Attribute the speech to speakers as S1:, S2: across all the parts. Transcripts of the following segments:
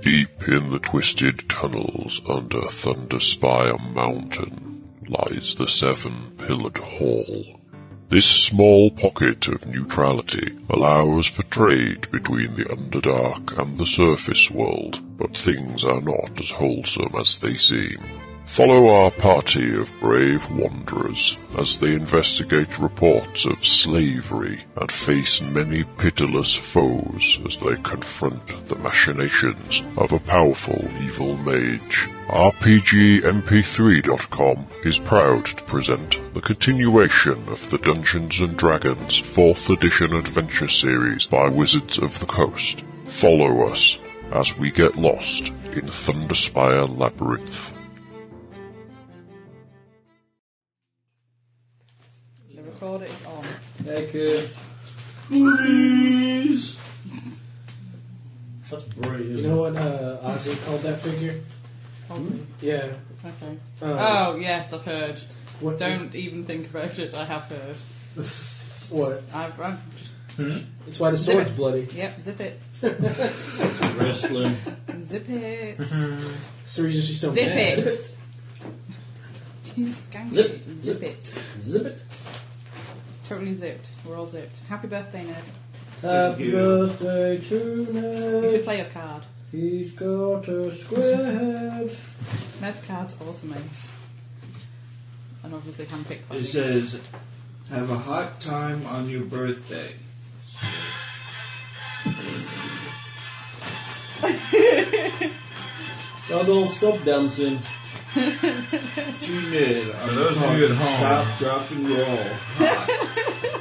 S1: Deep in the twisted tunnels under Thunderspire Mountain lies the Seven Pillared Hall. This small pocket of neutrality allows for trade between the Underdark and the surface world, but things are not as wholesome as they seem. Follow our party of brave wanderers as they investigate reports of slavery and face many pitiless foes as they confront the machinations of a powerful evil mage. RPGMP3.com is proud to present the continuation of the Dungeons and Dragons 4th edition adventure series by Wizards of the Coast. Follow us as we get lost in Thunderspire Labyrinth.
S2: The recorder is on.
S3: Naked.
S4: Boobies!
S3: That's brilliant.
S4: You know what uh, Ozzy called that figure?
S2: Awesome.
S4: Yeah.
S2: Okay.
S4: Uh,
S2: Oh yes, I've heard.
S4: What?
S2: Don't even think about it. I have heard.
S4: What?
S2: I've, I've
S4: That's why the
S2: Zip
S4: sword's
S2: it.
S4: bloody.
S2: yep. Zip it.
S3: Wrestling.
S2: Zip it.
S4: That's the reason she's so
S2: Zip
S4: mad.
S2: it.
S4: Zip it.
S2: you skank
S3: Zip.
S2: it. Zip,
S3: Zip.
S2: it.
S4: Zip it.
S2: Totally zipped. We're all zipped. Happy birthday, Ned.
S3: Happy
S4: Happy birthday to
S2: You should
S4: Ned.
S2: play your card.
S4: He's got a square head.
S2: Ned's card's awesome. Ace. And obviously handpicked by
S5: It
S2: me.
S5: says, "Have a hot time on your birthday."
S3: Now don't stop dancing.
S5: Tune in. I'm
S6: For those of
S5: talking
S6: you at home-
S5: Stop, drop, and roll. Hot.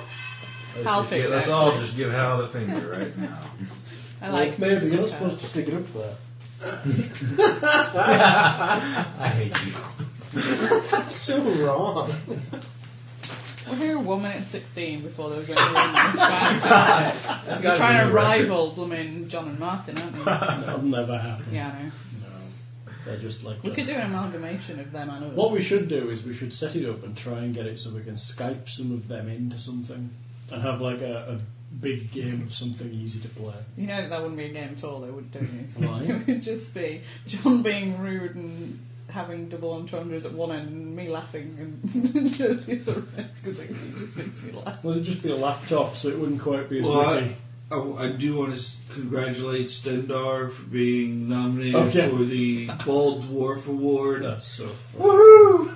S2: I'll
S6: just
S2: take
S6: give- Let's
S2: that.
S6: all just give Hal the finger right now.
S2: I like
S4: Well, maybe
S2: musical
S4: you're not
S2: card.
S4: supposed to stick it up there.
S6: I hate you.
S4: That's so wrong.
S2: We're here one minute and sixteen before there was any We're
S6: That's gotta be
S2: trying
S6: a
S2: to
S6: new record.
S2: rival blooming John and Martin, aren't we?
S3: That'll never happen.
S2: yeah, I know.
S3: They're just like
S2: We
S3: that.
S2: could do an amalgamation of them and us.
S3: What we should do is we should set it up and try and get it so we can Skype some of them into something and have like a, a big game of something easy to play.
S2: You know that wouldn't be a game at all, though, would don't you?
S3: Why?
S2: it would just be John being rude and having double entendres at one end, and me laughing and at the other end because it just makes me laugh.
S3: well, it'd just be a laptop, so it wouldn't quite be as
S5: Well, I-
S3: witty.
S5: I, Oh, I do want to congratulate Stendar for being nominated
S3: Okay.
S5: for the Bald Dwarf Award.
S3: That's so fun.
S4: Woohoo!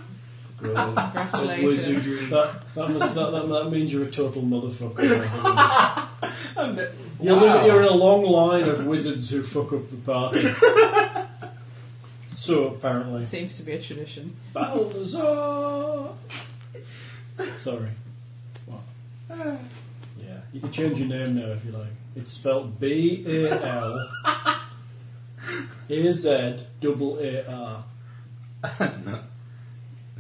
S3: Good. that,
S5: of
S2: Congratulations.
S5: Wizardry.
S3: that, must, that, that, that means you're a total motherfucker. You're,
S6: Wow.
S3: you're in a long line of wizards who fuck up the party. so apparently,
S2: Seems to be a tradition.
S3: Balthazar. Sorry. What? Yeah, you can change your name now if you like. It's spelled B A L A Z double A R.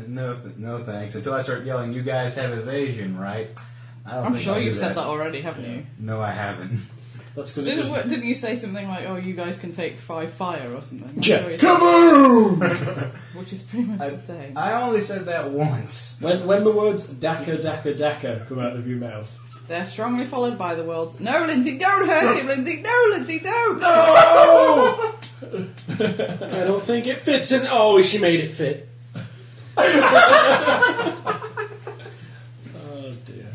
S6: No, no thanks. Until I start yelling, you guys have evasion, right? I don't
S2: I'm
S6: think
S2: sure
S6: I'll do
S2: you've said that already, haven't you?
S6: No, I haven't.
S3: That's because it
S2: Didn't,
S3: doesn't.
S2: what- didn't you say something like, "Oh, you guys can take five fire" or something? I'm sure
S3: Yeah,
S2: you
S3: come on!
S2: said- Which is pretty much
S6: I-
S2: the same.
S6: I only said that once.
S3: When when the words "daka daka daka" come out of your mouth,
S2: They're strongly followed by the world's "No, Lindsay, don't hurt him, Lindsay! No, Lindsay, don't! No!"
S4: I don't think it fits in. Oh, she made it fit.
S3: oh dear.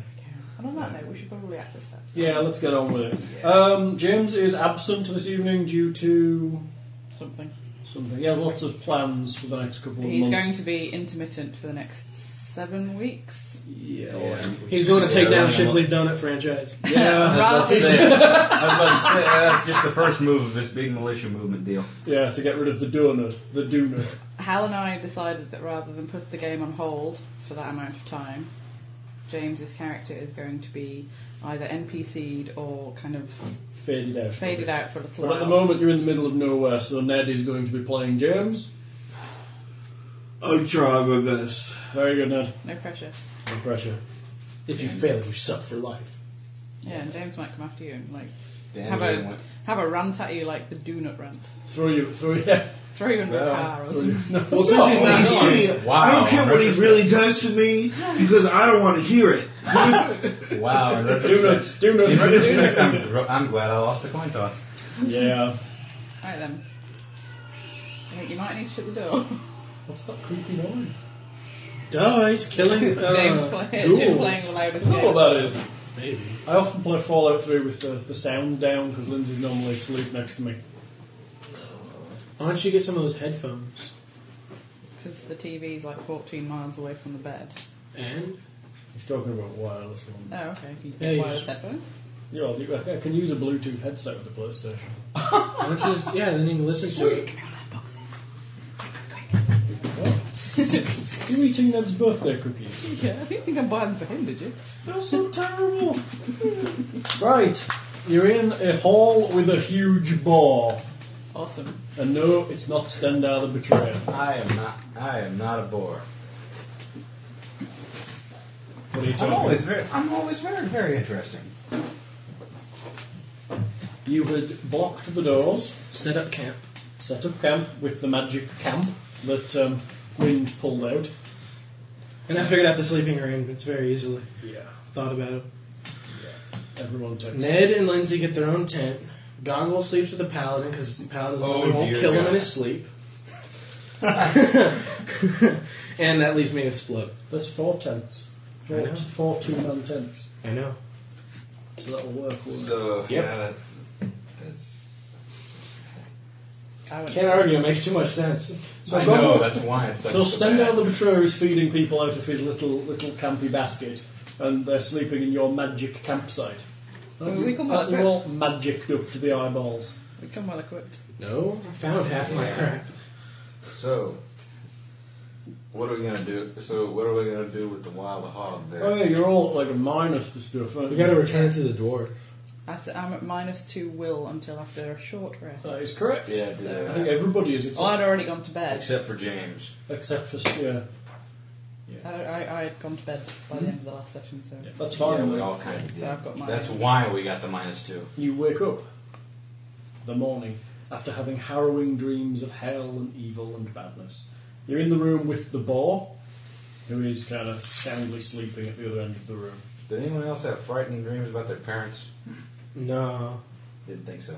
S2: And on that note, we should probably access that.
S3: Yeah, let's get on with it. Um, James is absent this evening due to
S2: Something.
S3: something. He has lots of plans for the next couple of
S2: He's
S3: months.
S2: going to be intermittent for the next seven weeks.
S3: Yeah.
S4: He's going to take
S6: Yeah,
S4: down
S6: I'm-
S4: Shipley's donut franchise.
S3: Yeah.
S6: I was about
S2: Rather-
S6: to say, I was about to say, that's just the first move of this big militia movement deal.
S3: Yeah, to get rid of the donut, the donut.
S2: Hal and I decided that rather than put the game on hold for that amount of time, James's character is going to be either NPC'd or kind of
S3: Faded out.
S2: faded out for a little
S3: But
S2: while.
S3: at the moment, you're in the middle of nowhere, so Ned is going to be playing James.
S5: I'm trying Oh, my best.
S3: Very good, Ned.
S2: No pressure.
S3: No pressure.
S4: If you fail, you suck for life.
S2: Yeah, and James might come after you and like
S6: Damn,
S2: have
S6: you
S2: a
S6: didn't want-
S2: have a rant at you like the donut rant.
S3: Throw you, throw yeah.
S2: Throw you under
S6: Well,
S2: a car or
S3: Throw you.
S2: something.
S3: No.
S5: Well, since he's not on,
S6: Wow,
S5: Oh, I don't care what he
S6: retrospect.
S5: really does to me because I don't want to hear it.
S6: Wow, in retrospect,
S3: Donuts, donuts.
S6: in retrospect I'm, I'm glad I lost the coin toss.
S3: yeah.
S2: Right then. I think you might need to shut the door.
S3: What's that creepy noise?
S4: Duh, he's killing. Uh,
S2: James play, Jim
S4: ghouls.
S2: playing the loudest.
S3: Is that
S2: here.
S3: what that is?
S4: Maybe.
S3: I often play Fallout 3 with the, the sound down because Lindsay's normally asleep next to me.
S4: Why don't you get some of those headphones?
S2: Because the TV's like 14 miles away from the bed.
S4: And
S3: He's talking about wireless one.
S2: Oh, okay. You
S4: Yeah,
S2: can
S4: you
S2: wireless
S4: just-
S2: headphones.
S3: Yeah, well, you- I can use a Bluetooth headset with the PlayStation.
S4: why don't you? Just, yeah, then you can listen to it.
S2: boxes.
S3: What? you eating Ned's birthday cookies?
S2: Yeah, I didn't think I'm buying for him, did you?
S3: They're so terrible. right, you're in a hall with a huge bar,
S2: Awesome.
S3: and no, it's not Stendhal the Betrayer.
S6: I am not. I am not a bore.
S3: What are you talking
S6: I'm
S3: about?
S6: always very. I'm always very, very interesting.
S3: You had blocked the doors.
S4: Set up camp.
S3: set up camp with the magic camp that um, Wind pulled out.
S4: And I figured out the sleeping arrangements very easily.
S3: Yeah.
S4: Thought about it.
S3: Everyone takes.
S4: Ned and Lindsay get their own tent. Gongle sleeps with the paladin because the paladin's
S6: Oh,
S4: oh, won't
S6: dear
S4: kill him
S6: God.
S4: in his sleep. and that leaves me with Split.
S3: There's four tents.
S4: I
S3: Four,
S4: know.
S3: four two-man tents.
S4: I know.
S3: So that'll work. won't it?
S5: So
S4: Yep.
S5: yeah, that's that's.
S2: I went
S4: Can't argue. It makes too much sense.
S3: So
S6: I
S3: Gongle-
S6: know that's why it's such
S3: So
S6: a bad-
S3: Stendhal the Betrayer is feeding people out of his little little campy basket, and they're sleeping in your magic campsite. Aren't
S2: Well,
S3: you-
S2: we can
S3: aren't
S2: work
S3: you
S2: it.
S3: all magicked up to the eyeballs.
S2: We come well equipped.
S4: No, I found half my
S6: Yeah.
S4: crap.
S6: So
S5: What are we gonna do? So what are we gonna do with the wild hog there?
S3: Oh yeah, you're all like a minus the stuff. Aren't
S4: We
S3: you?
S4: got to return it to the dwarf.
S2: I said I'm at minus two will until after a short rest.
S3: That is correct.
S5: Yeah, do
S2: So-
S3: I
S5: that.
S3: think everybody is
S2: Oh, I'd
S3: except,
S2: already gone to bed.
S5: except for James.
S3: except for yeah.
S2: I, I, I had gone to bed by
S4: Hmm.
S2: the end of the last session, so,
S3: That's
S5: Yeah,
S3: fine.
S5: we all kind of
S2: so
S5: did.
S2: I've got my.
S5: That's why we got the minus two.
S3: You wake up the morning after having harrowing dreams of hell and evil and badness. You're in the room with the boar, who is kind of soundly sleeping at the other end of the room.
S6: did anyone else have frightening dreams about their parents?
S4: No,
S6: Didn't think so.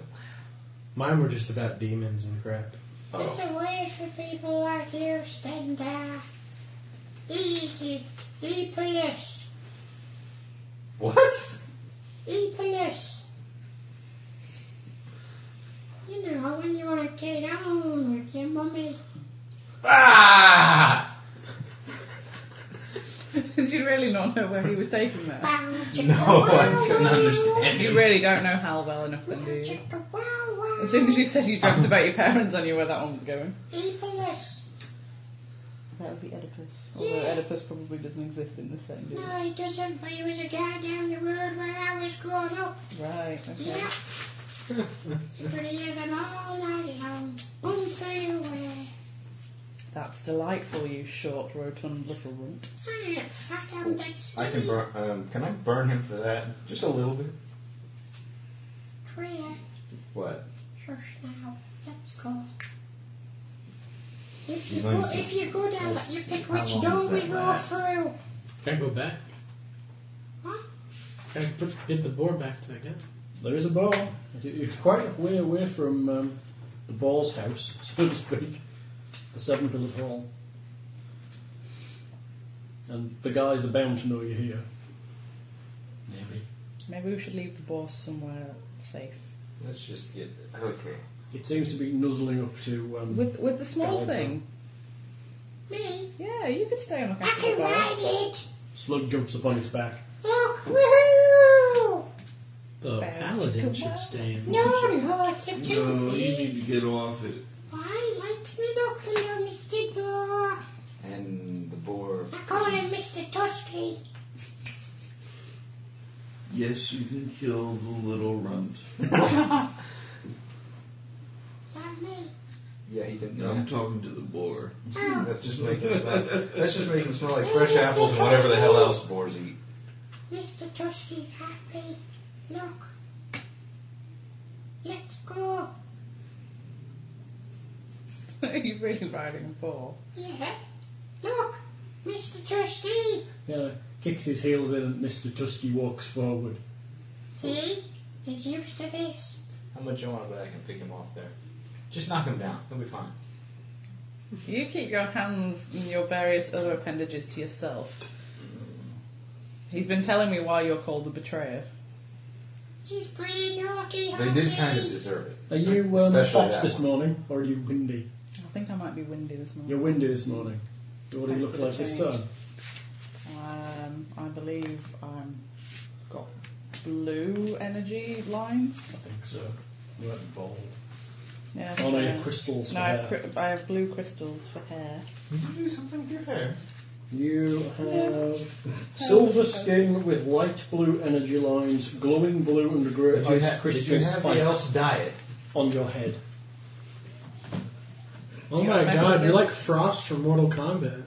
S4: mine were just about demons and crap.
S7: It's a way for people like you stand there. Easy. E-police.
S5: What?
S7: E-police. You know, when you want to get on with your mummy.
S5: Ah!
S2: Did you really not know where he was taking that?
S7: Wow,
S5: No, I couldn't understand
S2: You
S5: him.
S2: really don't know Hal well enough, then, do you?
S7: Chicka wow wow.
S2: As soon as you said you dreamt about your parents, I knew where that one was going.
S7: E-police.
S2: That would be Oedipus. Although Oedipus probably doesn't exist in this setting, does
S7: No,
S2: it?
S7: he doesn't, but he was a guy down the road where I was growing up.
S2: Right, okay.
S7: Yeah. you could hear them all night long. Boom, fade away.
S2: That's delightful, you short, rotund little runt.
S7: I ain't fat, I'm dead
S6: Oh, I can
S7: skinny.
S6: burn. Um, can I burn him for that? Just a little bit.
S7: Tria,
S6: What?
S7: shush now. Let's go. If
S6: You
S7: you, go,
S6: might as
S7: if you go down,
S6: let's
S7: you
S6: see
S7: pick
S6: how long
S7: which door
S6: does
S7: we
S6: that
S7: go
S6: last.
S7: through.
S4: Can I go back?
S7: Huh?
S4: Can I put, get the boar back to that guy?
S3: There is a boar. You're quite a way away from um, the boar's house, so to speak, the Seven Pillared Hall. And the guys are bound to know you're here. Maybe.
S2: Maybe we should leave the boss somewhere safe.
S5: Let's just get okay.
S3: It seems to be nuzzling up to. Um,
S2: With with the small
S3: Gulliver.
S2: thing.
S7: Me?
S2: Yeah, you could stay on the
S7: I
S2: castle
S7: can
S2: bar.
S7: ride it.
S3: Slug jumps upon its back.
S7: Look, woohoo!
S4: The
S2: Back.
S4: paladin
S2: Come
S4: should
S2: on.
S4: stay in.
S7: No, no, it's a
S5: No, you
S7: toothy.
S5: need to get off it.
S7: Why likes me look little Mr. Door?
S5: And the boar.
S7: I call him Mr. Tusky.
S5: Yes, you can kill the little runt.
S7: Is that me?
S6: Yeah, he didn't.
S5: No, I'm talking to the boar.
S7: Oh,
S6: Let's just make him smell. Let's just make him smell like fresh apples and whatever the hell else boars eat.
S7: Mr. Tusky's happy. Look. Let's go.
S2: Are you really riding a ball?
S7: Yeah. Look, Mr. Tusky.
S3: Yeah, kicks his heels in, and Mr. Tusky walks forward.
S7: See? He's used to this.
S6: How much you want, but I can pick him off there. Just knock him down. He'll be fine.
S2: You keep your hands and your various other appendages to yourself. He's been telling me why you're called the betrayer.
S7: He's pretty naughty,
S6: They did
S7: Humpty.
S6: kind of deserve it.
S3: Are you um,
S6: Especially
S3: hot
S6: that
S3: this
S6: one.
S3: morning, or are you windy?
S2: I think I might be windy this morning.
S3: You're windy this morning. What do you
S2: Thanks
S3: look
S2: for the
S3: like this
S2: change.
S3: time?
S2: Um, I believe I'm got blue energy lines.
S3: I think so. You went bald.
S2: Yeah. I
S3: Oh
S2: think
S3: no,
S2: I
S3: you
S2: am.
S3: have crystals.
S2: No,
S3: for
S2: I have,
S3: hair.
S2: cri- I have blue crystals for hair.
S6: Did you do something with your hair?
S3: You have silver skin with light blue energy lines, glowing blue under great
S6: Did you,
S3: ice
S6: ha- did
S3: crystal
S6: you have the
S3: spikes
S6: else diet?
S3: on your head.
S4: Oh
S2: Do you
S4: my
S2: remember
S4: god, you're
S2: this?
S4: like Frost from Mortal Kombat.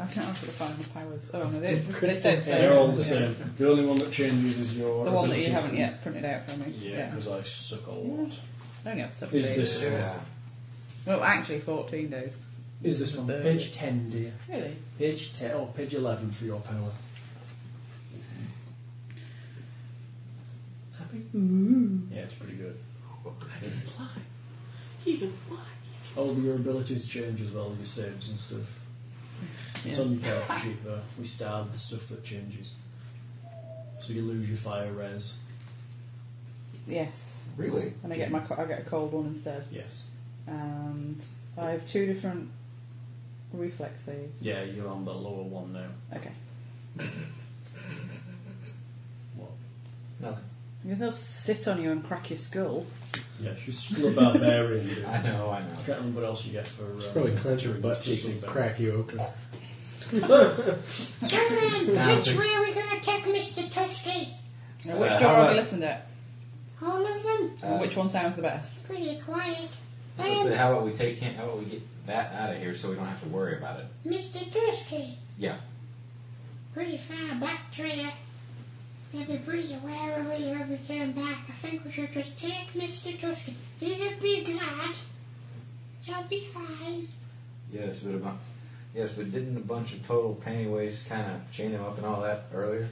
S2: I don't know if I find the powers. Oh no, they, they
S4: Crystal
S2: said so.
S4: hair.
S3: They're all the
S2: Yeah.
S3: same. The only one that changes is your.
S2: The one that you
S3: ability
S2: haven't
S3: from-
S2: yet printed out for me.
S3: Yeah, because I suck a lot.
S2: Only had seven
S3: Is
S2: days.
S3: this
S6: Yeah.
S2: Well, actually, fourteen days.
S3: Is this one?
S2: There.
S3: Page 10, dear.
S2: Really?
S3: Page 10, or page 11 for your power. Happy? Yeah, it's pretty good.
S4: I can fly. He can fly.
S3: Oh, your abilities change as well, your saves and stuff. It's
S2: Yeah.
S3: on your character sheet though. We starred the stuff that changes. So you lose your fire res.
S2: Yes.
S6: Really?
S2: And I get my co- I get a cold one instead.
S3: Yes.
S2: And I have two different reflex saves.
S3: Yeah, you're on the lower one now.
S2: Okay.
S3: What?
S6: Nothing.
S2: I guess they'll sit on you and crack your skull.
S3: Yeah, she's still a barbarian. dude.
S6: I
S3: I
S6: know, I know.
S3: can't remember what else you get for. Um,
S4: Probably clench your butt
S3: just
S4: cheeks and
S3: something.
S4: crack you open.
S7: Gentlemen,
S6: I don't
S7: which
S6: think-
S7: way are we going to take Mr. Tusky?
S2: Now, which
S6: Uh,
S2: door
S6: how
S2: have
S6: about-
S2: you listened at?
S7: All of them?
S6: Uh,
S2: which one sounds the best?
S7: Pretty quiet. Um, I
S6: Let's
S7: am
S6: say, how about we take him? How about we get that out of here so we don't have to worry about it?
S7: Mr. Tusky.
S6: Yeah.
S7: Pretty far back trail. You'll be pretty aware of it when we come back. I think we should just take Mr. Tusky. He's a big lad. He'll be fine.
S6: Yes, but about yes, but didn't a bunch of total pantywaist kind of chain him up and all that earlier?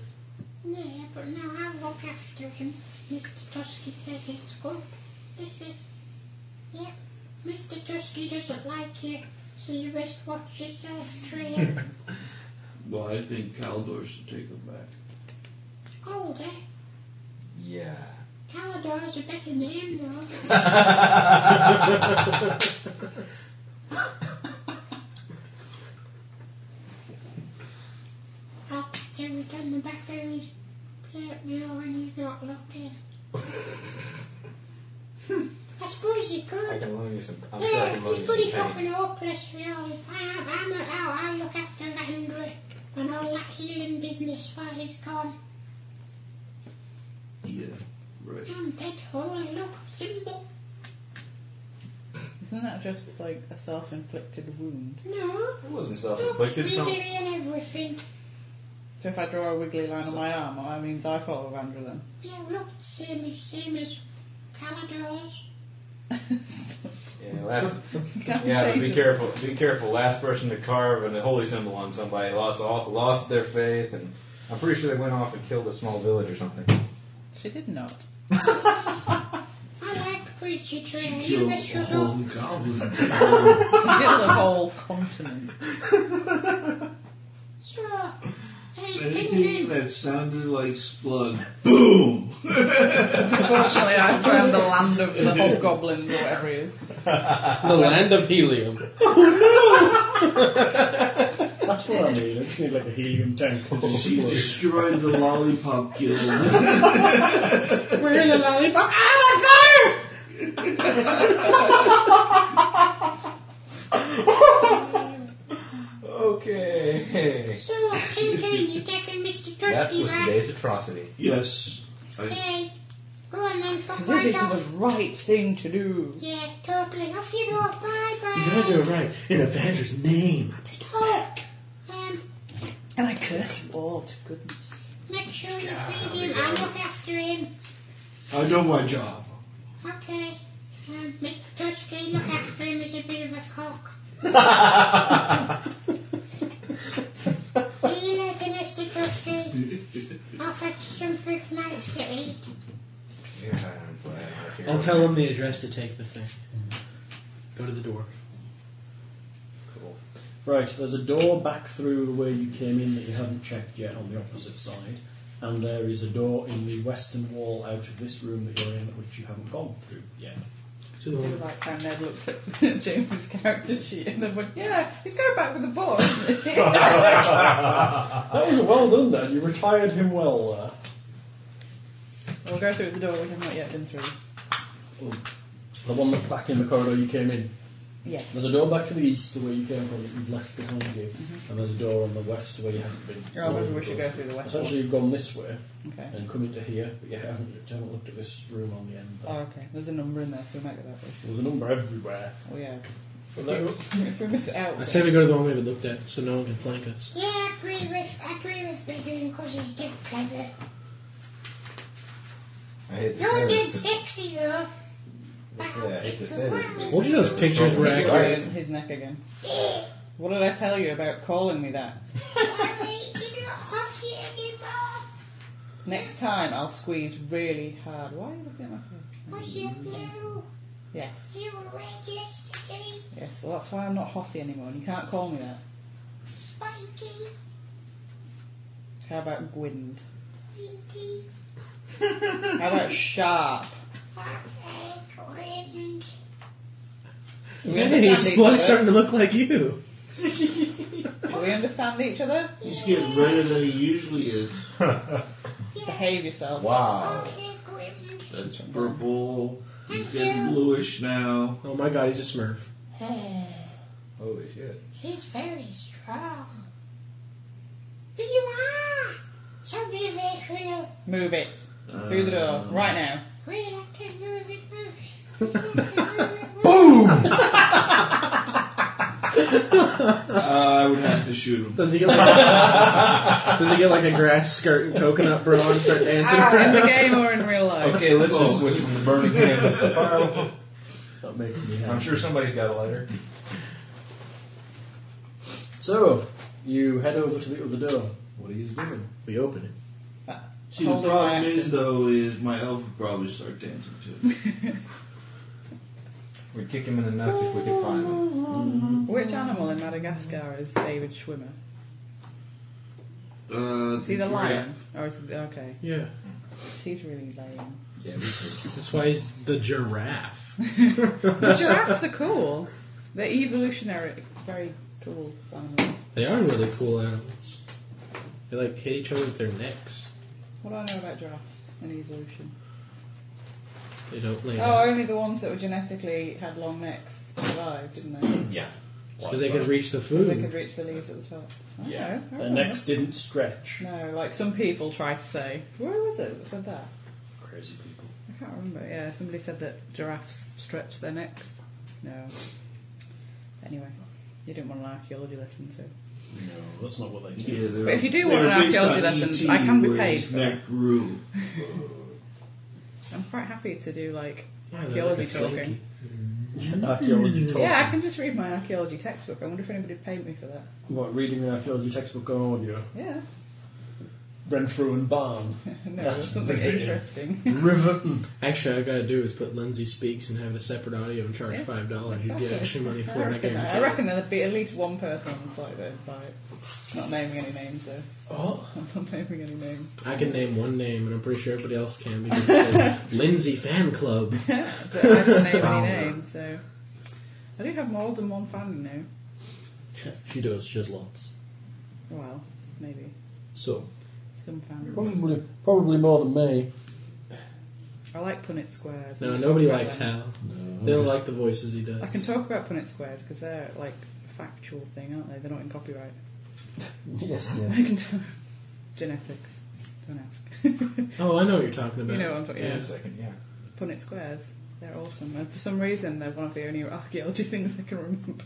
S7: Yeah, but now I'll look after him. Mr. Tusky says it's good. Listen. Yep. Mr. Tusky doesn't like you, so you best watch yourself, Trio.
S5: Well, I think Caldor should take him back.
S7: Cold, eh?
S6: Yeah.
S7: Calador's a better name, though. I'll pat him again the back of his plate meal when he's not looking. I suppose he
S6: I
S7: could.
S6: can loan you some. I'm sure I
S7: yeah,
S6: can loan
S7: he's
S6: you
S7: pretty
S6: some
S7: fucking
S6: paint.
S7: hopeless for all his. I, I'm, I'm, I'll, I'll look after Vandry and all that healing business while he's gone.
S5: Yeah, right.
S7: I'm dead holy, look, symbol.
S2: Isn't that just like a self-inflicted wound?
S7: No,
S6: It wasn't
S7: look,
S6: self-inflicted.
S7: it's
S6: Some
S7: wiggly and everything.
S2: So if I draw a wiggly line on my arm, that means I follow Vandra then.
S7: Yeah, look, same as same as Calador's.
S6: yeah, last
S2: Can't
S6: yeah, but
S2: change
S6: be
S2: it.
S6: careful. Be careful. Last person to carve a holy symbol on somebody lost all lost their faith, and I'm pretty sure they went off and killed a small village or something.
S2: She did not.
S7: I like preacher
S5: She
S7: train. You
S5: killed a
S7: best look.
S5: whole goblin.
S2: Killed a whole continent.
S7: So, hey,
S5: Anything
S7: Tinglin,
S5: that sounded like Splug, boom!
S2: Unfortunately, I found the land of the hobgoblins or whatever he is.
S4: the land of helium.
S3: That's what I need. I just need like a helium tank. to just
S5: She
S3: explode.
S5: destroyed the lollipop guild.
S4: We're in the
S2: Ah,
S4: lollipop.
S6: Okay.
S7: so Tinglin, you're taking Mr.
S6: That
S7: Trusty
S6: was
S7: back.
S6: today's atrocity.
S5: yes. I,
S7: Hey, go on then, fuck
S2: This
S7: right
S2: is the
S7: off.
S2: right thing to do.
S7: Yeah, totally. Off you go. Bye
S4: You gotta do it
S7: bye.
S4: right. In Avenger's name.
S7: Oh, um,
S2: And I curse you all to goodness.
S7: make sure you feed him. I'll look after him.
S5: I know my job.
S7: Okay. Um, Mr. Tusky, look after him. He's a bit of a cock. See you later, Mr. Tusky. I'll fetch some fruit nice to eat.
S6: Yeah, I'm glad.
S4: I'll tell him the address to take the thing. Go to the door.
S3: Right, there's a door back through where you came in that you haven't checked yet on the opposite side, and there is a door in the western wall out of this room that you're in, which you haven't gone through yet.
S4: To the
S2: It's about time Ned looked at James's character sheet and then went, yeah, he's going back with the boy. isn't he?"
S3: That was well done, Dad. You retired him well there.
S2: we'll go through the door we have not yet been through.
S3: The one that back in the corridor you came in.
S2: Yes.
S3: There's a door back to the east, the way you came from, that you've left behind you, and there's a door on the west where you haven't been.
S2: Oh, maybe we should go through the west
S3: Essentially, you've gone this way
S2: wall. Okay.
S3: and come into here, but you haven't, you haven't looked at this room on the end.
S2: Oh, okay. There's a number in there, so we might get that way.
S3: There's a number everywhere.
S2: Oh, yeah. So
S4: Well, that-
S2: if, we, if we miss out,
S4: I say we go to the one we haven't looked at, so no one can flank us.
S7: Yeah, I agree with I agree with Big Green because he's dead clever.
S6: I hate to
S7: You're
S6: say
S7: dead
S6: this. but-
S7: sexy though.
S6: Yeah, I hate to say this. but-
S4: Told you those pictures were
S2: you're
S4: accurate.
S2: right in his neck again. What did I tell you about calling me that?
S7: I mean, you're not hot yet anymore.
S2: Next time I'll squeeze really hard. Why are you looking at my face?
S7: Because you're blue.
S2: Yes.
S7: You were red yesterday.
S2: Yes, well that's why I'm not hottie anymore and you can't call me that.
S7: Spiky.
S2: How about Gwynd?
S7: Windy.
S2: How about Sharp?
S7: Hot egg. Wind.
S2: Do we
S4: Hey,
S2: understand each other?
S4: Splunk's starting to look like you.
S2: Do we understand each other?
S5: He's getting redder than he usually is.
S7: Yeah.
S2: Behave yourself.
S6: Wow.
S7: Hot egg. Wind.
S5: That's purple. He's getting bluish now.
S4: Oh my god, he's a smurf.
S6: Holy shit.
S7: He's very strong. But you are. So beautiful.
S2: Move it. Through the
S4: Uh,
S2: door. Right now.
S7: We like to move it, move it. We like to move it, move it.
S5: I would have to shoot him.
S4: Does he get like Does he get like a grass skirt and coconut bra and start dancing?
S2: in the game or in real life?
S6: Okay, let's just switch from the burning hands to the fire.
S3: That makes me happy.
S6: I'm sure somebody's got a lighter.
S3: So, you head over to the other door. What are you doing?
S4: We open it.
S5: See, the
S2: Hold it
S5: problem
S2: back.
S5: is, though, is my elf would probably start dancing too.
S6: We'd kick him in the nuts if we could find him.
S2: Which animal in Madagascar is David Schwimmer?
S5: Uh,
S2: Is he the
S5: giraffe.
S2: lion? Or is it, okay.
S4: Yeah,
S2: He's really lame.
S6: Yeah, we could.
S4: that's why he's the giraffe.
S2: The giraffes are cool. They're evolutionary, very cool animals.
S4: They are really cool animals. They like hit each other with their necks.
S2: What do I know about giraffes and evolution?
S4: They don't lay
S2: Oh, only the ones that were genetically had long necks survived, didn't they?
S6: Yeah.
S4: because they could reach the
S2: So they could
S4: food.
S2: reach the leaves at the top. I
S6: Yeah.
S2: know, I
S3: Their
S2: don't know.
S3: necks didn't stretch.
S2: No, like some people try to say. Where was it that said that?
S3: Crazy people.
S2: I can't remember. Yeah, somebody said that giraffes stretch their necks. No. Anyway, you didn't want an archaeology lesson, so.
S3: No, that's not what they do.
S5: Yeah, they're-
S2: But if you do
S5: they
S2: want
S5: were
S2: an
S5: based on E
S2: archaeology lesson,
S5: ET,
S2: I can be
S5: where
S2: paid
S5: His
S2: for
S5: neck grew.
S2: I'm quite happy to do like
S4: Yeah, they're
S2: archaeology
S4: like a
S2: talking.
S4: slinky.
S3: archaeology talk.
S2: Yeah, I can just read my archaeology textbook. I wonder if anybody would pay me for that.
S3: What, reading an archaeology textbook on audio?
S2: Yeah.
S3: Renfrew and Barn.
S2: No,
S3: That's
S2: that's something
S3: brilliant.
S2: interesting.
S4: Mm.
S3: Riverton.
S4: Actually, all I gotta do is put Lindsay speaks and have a separate audio and charge
S2: Yeah,
S4: five dollars. You get
S2: Exactly.
S4: extra money
S2: I
S4: for it. I
S2: reckon,
S4: guarantee.
S2: I
S4: it.
S2: reckon there'd be at least one person on the site that'd buy it. Not naming any names though.
S4: Oh,
S2: I'm not naming any names.
S4: I can name one name, and I'm pretty sure everybody else can because it says Lindsay Fan Club.
S2: But I don't name any names, so I do have more than one fan now.
S4: She does. She has lots.
S2: Well, maybe.
S4: So
S2: Some fans.
S3: Probably, probably more than me.
S2: I like Punnett Squares.
S4: no, nobody likes Hal. They don't like the voices he does.
S2: I can talk about Punnett Squares because they're like a factual thing, aren't they? They're not in copyright.
S3: Yes,
S2: I can talk. Genetics. Don't ask.
S4: Oh, I know what you're talking about.
S2: you know what I'm talking
S6: Wait a
S2: about.
S6: second, yeah.
S2: Punnett Squares. They're awesome. And for some reason, they're one of the only archaeology things I can remember.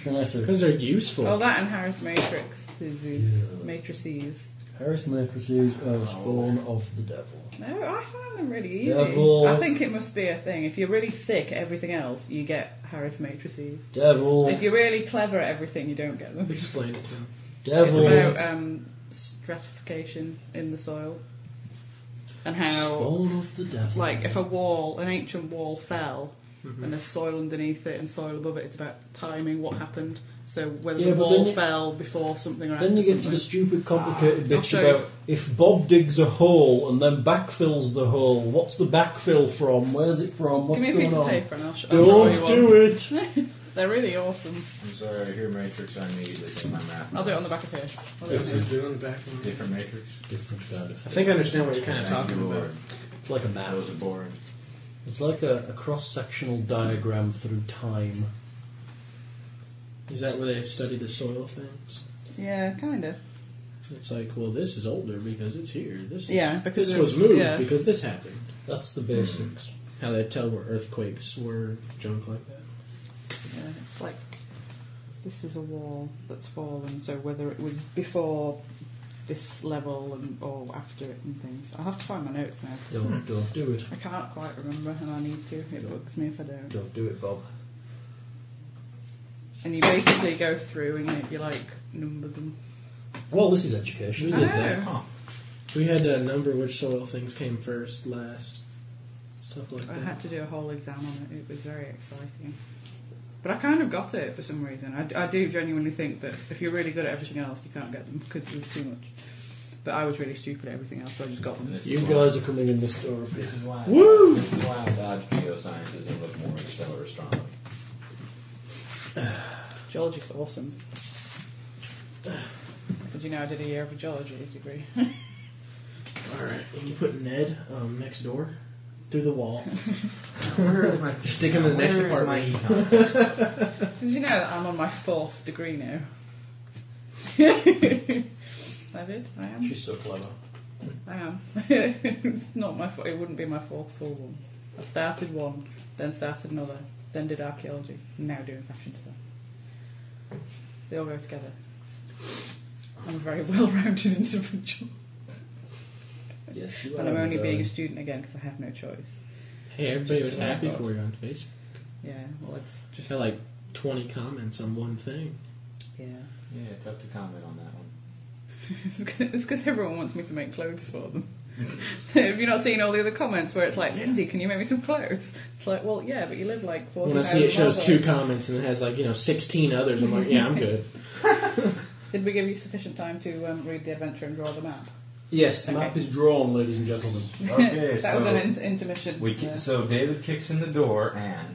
S3: Genetics.
S4: Because they're useful.
S2: Well, that and Harris Matrix is is matrices.
S3: Harris matrices are spawn of the devil.
S2: No, I find them really easy.
S3: Devil.
S2: I think it must be a thing. If you're really thick at everything else, you get Harris matrices.
S3: Devil.
S2: If you're really clever at everything, you don't get them. It's
S4: Explain it to him.
S2: about um, stratification in the soil and how
S3: Spawn of the devil.
S2: like if a wall, an ancient wall fell,
S3: Mm-hmm.
S2: and there's soil underneath it and soil above it. It's about timing what happened. So whether
S3: Yeah,
S2: the
S3: but
S2: wall
S3: then you-
S2: fell before something or after
S3: Then you get to
S2: something.
S3: the stupid, complicated
S2: I'll
S3: bitch
S2: show you.
S3: about if Bob digs a hole and then backfills the hole, what's the backfill from? Where's it from? What's
S2: Give me a
S3: going
S2: piece
S3: on?
S2: of paper and I'll, sh- I'll show you
S3: Don't
S2: one.
S3: do it!
S2: They're really awesome.
S6: I'm sorry, I hear Matrix, I immediately think my math.
S2: I'll do it on the back of here. I'll do it on the-
S4: Do it on the back one.
S6: Different Matrix.
S3: Different kind of
S4: I
S3: thing.
S4: think I understand what you're kind of
S6: Thank
S4: talking
S6: you,
S4: about.
S6: Lord.
S3: It's like a map.
S6: Those are boring.
S3: It's like a, a cross-sectional diagram through time.
S4: Is that where they study the soil things?
S2: Yeah, kind of.
S4: It's like, well, this is older because it's here. This is,
S2: Yeah, because
S4: this
S2: it
S4: was
S2: was-
S4: moved
S2: yeah.
S4: because this happened.
S3: That's the basics.
S4: How they tell where earthquakes were, junk like that.
S2: Yeah, it's like this is a wall that's fallen, so whether it was before this level and or after it and things. I'll have to find my notes now. 'cause
S3: Don't, don't do it.
S2: I can't quite remember, and I need to. It bugs me if I don't.
S3: Don't do it, Bob.
S2: And you basically go through and you, you like number them.
S3: Well, this is education.
S4: We
S2: I
S4: did
S2: know.
S4: that. We had to number which soil things came first, last, stuff like
S2: I
S4: that.
S2: had to do a whole exam on it. It was very exciting. But I kind of got it for some reason. I d- I, do genuinely think that if you're really good at everything else, you can't get them because there's too much. But I was really stupid at everything else, so I just got
S6: And
S2: them.
S6: this
S3: You
S6: is why-
S3: guys are coming in the store.
S6: This is why.
S4: Woo!
S6: This is why I dodge geosciences and look more into stellar astronomy.
S2: Geology's awesome. Did you know I did a year of a geology degree?
S4: All right, and you put Ned um, next door through the wall. Stick him in the next
S6: Where is
S4: apartment.
S6: my econ?
S2: Did you know that I'm on my fourth degree now? I did. I am.
S4: She's so clever.
S2: I am. it's not my. fo- It wouldn't be my fourth full one. I started one, then started another, then did archaeology, and now doing fashion design. They all go together. I'm a very well-rounded individual,
S3: Yes, you
S2: and I'm only being a student again because I have no choice.
S4: Hey, everybody
S2: Just
S4: was
S2: to wrap
S4: happy
S2: up.
S4: for you on Facebook.
S2: Yeah. Well, it's
S4: Just
S2: just
S4: had like 20 comments on one thing.
S2: yeah.
S6: Yeah, tough to comment on that one.
S2: It's because everyone wants me to make clothes for them. Have you not seen all the other comments where it's like, Lindsay, can you make me some clothes? It's like, well, yeah, but you live like 40
S4: When I see it shows two comments and it has like, you know, 16 others, I'm like, yeah, I'm good.
S2: Did we give you sufficient time to um, read the adventure and draw the map?
S3: Yes, the
S2: Okay.
S3: map is drawn, ladies and gentlemen.
S6: Okay,
S2: that
S6: Oh, so
S2: was an in- intermission. uh,
S6: we ki-
S2: yeah.
S6: so David kicks in the door and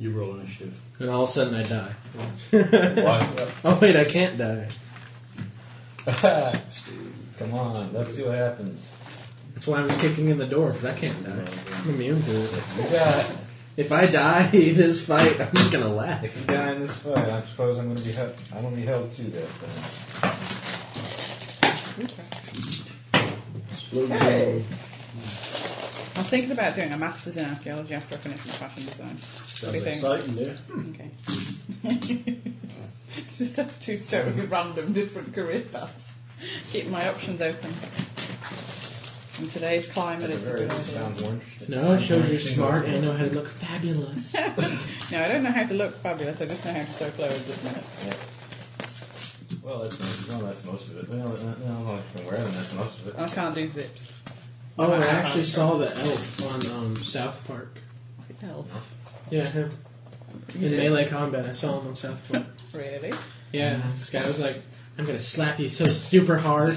S3: You roll initiative.
S4: And all of a sudden I die.
S6: what?
S4: Oh, wait, I can't die.
S6: Come on, let's see what happens.
S4: That's why I was kicking in the door, because I can't die. I'm immune to it.
S6: You got.
S4: If I die this fight, I'm just gonna laugh.
S6: If you die in this fight, I suppose I'm going to be held. I'm going to be held to that. Then.
S3: Explosion.
S2: I'm thinking about doing a master's in archaeology after I finish my fashion design. What do you think?
S3: exciting, yeah.
S2: Okay. Just have two totally random different career paths. Keep my options open. In today's climate,
S6: At
S2: it's
S6: the
S2: a
S6: very
S2: good
S6: least,
S2: idea.
S6: sounds more interesting.
S4: No, it shows you're smart and know how to look fabulous.
S2: No, I don't know how to look fabulous. I just know how to sew clothes at the minute.
S6: Well, that's most, well, that's most of it. Well, uh, no, no, I'm aware that that's most of it.
S2: And I can't do zips.
S4: Oh, I actually saw the elf on um, South Park.
S2: Elf.
S4: Yeah, him. In melee combat, I saw him on South Park.
S2: Really?
S4: Yeah, this guy was like, I'm gonna slap you so super hard.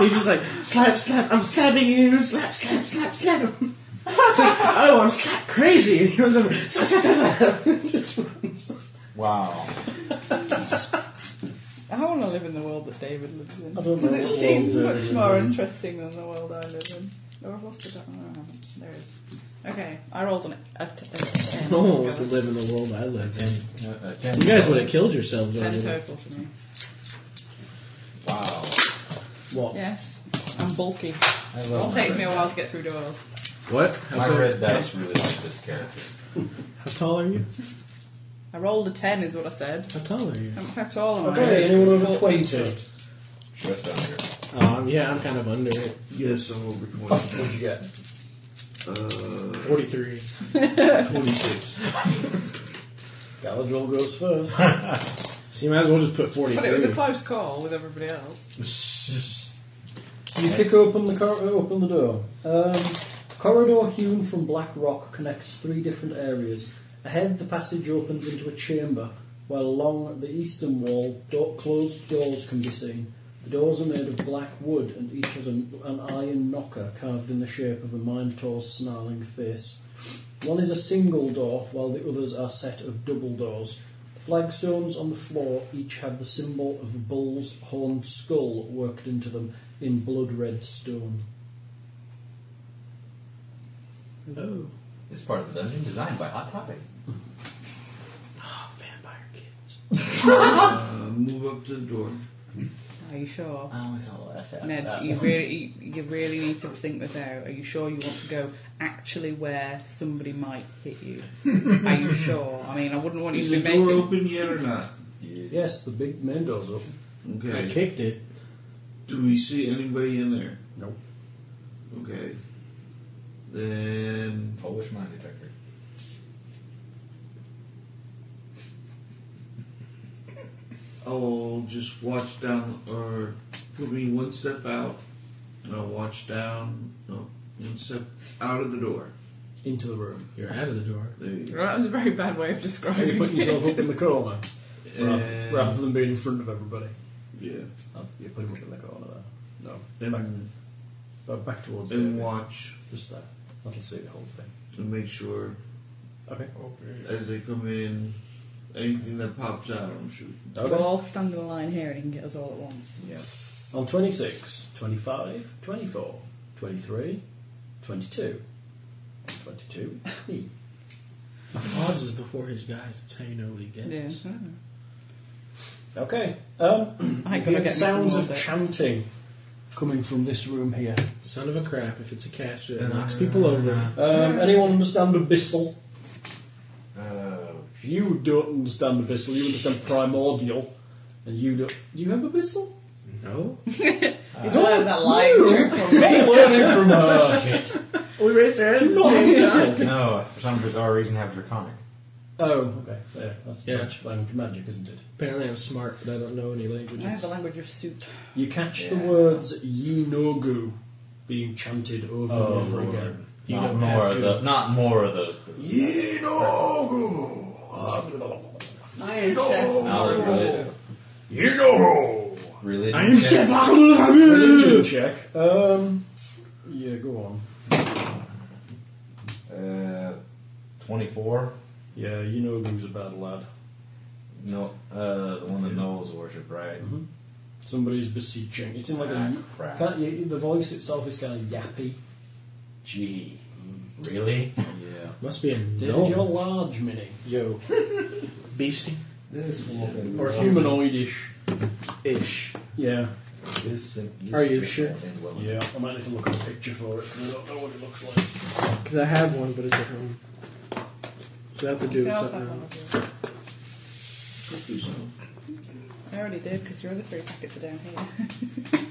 S4: He's just like, slap, slap, I'm slapping you, slap, slap, slap, slap him. It's like, oh, I'm slap crazy. And he was over, slap, slap, slap, slap. Just runs.
S6: Wow.
S2: I want to live in the world that David lives in.
S3: I don't know
S2: Because it
S3: what
S2: seems
S3: world
S2: much
S3: David
S2: more
S3: lives in.
S2: interesting than the world I live in. Or I've lost it. Oh, no, I haven't. There it is. Okay, I rolled an. A t- a ten
S4: No one wants to
S2: together.
S4: live in the world I lived in.
S6: Uh, uh, ten.
S4: You guys would have killed yourselves.
S2: Ten
S4: over there.
S2: total for me.
S6: Wow.
S4: What?
S2: Yes, I'm bulky.
S6: I
S2: It'll
S6: love. my
S2: take
S6: red-
S2: me a while to get through doors.
S4: What? How,
S6: My
S4: tall-
S6: red dice really like this character.
S4: how tall are you?
S2: I rolled a ten, is what I said.
S4: How tall are you?
S2: How- How tall am I?
S3: Okay, anyone over
S2: 14
S3: 20?
S2: foot.
S6: Just under.
S4: Um, yeah, I'm kind of under it.
S5: Yes, I'm over 20.
S3: What'd you get?
S5: Uh,
S4: 43.
S5: 26.
S3: Galadriel goes first.
S4: So you might as well just put 43.
S2: But it was a close call with everybody else.
S3: You kick open the car, uh, open the door. Um, Corridor hewn from black rock connects three different areas. Ahead, the passage opens into a chamber, while along the eastern wall, do- closed doors can be seen. The doors are made of black wood, and each has an, an iron knocker carved in the shape of a minotaur's snarling face. One is a single door, while the others are set of double doors. The flagstones on the floor each have the symbol of a bull's horned skull worked into them in blood red stone.
S4: Hello.
S6: This part of the dungeon designed by Hot Topic.
S4: Oh, vampire kids.
S5: Uh, move up to the door.
S2: Are you sure?
S6: I always thought that said
S2: Ned, you really, you, you really need to think this out. Are you sure you want to go actually where somebody might hit you? Are you sure? I mean, I wouldn't want you
S5: Is
S2: to
S5: the
S2: be
S5: door
S2: making.
S5: open yet or not?
S3: Yes, the big main door's open.
S5: Okay.
S4: I kicked it.
S5: Do we see anybody in there?
S3: No.
S5: Okay. Then
S6: Polish mind detector.
S5: I'll just watch down, or put me one step out, and I'll watch down, no, one step out of the door.
S3: Into the room.
S4: You're out of the door.
S5: There you go.
S2: Well, that was a very bad way of
S3: Are you
S2: describing
S3: putting
S2: it.
S3: yourself up in the corner rather,
S5: And-
S3: rather than being in front of everybody?
S5: Yeah.
S3: Uh, Oh, you put him up in the corner there. No. Back,
S5: And,
S3: uh, back towards
S5: and
S3: David.
S5: watch
S3: Just there. That'll see the whole thing.
S5: and make sure
S3: Okay.
S5: as they come in, anything that pops out, I'm shooting.
S2: We'll
S3: okay.
S2: all stand in a line here and he can get us all at once.
S3: On 26, 25, 24, 23, 22, 22, me.
S4: He pauses before his guys. That's how you know what he gets.
S2: Yeah.
S3: Okay. Um,
S2: I
S3: you
S2: ain't gonna
S3: hear
S2: get me some
S3: sounds
S2: more
S3: of
S2: bits.
S3: chanting coming from this room here.
S4: Son of a crap if it's a caster that knocks people over.
S3: Um, anyone understand abyssal?
S6: Uh,
S3: You don't understand abyssal. You understand primordial, and you don't. Do you have abyssal?
S4: No?
S2: You don't have that line trick on me.
S3: You're learning from her.
S6: shit.
S4: We raised our
S3: Do you not have abyssal?
S6: no, I, for some bizarre reason, have draconic.
S3: Oh, okay. Yeah, that's
S4: Yeah.
S3: magic, language magic, isn't it?
S4: Apparently I'm smart, but I don't know any
S2: I have
S4: languages.
S2: the language of soup.
S3: You catch the
S6: Yeah.
S3: words "yinogu" being chanted over and over again.
S4: Oh, You
S6: not
S4: don't
S6: more
S4: have
S6: of the, Not more of those.
S3: Yinogu.
S2: I am chef.
S6: Now we're religion.
S3: Yinogu.
S6: Religion.
S3: Religion check. Um. Yeah, go on.
S6: Uh, 24.
S3: Yeah, Yinogu's a bad lad.
S6: No, uh, the one that Knowles worship, right?
S3: Somebody's beseeching. It's in like
S6: Ah,
S3: a.
S6: crap.
S3: Can't you, the voice itself is kind of yappy.
S6: Gee. Really? Yeah.
S4: Must be a
S3: David,
S4: no.
S3: you're large, mini. Yo.
S4: Beastie.
S6: This one.
S3: Or humanoidish.
S4: Ish.
S3: Yeah.
S6: This, this
S4: Are you
S6: just
S4: sure?
S6: won't end well.
S3: Yeah. I might need to look at a picture for it because I don't know what it looks like.
S4: Because I have one, but it's at home. So I have to do
S2: Can I
S4: it
S2: also
S4: something
S2: have that
S4: else.
S2: one? I already did because your other three packets are down here.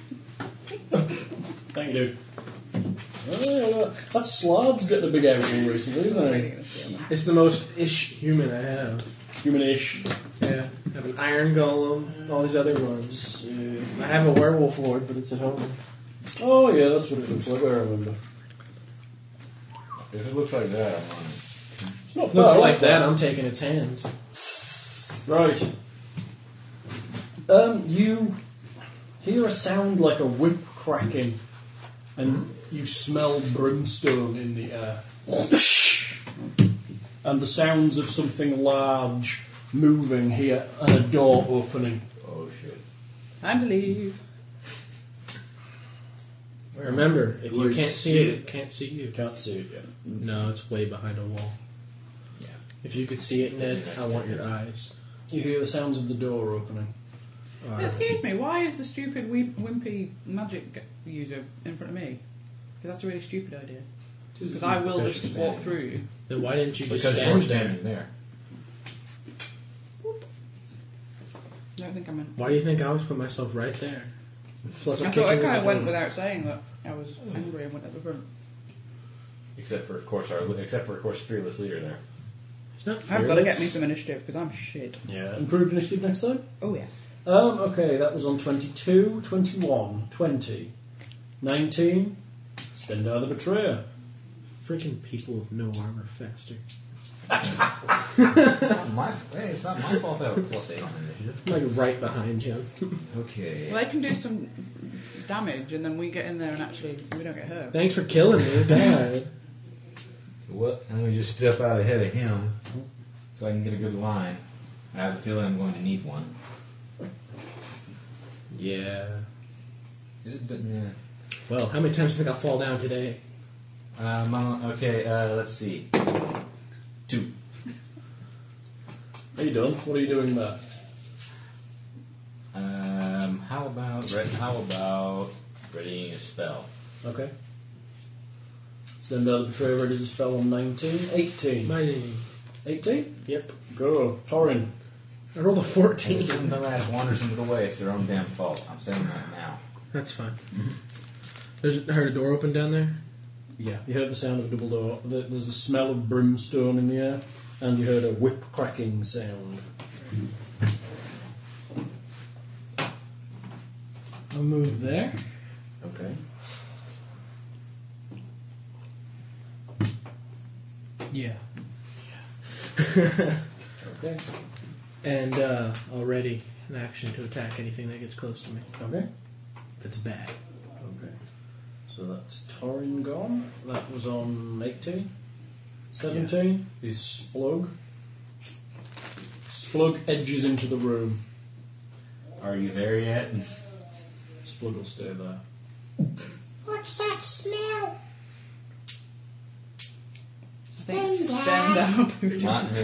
S3: Thank you, dude. Oh, yeah, look. That slab's getting a big outing recently,
S2: I'm really
S3: isn't
S2: gonna steal that.
S4: It's the most ish human I have.
S3: it? Humanish.
S4: Yeah. I have an iron golem, all these other ones. I have a werewolf lord, but it's at home.
S3: Oh, yeah, that's what it looks like. I remember.
S6: If it looks like that, I'm on it.
S3: It's not
S4: Looks
S3: bad,
S4: like
S3: though.
S4: that, I'm taking its hands.
S3: Right. Um, you hear a sound like a whip cracking, and you smell brimstone in the air. And the sounds of something large moving here and a door opening.
S6: Oh shit.
S2: Time to leave.
S4: Remember, if you
S5: Where's
S4: can't see it, it can't see you.
S3: You can't see it yet.
S4: No, it's way behind a wall.
S6: Yeah.
S4: If you could see it, Ned, I want your eyes.
S3: You hear the sounds of the door opening.
S4: Alright.
S2: Excuse me, why is the stupid wim- wimpy magic g- user in front of me? Because that's a really stupid idea. Because I will
S6: Because
S2: just
S6: you're
S2: walk
S6: standing.
S2: through you.
S4: Then why didn't you just
S6: Because you're
S4: stand there?
S6: standing there.
S2: I don't think I meant.
S4: Why do you think I always put myself right there? Plus,
S2: I
S4: I'm
S2: thought I
S4: kicking
S2: kind
S4: the
S2: of went
S4: door.
S2: without saying that I was angry and went at the front.
S6: Except for of course our except for of course fearless leader there.
S4: It's not
S2: I've got to
S4: fearless.
S2: get me some initiative because I'm shit.
S3: Yeah. Improved initiative next time?
S2: Oh yeah.
S3: Um, okay, that was on 22, 21, 20, 19, Stendar the Betrayer,
S4: Freaking people with no armor faster.
S6: It's not my, hey, it's not my fault I have a plus eight on initiative.
S4: Like right behind you.
S6: Okay.
S2: Well, they can do some damage, and then we get in there and actually we don't get hurt.
S4: Thanks for killing me. God.
S6: What? Let me just step out ahead of him so I can get a good line. I have a feeling I'm going to need one.
S4: yeah.
S6: Is it? done-
S4: Well, how many times do you think I'll fall down today?
S6: Yeah. Um, I don't- okay, uh, let's see. Two.
S3: Are you done? What are you doing there?
S6: Um, how about re- how about readying a spell?
S3: Okay. Send out the betrayer ready to spell on 19. 18.
S4: My name.
S3: 18?
S4: Yep.
S3: Go. Torin.
S4: I rolled a
S6: Hey, if
S4: 14.
S6: some dumbass wanders into the way, it's their own damn fault. I'm saying that now.
S4: That's fine. Mm-hmm. There's, I heard a door open down there.
S3: Yeah. You heard the sound of a double door. There- There's a smell of brimstone in the air, and you heard a whip cracking sound.
S8: I'll move there.
S6: Okay.
S8: Yeah.
S3: Okay.
S4: And uh, already an action to attack anything that gets close to me.
S3: Okay.
S4: That's bad.
S3: Okay. So that's Torin gone. That was on 18. 17 is Splug. Splug edges into the room.
S6: Are you there yet?
S3: Splug will stay there.
S7: What's that smell?
S2: Stand, stand up.
S6: Not me.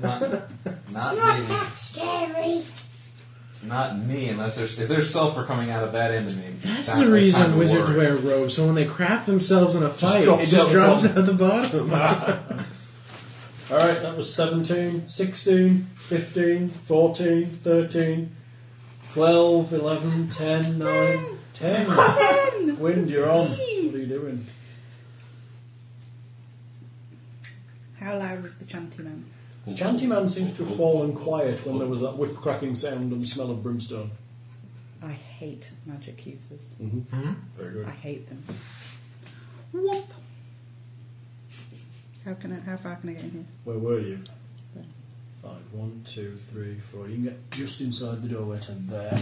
S6: Not,
S5: Uh,
S7: It's
S6: not
S7: not
S6: me.
S7: that scary.
S6: It's not me unless there's if there's sulfur coming out of that end of me.
S4: That's
S6: time-
S4: the
S6: it's
S4: reason
S6: time to
S4: wizards
S6: worry.
S4: wear robes. So when they crap themselves in a fight,
S3: drops
S4: it just
S3: out
S4: drops
S3: the
S4: out the bottom.
S3: Alright, that was 17, 16, 15, 14, 13, 12, 11, 10, 9, 10. Wind, you're on. What are you doing?
S2: How loud was the chanty man?
S3: The chanty man seems to have fallen quiet when there was that whip cracking sound and the smell of brimstone.
S2: I hate magic users.
S3: Very good.
S2: I hate them. Whoop. How can I? How far can I get in here?
S3: Where were you? Five, one, two, three, four. You can get just inside the doorway to there.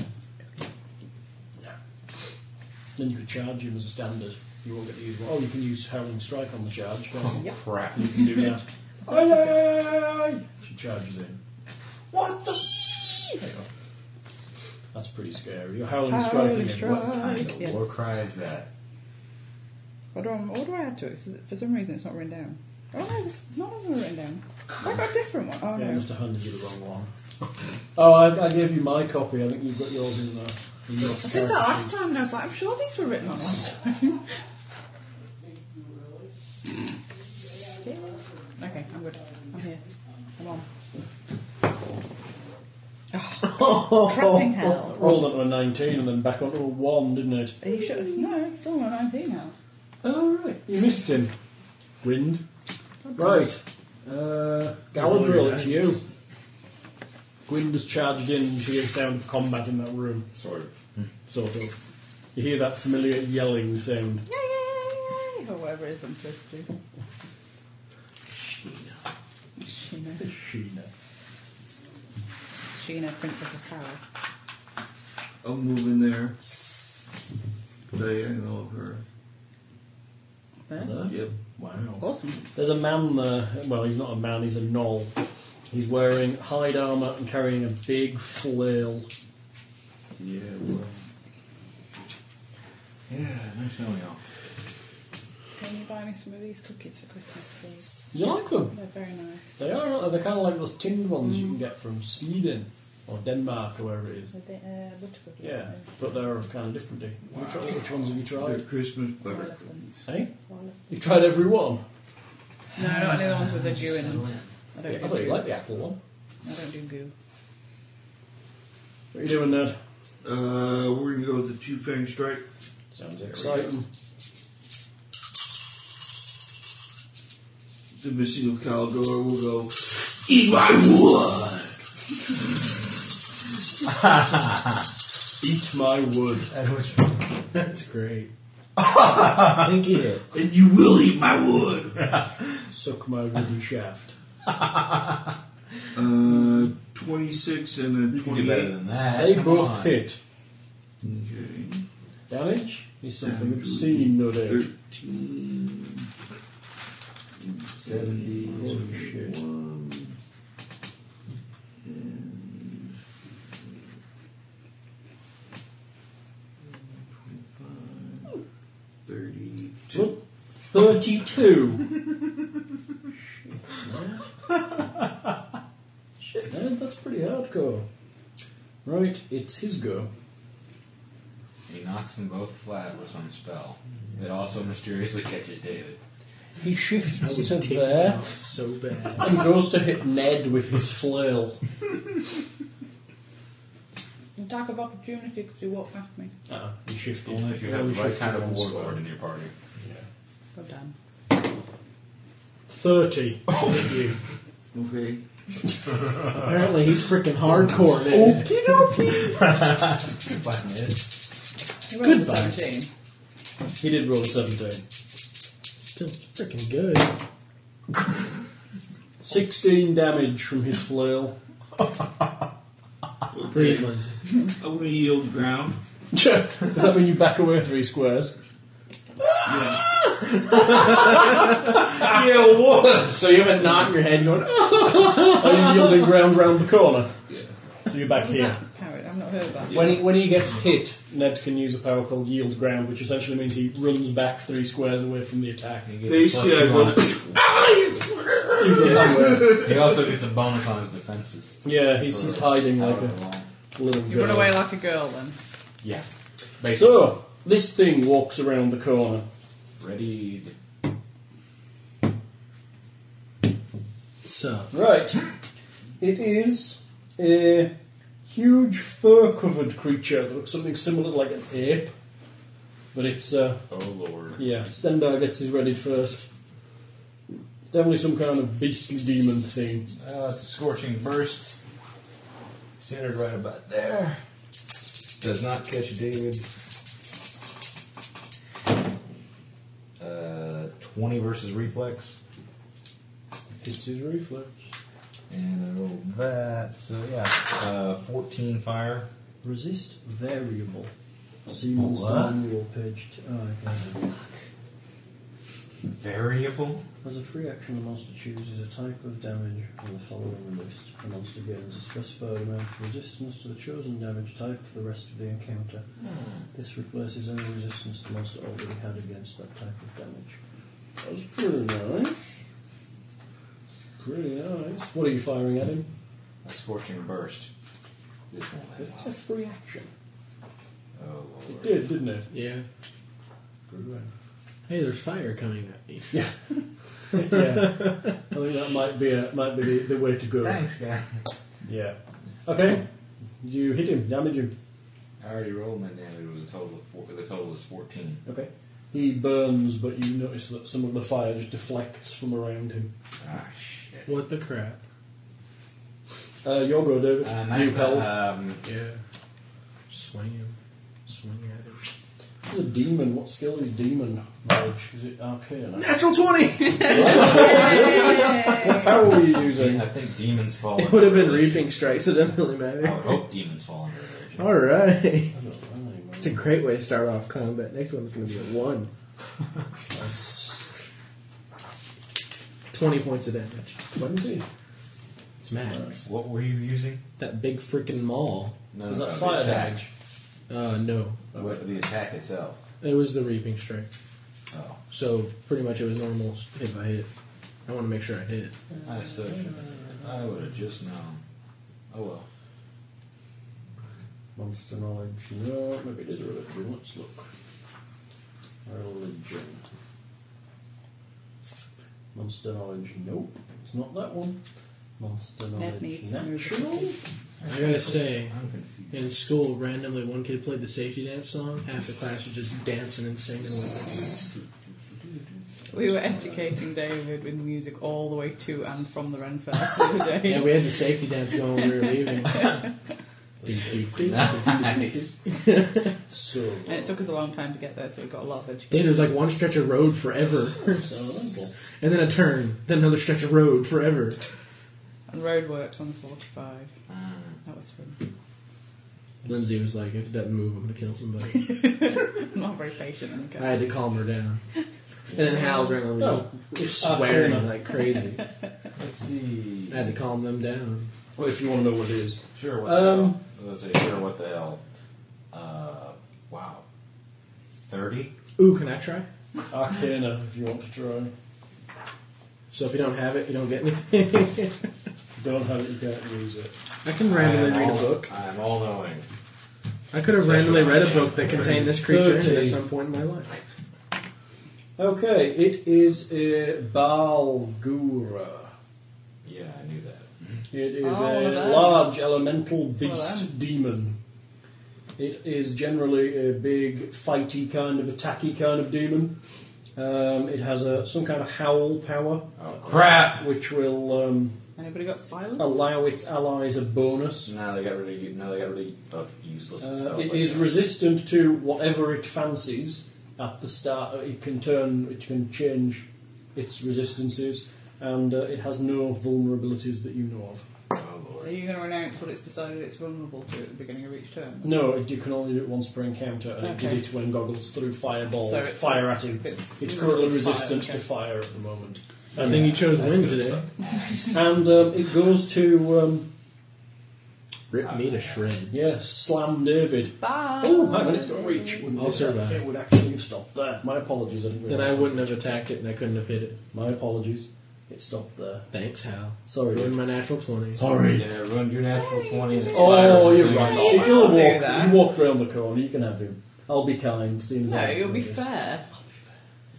S3: Then you could charge him as a standard. You won't get to use one. Oh, you can use Howling Strike on the charge. can't you?
S6: Crap.
S3: You can do that. Aye, aye, aye, aye. She charges in. What the? There you go. That's pretty scary. You're howling,
S2: Howling
S3: striking him. What kind
S2: strike.
S3: of-
S2: Yes.
S6: War cry is that?
S2: What do I? What do I add to it? 'Cause For some reason, it's not written down. Oh no, there's none of them are written down. I got a different one. Oh
S3: Yeah, I
S2: no.
S3: must have handed you the wrong one. Oh, I, I gave you my copy. I think you've got yours in there. In your
S2: I did that last time, and I was like, I'm sure these were written on last time. okay, I'm good. I'm here. I'm on. Oh, crapping hell.
S3: Rolled onto a 19 and then back onto a 1, didn't it?
S2: Are you sure? No, it's still on 19 now.
S3: Oh, right. You missed him. Wind. Right. Uh, Galadriel, it's you. Gwyn has charged in and you hear the sound of combat in that room. Hmm.
S6: Sort of.
S3: Sort of. You hear that familiar yelling sound.
S2: Yay! Or whatever it is I'm supposed to do. Sheena.
S3: Sheena.
S2: Sheena, Princess of Power.
S5: I'll move in there. Diagonal of her.
S2: There.
S3: Huh?
S5: Yep.
S3: Wow.
S2: Awesome.
S3: There's a man there. Well, he's not a man, he's a knoll. He's wearing hide armour and carrying a big flail.
S5: Yeah, well.
S6: Yeah, nice knowing y'all.
S2: Can you buy me some of these cookies for Christmas, please?
S3: You like them? Mm.
S2: They're very nice.
S3: They are, aren't they? They're kind of like those tinned ones you can get from Sweden or Denmark or wherever it is.
S2: With the uh, butter cookies.
S3: Yeah, but they're kind of different, eh? Which, which ones have you
S5: Good
S3: tried?
S5: Christmas
S2: All
S5: butter.
S2: of them.
S3: Hey?
S2: All of them.
S3: You've tried every one?
S2: No, not any of the ones with the goo in them. I don't
S3: Yeah,
S2: do
S3: I thought you
S2: goo.
S3: liked the apple one.
S2: I don't do goo.
S3: What are you doing, nerd?
S5: Uh, we're gonna go with the two fang strike.
S3: Sounds exciting.
S5: The missing of Caldor will go. Eat my wood.
S3: Eat my wood.
S6: At which
S4: That's great. I think he did.
S5: And you will eat my wood.
S3: Suck my ruddy shaft.
S5: Uh, 26 and a
S6: You can do better
S5: 28.
S6: than that.
S3: They
S6: Come
S3: both
S6: on.
S3: hit.
S5: Okay.
S3: Damage is something
S5: Damage
S3: obscene, no doubt.
S5: 13.
S6: 70.
S3: Holy shit.
S5: One. And 25, 32.
S3: Look, 32. Shit, man. Shit, man, that's pretty hardcore. Right, it's his go.
S6: He knocks them both flat with some spell that also mysteriously catches David.
S3: He
S4: I would
S3: shifts to
S4: take him
S3: there
S4: out so bad.
S3: and goes to hit Ned with his flail.
S2: Attack of opportunity because you walked past me.
S3: Uh-uh, he shifted.
S6: Only if you
S3: Only
S6: have the right
S3: shifted
S6: kind of
S3: once.
S6: warlord in your party.
S2: Go down.
S3: 30 to hit you.
S5: Okay.
S4: Apparently, he's freaking hardcore. Ned.
S6: Goodbye, Ned.
S2: You rolled a
S3: Goodbye.
S2: 17.
S3: He did roll a 17.
S4: Still freaking good.
S3: 16 damage from his flail.
S4: Breathe, Lindsay.
S5: I'm going to yield ground.
S3: Does that mean you back away three squares?
S6: Yeah, what?
S3: So you have a knot in your head going, are you yielding ground round the corner? So you're back
S2: What was
S3: here.
S2: that parrot? I've not heard that.
S3: When he, when he gets hit, Ned can use a power called Yield Ground, which essentially means he runs back three squares away from the attack.
S5: Basically, I go.
S3: He runs away.
S6: He also gets a bonus on his defenses.
S3: Yeah, he's, he's hiding like
S6: However
S3: a
S6: long.
S3: little
S2: You run
S3: girl.
S2: away like a girl then.
S6: Yeah. Basically.
S3: So, this thing walks around the corner.
S6: Ready.
S4: So,
S3: Right. It is a huge fur covered creature that looks something similar like an ape. But it's, uh,
S6: Oh, Lord.
S3: yeah, Stendar gets his ready first. Definitely some kind of beastly demon thing.
S6: Uh, it's a scorching burst. Centered right about there. Does not catch David. Uh, 20 versus reflex.
S3: It's his reflex.
S6: And I rolled that, so yeah. Uh, 14 fire.
S3: Resist variable. Siemens
S6: What?
S3: manual page. T- oh, okay.
S6: Variable?
S3: As a free action, the monster chooses a type of damage from the following list. The monster gains a specified amount of resistance to the chosen damage type for the rest of the encounter. This replaces any resistance the monster already had against that type of damage. That's pretty nice. Pretty nice. What are you firing at him?
S6: A scorching burst. This won't hit.
S3: It's a free action.
S6: Oh,
S3: It
S6: Lord.
S3: did, didn't it?
S4: yeah.
S3: Good one.
S4: Hey, there's fire coming at me.
S3: yeah. I think that might be a, might be the, the way to go.
S6: Thanks, guy.
S3: Yeah. Okay. You hit him, damage him.
S6: I already rolled my damage. It was a total of four, the total is 14.
S3: Okay. He burns, but you notice that some of the fire just deflects from around him.
S6: Ah, shit.
S4: What the crap?
S3: Uh, your go, David.
S6: Uh,
S3: you
S6: nice.
S3: held.
S6: Uh, um,
S4: Yeah. Swing him. Swing at him.
S3: He's a demon. What skill is demon knowledge? Is it arcane?
S5: Natural 20!
S3: what power were you using?
S6: I think demons fall.
S4: It
S6: under
S4: would have been
S6: religion. Oh,
S4: reaping strikes. It doesn't really
S6: I
S4: matter.
S6: would hope demons fall under religion.
S4: All right.
S3: I don't know, man.
S4: It's a great way to start off combat. Next one is going to be a one.
S3: Nice.
S4: Twenty points of damage.
S3: Twenty.
S4: It's max.
S6: What were you using?
S4: That big freaking maul.
S6: No,
S3: Was
S6: no,
S3: that
S6: no,
S3: fire
S6: the attack.
S3: damage?
S4: Uh, no,
S6: What, the attack itself.
S4: it was the reaping strike.
S6: Oh,
S4: So pretty much it was normal s- hit by hit. I want to make sure I hit.
S6: I so should. I would have just known. Oh well.
S3: Monster knowledge. No, maybe it is a religion. Let's look. Religion. Monster knowledge. Nope, it's not that one. Monster knowledge.
S2: needs some
S3: National.
S4: I gotta say,
S6: I'm confused.
S4: in school, randomly one kid played the safety dance song. Half the class was just dancing and singing. with
S2: We were educating David with music all the way to and from the Ren Fair the other
S4: it. Yeah,
S2: day.
S4: we had the safety dance going when we were leaving.
S6: Nice.
S3: So,
S2: And it took us a long time to get there, so we got a lot of education.
S4: Then it was like one stretch of road forever.
S3: so
S4: and then a turn, then another stretch of road forever.
S2: And roadworks on the 45.
S6: Mm.
S2: That was fun.
S4: Lindsay was like, if it doesn't move, I'm going to kill somebody.
S2: I'm not very patient. I'm
S4: I had to calm her down. And then Hal's ran over
S3: Oh,
S4: just
S3: uh, fair
S4: swearing
S3: enough.
S4: like crazy.
S6: Let's see.
S4: I had to calm them down.
S3: well, if you want to know what it is,
S6: Sure. What
S3: Um,
S6: the hell? Let's say sure. What the hell? Uh, wow. Thirty.
S4: Ooh, can I try?
S9: Arcana, if you want to try.
S4: So if you don't have it, you don't get anything.
S9: Don't have it, you can't use it.
S4: I can randomly
S6: I
S4: read
S6: am
S4: a
S6: all-
S4: book.
S6: I am all knowing.
S4: I could have randomly read a book that contained this creature in it at
S3: Thirty.
S4: some point in my life.
S3: okay, it is a Balgura.
S6: Yeah, I knew that.
S3: It is
S2: Oh,
S3: a
S2: that.
S3: large elemental
S2: Well,
S3: beast demon. It is generally a big, fighty kind of, attacky kind of demon. Um, it has a, some kind of howl power,
S6: Oh crap!
S3: which will um,
S2: Anybody got silence?
S3: allow its allies a bonus.
S6: Now they got rid of now they got rid of useless
S3: Uh,
S6: spells.
S3: it
S6: like
S3: is
S6: that.
S3: resistant to whatever it fancies at the start. Uh, It can turn, it can change its resistances, and uh, it has no vulnerabilities that you know of.
S6: Oh
S2: Are
S6: lord.
S2: you going to announce what it's decided it's vulnerable to at the beginning of each turn?
S3: No, it- you can only do it once per encounter, and it
S2: Okay.
S3: did it when goggles threw fireball
S2: So it's-
S3: fire at him.
S2: It's,
S3: It's currently resistant
S2: fire,
S3: to
S2: okay.
S3: fire at the moment,
S4: I think you chose
S6: That's
S4: wind
S6: good
S4: today.
S6: stuff.
S3: and um, it goes to um,
S4: Rip me to shreds.
S3: yeah, slam David.
S2: Bye!
S3: Oh, hang on, it's got reach. Wouldn't
S4: I'll
S3: it?
S4: survive.
S3: It would actually have stopped there. My apologies. I didn't
S4: Then
S3: realise.
S4: I wouldn't have attacked it and I couldn't have hit it.
S3: My apologies. It stopped there.
S4: Thanks, Hal.
S3: Sorry.
S4: Ruined my natural 20.
S6: Sorry. Yeah, ruined your natural twenty. And it's
S3: Oh,
S6: fire,
S3: you're
S6: it's
S3: right.
S6: all
S3: You-
S6: fire.
S3: You'll
S2: I'll do
S3: walk.
S2: that.
S3: You walked round the corner. You can have him. I'll be kind. Seeing as
S2: No,
S3: I
S2: you'll be
S3: this.
S2: fair.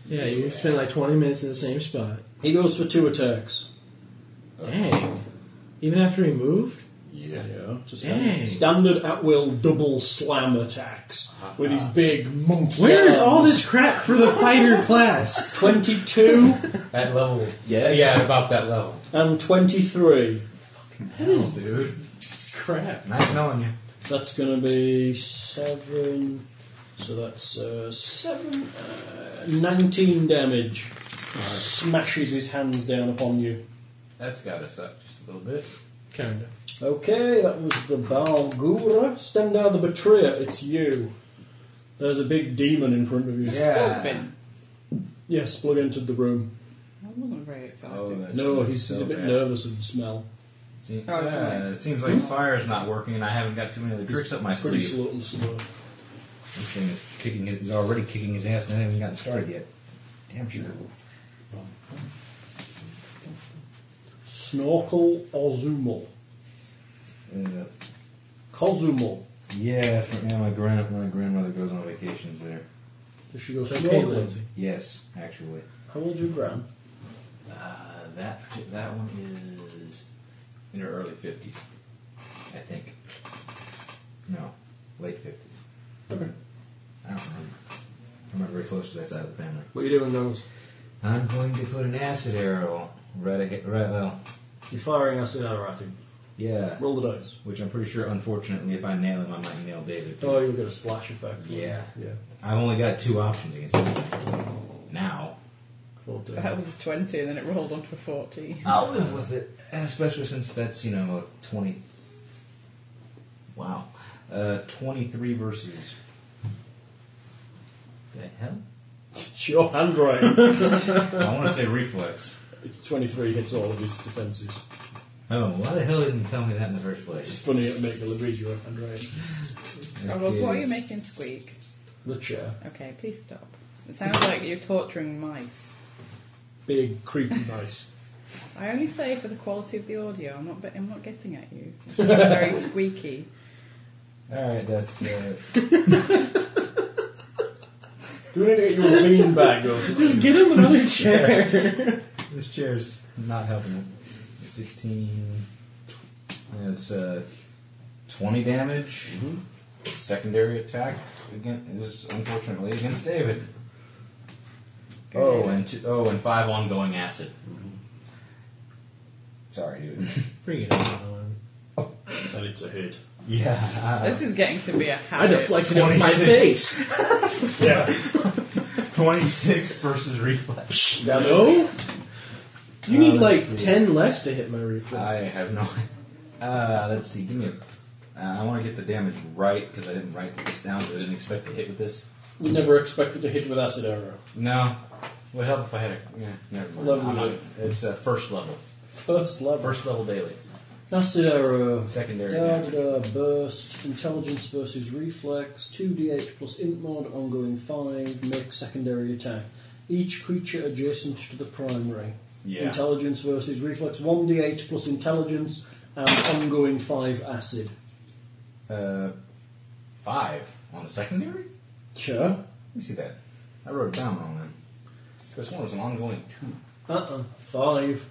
S4: Yeah, you spent like 20 minutes in the same spot.
S3: He goes for two attacks.
S4: Dang. Even after he moved?
S6: Yeah.
S3: Yeah, just
S4: Dang.
S3: standard at will double slam attacks with his big monkey.
S4: Where is all
S3: arms.
S4: this crap for the fighter class?
S3: Twenty-two
S6: That level.
S4: Yeah.
S6: Yeah, about that level.
S3: and twenty-three.
S6: Yes, dude.
S4: Crap.
S6: Nice knowing you.
S3: That's going to be seven. So that's uh, seven. Uh, Nineteen damage. Smashes his hands down upon you.
S6: That's gotta suck just a little bit.
S4: Kinda.
S3: Okay, that was the Balgura. Stendar the Betrayer, it's you. There's a big demon in front of you.
S6: Yeah.
S2: Scorpion.
S3: Yes, Splug entered the room.
S2: I wasn't very excited.
S6: Oh, that's
S3: no,
S6: that's
S3: he's,
S6: so
S3: he's a bit
S6: bad.
S3: nervous of the smell.
S6: See,
S2: Oh, it's
S6: yeah,
S2: fine.
S6: it seems like fire's not working, and I haven't got too many other tricks up my
S3: Pretty
S6: sleeve.
S3: slow and slow.
S6: This thing is kicking. His, he's already kicking his ass, and I haven't even gotten started yet. Damn sure.
S3: Snorkel Ozumal.
S6: Uh,
S3: Kozumal.
S6: yeah, from, yeah. My grand, my grandmother goes on vacations there.
S3: Does she go
S4: It's
S3: to
S4: okay,
S3: Norway?
S4: Lindsay.
S6: Yes, actually.
S3: How old's your gran?
S6: Uh, that that one is in her early fifties, I think. No, late fifties.
S3: Okay.
S6: I don't remember. I'm not very close to that side of the family.
S4: What are you doing those?
S6: I'm going to put an acid arrow right ahead. Right, well,
S3: You're firing us at our him.
S6: yeah.
S3: Roll the dice.
S6: Which I'm pretty sure, unfortunately, if I nail him, I might nail David.
S3: Oh, you'll get a splash effect.
S6: Yeah.
S3: Yeah.
S6: I've only got two options against this thing. Now.
S3: Roll the
S2: That
S3: dice.
S2: was a 20 and then it rolled onto a 14.
S6: I'll live with it. Especially since that's, you know, a 20. Wow. Uh, 23 versus. The hell?
S3: It's your handwriting.
S6: I want to say reflex.
S3: it's 23 hits all of his defences.
S6: Oh, why the hell didn't you tell me that in the first
S3: It's
S6: place?
S3: funny it make a read your handwriting.
S2: Oh, Ross, what are you making squeak?
S3: The chair.
S2: Okay, please stop. It sounds like you're torturing mice.
S3: Big, creepy mice.
S2: I only say for the quality of the audio. I'm not. I'm not getting at you. It's very squeaky.
S6: Alright, that's. Uh,
S3: Do we need to get you a bean bag or
S4: Just get him another chair.
S6: this chair's not helping it. 16. That's uh, 20 damage. Mm-hmm. Secondary attack against, is unfortunately against David. Oh, and two, oh, and five ongoing acid. Sorry, dude.
S4: Bring it on.
S3: And it's a hit.
S6: Yeah.
S2: This is getting to be a
S4: I
S2: habit.
S4: deflected it with my
S6: 26.
S4: face.
S6: Yeah. 26 versus reflex.
S4: No. You need
S6: Uh,
S4: like
S6: let's see.
S4: ten less to hit my reflex.
S6: I have no. Uh, let's see. Give me a. Uh, I want to get the damage right because I didn't write this down, so I didn't expect to hit with this.
S9: You never expected to hit with acid arrow.
S6: No. Would help if I had a. Yeah, never mind.
S9: Level
S6: I'm not-
S9: it.
S6: it's uh, first level.
S3: First level.
S6: First level daily.
S3: Acid arrow.
S6: Secondary.
S3: Da,
S6: damage.
S3: da, da, burst, intelligence versus reflex, 2d8 plus int mod, ongoing 5, make secondary attack. Each creature adjacent to the primary.
S6: Yeah.
S3: Intelligence versus reflex, 1d8 plus intelligence, and ongoing 5 acid.
S6: Uh, five on the secondary?
S3: Sure.
S6: Let me see that. I wrote it down wrong then. This one was an ongoing two.
S3: Uh-uh. 5.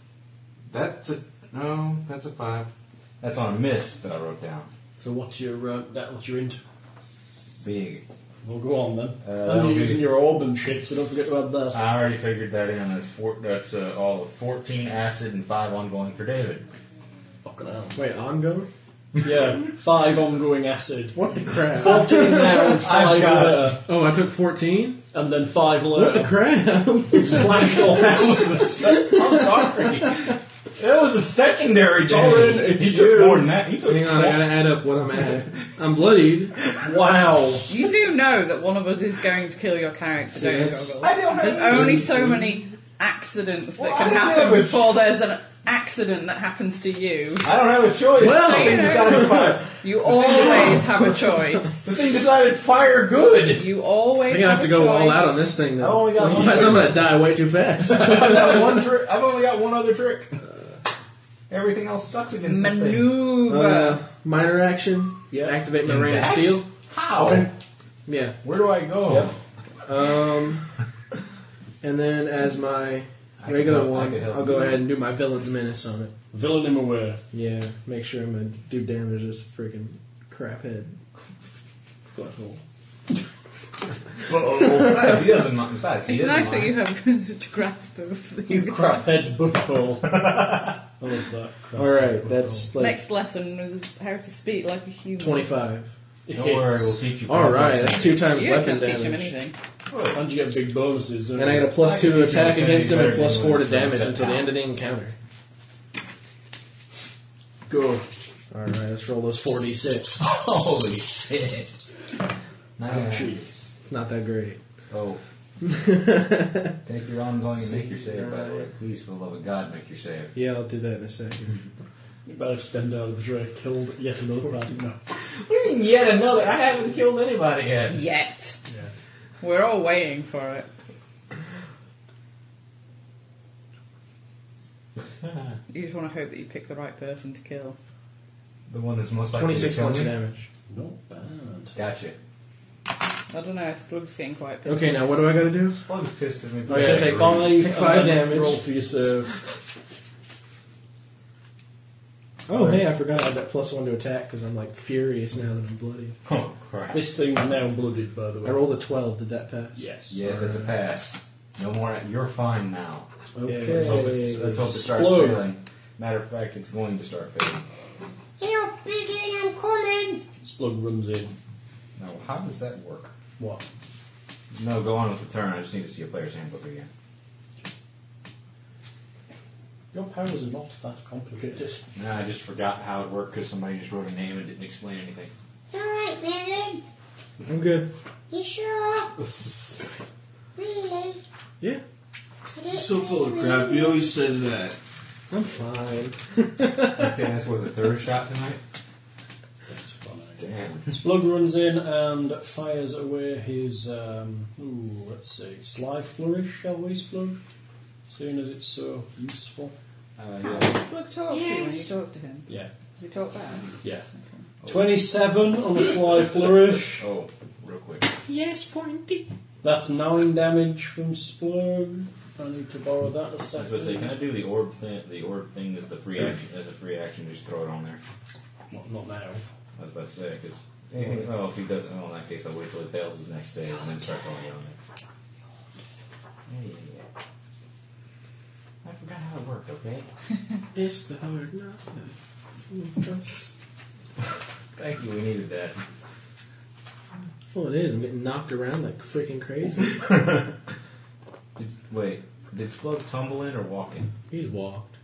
S6: That's a. No, that's a five. That's on a miss that I wrote down.
S3: So what's your, uh, that, what's your int?
S6: Big.
S3: Well, go on then.
S6: Uh,
S3: and
S6: that'll
S3: you're
S6: be-
S3: using your orb and shit, so don't forget to add that.
S6: I already figured that in. That's four, that's uh, all of 14 acid and 5 ongoing for David.
S3: Fucking hell.
S4: Wait, ongoing?
S9: Yeah, five ongoing acid.
S4: What the crap?
S9: 14 now and 5
S6: got it.
S9: later.
S4: Oh, I took fourteen.
S9: And then 5 later.
S4: What the crap?
S9: Slash off.
S6: I'm sorry. that was a secondary
S9: Doran,
S6: damage. He
S9: it's
S6: took
S9: you.
S6: more than that. He took
S4: Hang on, I gotta add up what I'm at. I'm bloodied.
S9: Wow.
S2: You do know that one of us is going to kill your character, don't you?
S6: I don't
S2: There's only so many accidents that
S6: Well,
S2: can
S6: I don't
S2: happen
S6: know, but-
S2: before there's an accident that happens to you.
S6: I don't have a choice.
S2: Well-
S6: the thing decided fire.
S2: You always have a choice.
S6: The thing decided fire good.
S2: You always.
S4: I think I have to
S2: a
S4: go all
S2: choice.
S4: out on this thing. Though.
S6: I only got one
S4: Otherwise, I'm gonna die way too fast.
S6: I've got one trick. I've only got one other trick. Everything else sucks against this thing.
S2: maneuver.
S4: Uh, minor action. Yeah. Activate my
S6: And
S4: rain of
S6: that's
S4: steel.
S6: How?
S4: Yeah.
S6: Where do I go?
S4: Um, and then as my
S6: I
S4: regular
S6: can help- I
S4: one,
S6: can help
S4: I'll go
S6: you.
S4: ahead and do my villain's menace on it.
S9: Villain him away.
S4: Yeah. Make sure I'm gonna do damage to this freaking crap head butthole.
S6: Besides, he doesn't. mind- Besides, he
S2: It's
S6: doesn't
S2: nice that
S6: mind.
S2: you have such a grasp of
S9: You craphead butthole. I love that crap.
S4: All right, that's like
S2: Next lesson is how to speak like a human.
S4: twenty-five.
S9: It
S6: Don't worry,
S9: hits.
S6: we'll teach you.
S4: All right, that's two times
S2: You
S4: weapon
S2: can't teach him
S4: damage.
S2: anything.
S9: And you get big bonuses, don't
S4: And I
S9: you?
S4: get a plus
S6: I
S4: two
S6: can
S4: to
S6: teach you
S4: attack
S6: insanity
S4: against him
S6: better
S4: and
S6: than
S4: plus
S6: you
S4: four to
S6: learn from
S4: damage
S6: set
S4: until the
S6: down.
S4: end of the encounter.
S9: Go.
S4: All right, let's roll those four d six.
S6: Holy shit! Nice.
S4: Not that great.
S6: Oh. Take your ongoing and make your save, by the way. Please, for the love of God, make your save.
S4: Yeah, I'll do that in a second.
S9: You better stand down because I killed yet another party. No.
S6: What do you mean, yet another? I haven't killed anybody yet.
S2: Yet. We're all waiting for it. you just want to hope that you pick the right person to kill.
S6: The one that's most likely
S4: Twenty six
S6: to kill
S4: points of
S6: me?
S4: damage.
S9: Not bad.
S6: Gotcha.
S2: I don't know, Splug's getting quite pissed.
S4: Okay, now what do I gotta do?
S6: Plug's pissed at me.
S9: I should take five.
S4: Take
S9: and
S4: five
S9: then
S4: damage.
S9: Roll for your serve.
S4: Oh, hey, I forgot I had that plus one to attack because I'm like furious now that I'm bloody.
S6: Oh, crap.
S9: This thing's now blooded, by the way.
S4: I rolled a 12. Did that pass?
S9: Yes.
S6: Yes, that's a pass. No more. You're fine now.
S4: Yeah,
S9: Okay.
S6: Let's hope it, let's hope it starts
S9: Explode.
S6: failing. Matter of fact, it's going to start failing.
S7: You biggin, I'm coming.
S9: Splug runs in.
S6: Now, how does that work?
S9: What?
S6: No, go on with the turn. I just need to see a player's handbook again.
S9: Your powers are not that complicated.
S6: No, I just forgot how it worked because somebody just wrote a name and didn't explain anything.
S7: All right, Vivian.
S4: I'm good.
S7: You sure? Really?
S4: Yeah,
S7: I don't
S5: You're so full of
S7: really
S5: crap. He always says that.
S4: I'm fine.
S6: okay, that's what the third shot tonight.
S9: That's fine.
S6: Damn.
S9: Splug runs in and fires away his, um, ooh, let's see, sly flourish, shall we, Splug? Seeing as it's so useful.
S6: Uh, yeah.
S2: Splug talked to you when you talked to him.
S9: Yeah.
S2: Does he talk back?
S9: Yeah. 27 on the sly flourish.
S6: Oh, real quick.
S9: That's 9 damage from Splug. I need to borrow that a
S6: I was about to say,
S9: second.
S6: can I do the orb thing? The orb thing is the free action. As a free action, just throw it on there.
S9: Not, not now.
S6: I was about to say because anything. Oh, if he doesn't. Oh, in that case, I'll wait till he fails his next day and then start going on it. Yeah, yeah, yeah. I forgot how it worked. Okay.
S4: It's the hard knock. life.
S6: Thank you, we needed that.
S4: Well, it is. I'm getting knocked around like freaking crazy.
S6: Did, wait, did Splug tumble in or walk in?
S4: He's walked.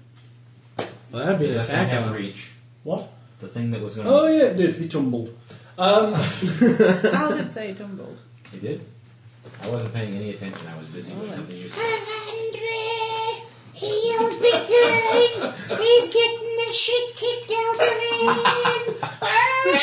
S4: Well, that'd be
S6: Does
S4: an
S6: that thing
S4: attack
S6: have
S4: on him.
S6: reach?
S10: What?
S6: The thing that was going to...
S10: Oh yeah, it did. He tumbled. Um,
S2: Al did say tumbled.
S6: It did? Oh, I wasn't paying any attention. I was busy doing
S2: Alright.
S6: something useful.
S7: Andre, he'll be good. He's getting the shit kicked out of him.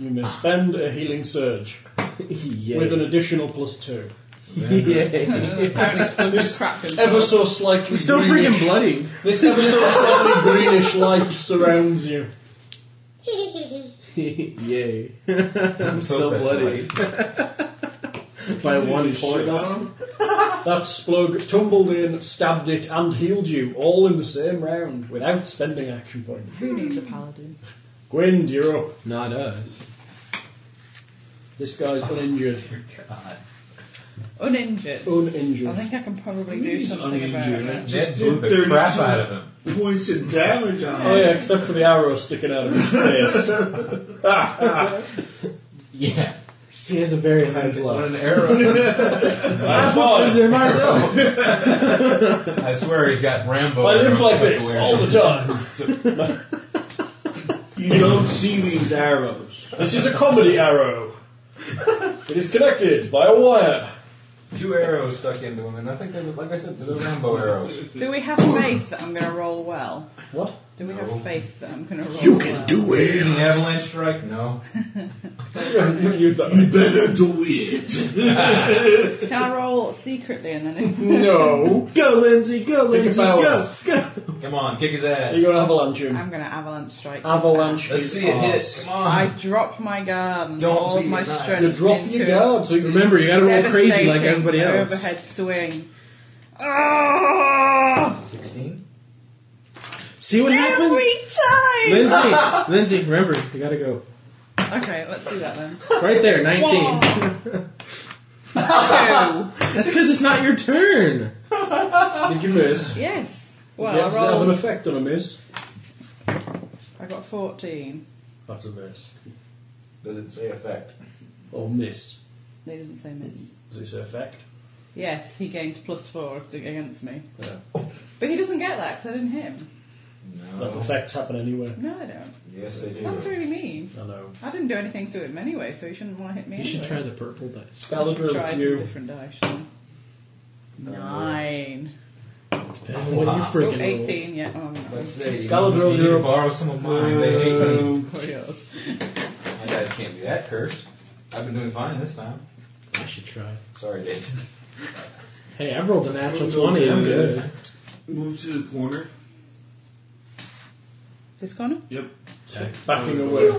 S3: You may spend a healing surge with an
S4: yeah.
S3: additional plus two.
S4: Yeah.
S2: Apparently, Splug just cracked him.
S3: Ever so slightly.
S4: We're still
S3: greenish-
S4: freaking bloodied.
S3: This ever so slightly greenish light surrounds you.
S4: Yay. I'm still
S6: that's
S4: bloodied. By one point.
S3: That splug tumbled in, stabbed it, and healed you all in the same round without spending action point.
S2: Who needs a paladin?
S3: Gwyn, you're up.
S4: Not us.
S3: This guy's uninjured.
S2: Uninjured. I
S3: Uninjured.
S2: think I can probably do
S5: He's
S2: something
S5: uninjured.
S2: about it.
S5: Just
S6: Ned blew
S5: did
S6: the crap
S5: 32
S6: out of him.
S5: Points of damage on
S3: Oh
S5: him.
S3: yeah, except for the arrow sticking out of his face. Ah, ah.
S6: Yeah.
S4: He has a very high
S6: On
S4: bluff.
S6: an arrow.
S3: I thought-
S4: it myself?
S6: I swear he's got Rambo.
S3: I live
S6: arrows
S3: like
S6: tucked
S3: this
S6: away.
S3: all the time.
S5: You don't see these arrows.
S3: This is a comedy arrow. It is connected by a wire.
S6: Two arrows stuck into him, and I think they look, like I said, they're Rambo arrows.
S2: Do we have faith that I'm going to roll well?
S3: What?
S2: Do we
S6: No.
S2: have faith that I'm going to roll You can well? do
S6: Using avalanche strike? No.
S3: You used that.
S5: You better do it.
S2: it. Can I roll secretly and then if
S3: No.
S4: Go, Lindsay. Go, Lindsay.
S3: power.
S4: Go. Go.
S6: Come on, kick his ass.
S3: You're going to avalanche him.
S2: I'm going to avalanche strike. his
S3: Avalanche.
S6: Let's
S3: his
S6: see it
S3: ass.
S6: hit. Come on.
S2: I drop my guard and
S6: Don't
S2: all of
S6: be
S2: my
S6: a knight.
S2: strength
S3: You drop
S2: into
S3: your guard so you can
S4: Remember, you gotta roll crazy like
S2: devastating
S4: everybody else.
S2: Overhead swing. Ah!
S6: 16?
S4: See what happens?
S2: Every time.
S4: Lindsay, Lindsay, remember, you gotta go.
S2: Okay, let's do that then.
S4: Right there, 19. That's because it's not your turn.
S3: Did you
S2: yes.
S3: miss? yeah,
S2: Well,
S3: does it have
S2: I
S3: an
S2: rolled.
S3: effect on a miss?
S2: I got fourteen.
S3: That's a miss.
S6: Does it say effect?
S3: Or miss.
S2: He doesn't say miss.
S3: Does it say effect?
S2: Yes, he gains plus four to- against me,
S3: Yeah.
S2: but he doesn't get that because I didn't hit him.
S3: That
S6: No.
S3: effects happen anyway.
S2: No, I don't.
S6: Yes, they do.
S2: That's really mean.
S3: I know.
S2: I didn't do anything to him anyway, so he shouldn't want to hit me.
S4: You should
S2: anyway.
S4: try the purple dice.
S3: Galadriel,
S2: Try
S3: it's
S2: some
S3: you.
S2: different die, shouldn't I? Nine.
S4: Depends on what you
S2: Oh,
S4: freaking roll.
S2: 18, yeah. Oh, no.
S6: Let's say you
S3: Galadriel,
S6: must need
S3: you're
S6: to
S3: up.
S6: borrow some of mine. They hate me.
S2: Or yours.
S6: You guys can't be that cursed. I've been doing fine this time.
S4: I should try.
S6: Sorry, Dave.
S4: Hey, I've rolled a natural 20. I'm good.
S5: Move to the corner.
S2: This corner?
S5: Yep.
S3: Backing away.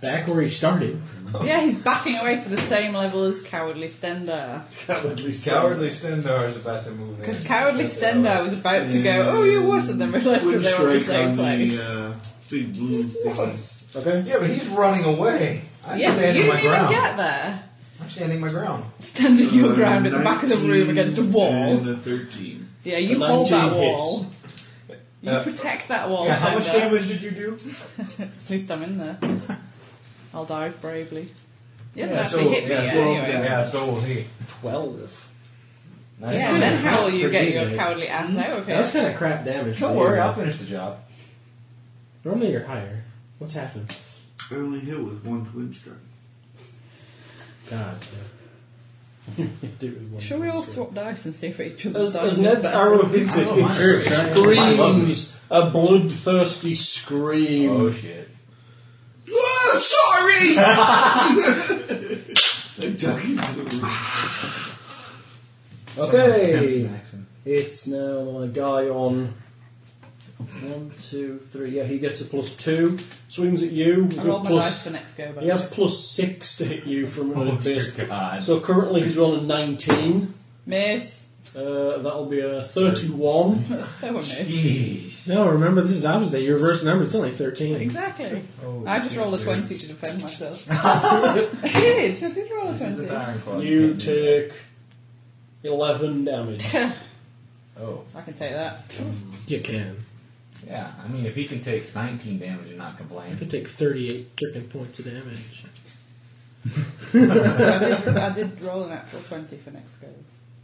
S4: Back where he started.
S6: Oh.
S2: Yeah, he's backing away to the same level as Cowardly Stendar.
S3: Cowardly
S6: Cowardly Stendar is about to move in.
S2: Because Cowardly Stendar was about to go, oh, you're worse than realised that
S5: Twin
S2: they were on the
S5: strike
S2: same
S5: on the
S2: place.
S5: uh, big blue thing.
S6: Once.
S3: Okay.
S6: Yeah, but he's running away. I'm
S2: Yeah, you
S6: standing
S2: didn't
S6: uh, my ground.
S2: even get there.
S6: I'm standing my ground.
S2: Standing your
S5: Uh,
S2: ground at the back of the room
S5: 19
S2: against a wall.
S5: And a 13.
S2: Yeah, you hold that
S3: 19 hits.
S2: wall. You
S6: Uh,
S2: protect that wall,
S6: Yeah, how much
S2: Stendar.
S6: damage did you do?
S2: At least I'm in there. I'll dive bravely. He doesn't
S6: Yeah,
S2: actually
S6: so-
S2: hit me
S6: yeah,
S2: yet,
S6: so-
S2: anyway.
S6: Yeah,
S2: Yeah,
S6: so will he.
S3: 12.
S6: Nice
S2: and then how will
S4: for
S2: you get
S4: you,
S2: your
S4: mate.
S2: cowardly ass out of
S4: That was
S2: here?
S4: kind of crap damage.
S6: Don't
S4: for
S6: worry,
S4: you.
S6: I'll finish the job.
S4: Normally you're higher. What's happened?
S5: I only hit with one twin strike.
S4: God.
S2: Shall we all swap dice and see if each other's
S3: As, as
S2: dice are
S3: Ned's
S2: better?
S3: arrow hits it,
S6: Oh,
S3: it screams a bloodthirsty scream.
S6: Oh shit.
S5: Oh, sorry! I dug into the room.
S6: Pimp
S3: okay.
S6: smacks him.
S3: It's now a guy on. One, two, three. Yeah, he gets a plus two. Swings at you. He's
S2: I
S3: got
S2: rolled my dice
S3: plus-
S2: for next go, but
S3: he has plus six to hit you from
S6: Oh
S3: another
S6: dear
S3: base.
S6: God.
S3: So currently he's rolling 19.
S2: miss.
S3: Uh, that'll be a 31.
S2: That's so a miss.
S6: Jeez.
S4: No, remember, this is opposite. You reverse number. It's only 13.
S2: Exactly.
S6: Oh,
S2: I just rolled a
S6: shit.
S2: twenty to defend myself. I did. I did roll a
S6: This is
S2: twenty.
S6: an iron claw.
S3: You
S6: can't do
S3: take 11 damage.
S6: that. Oh.
S2: I can take that.
S4: You can.
S6: Yeah, I mean, if he can take 19 damage and not
S4: I
S6: complain,
S4: could take 38 freaking points of damage.
S2: I did, I did roll an actual 20 for next go.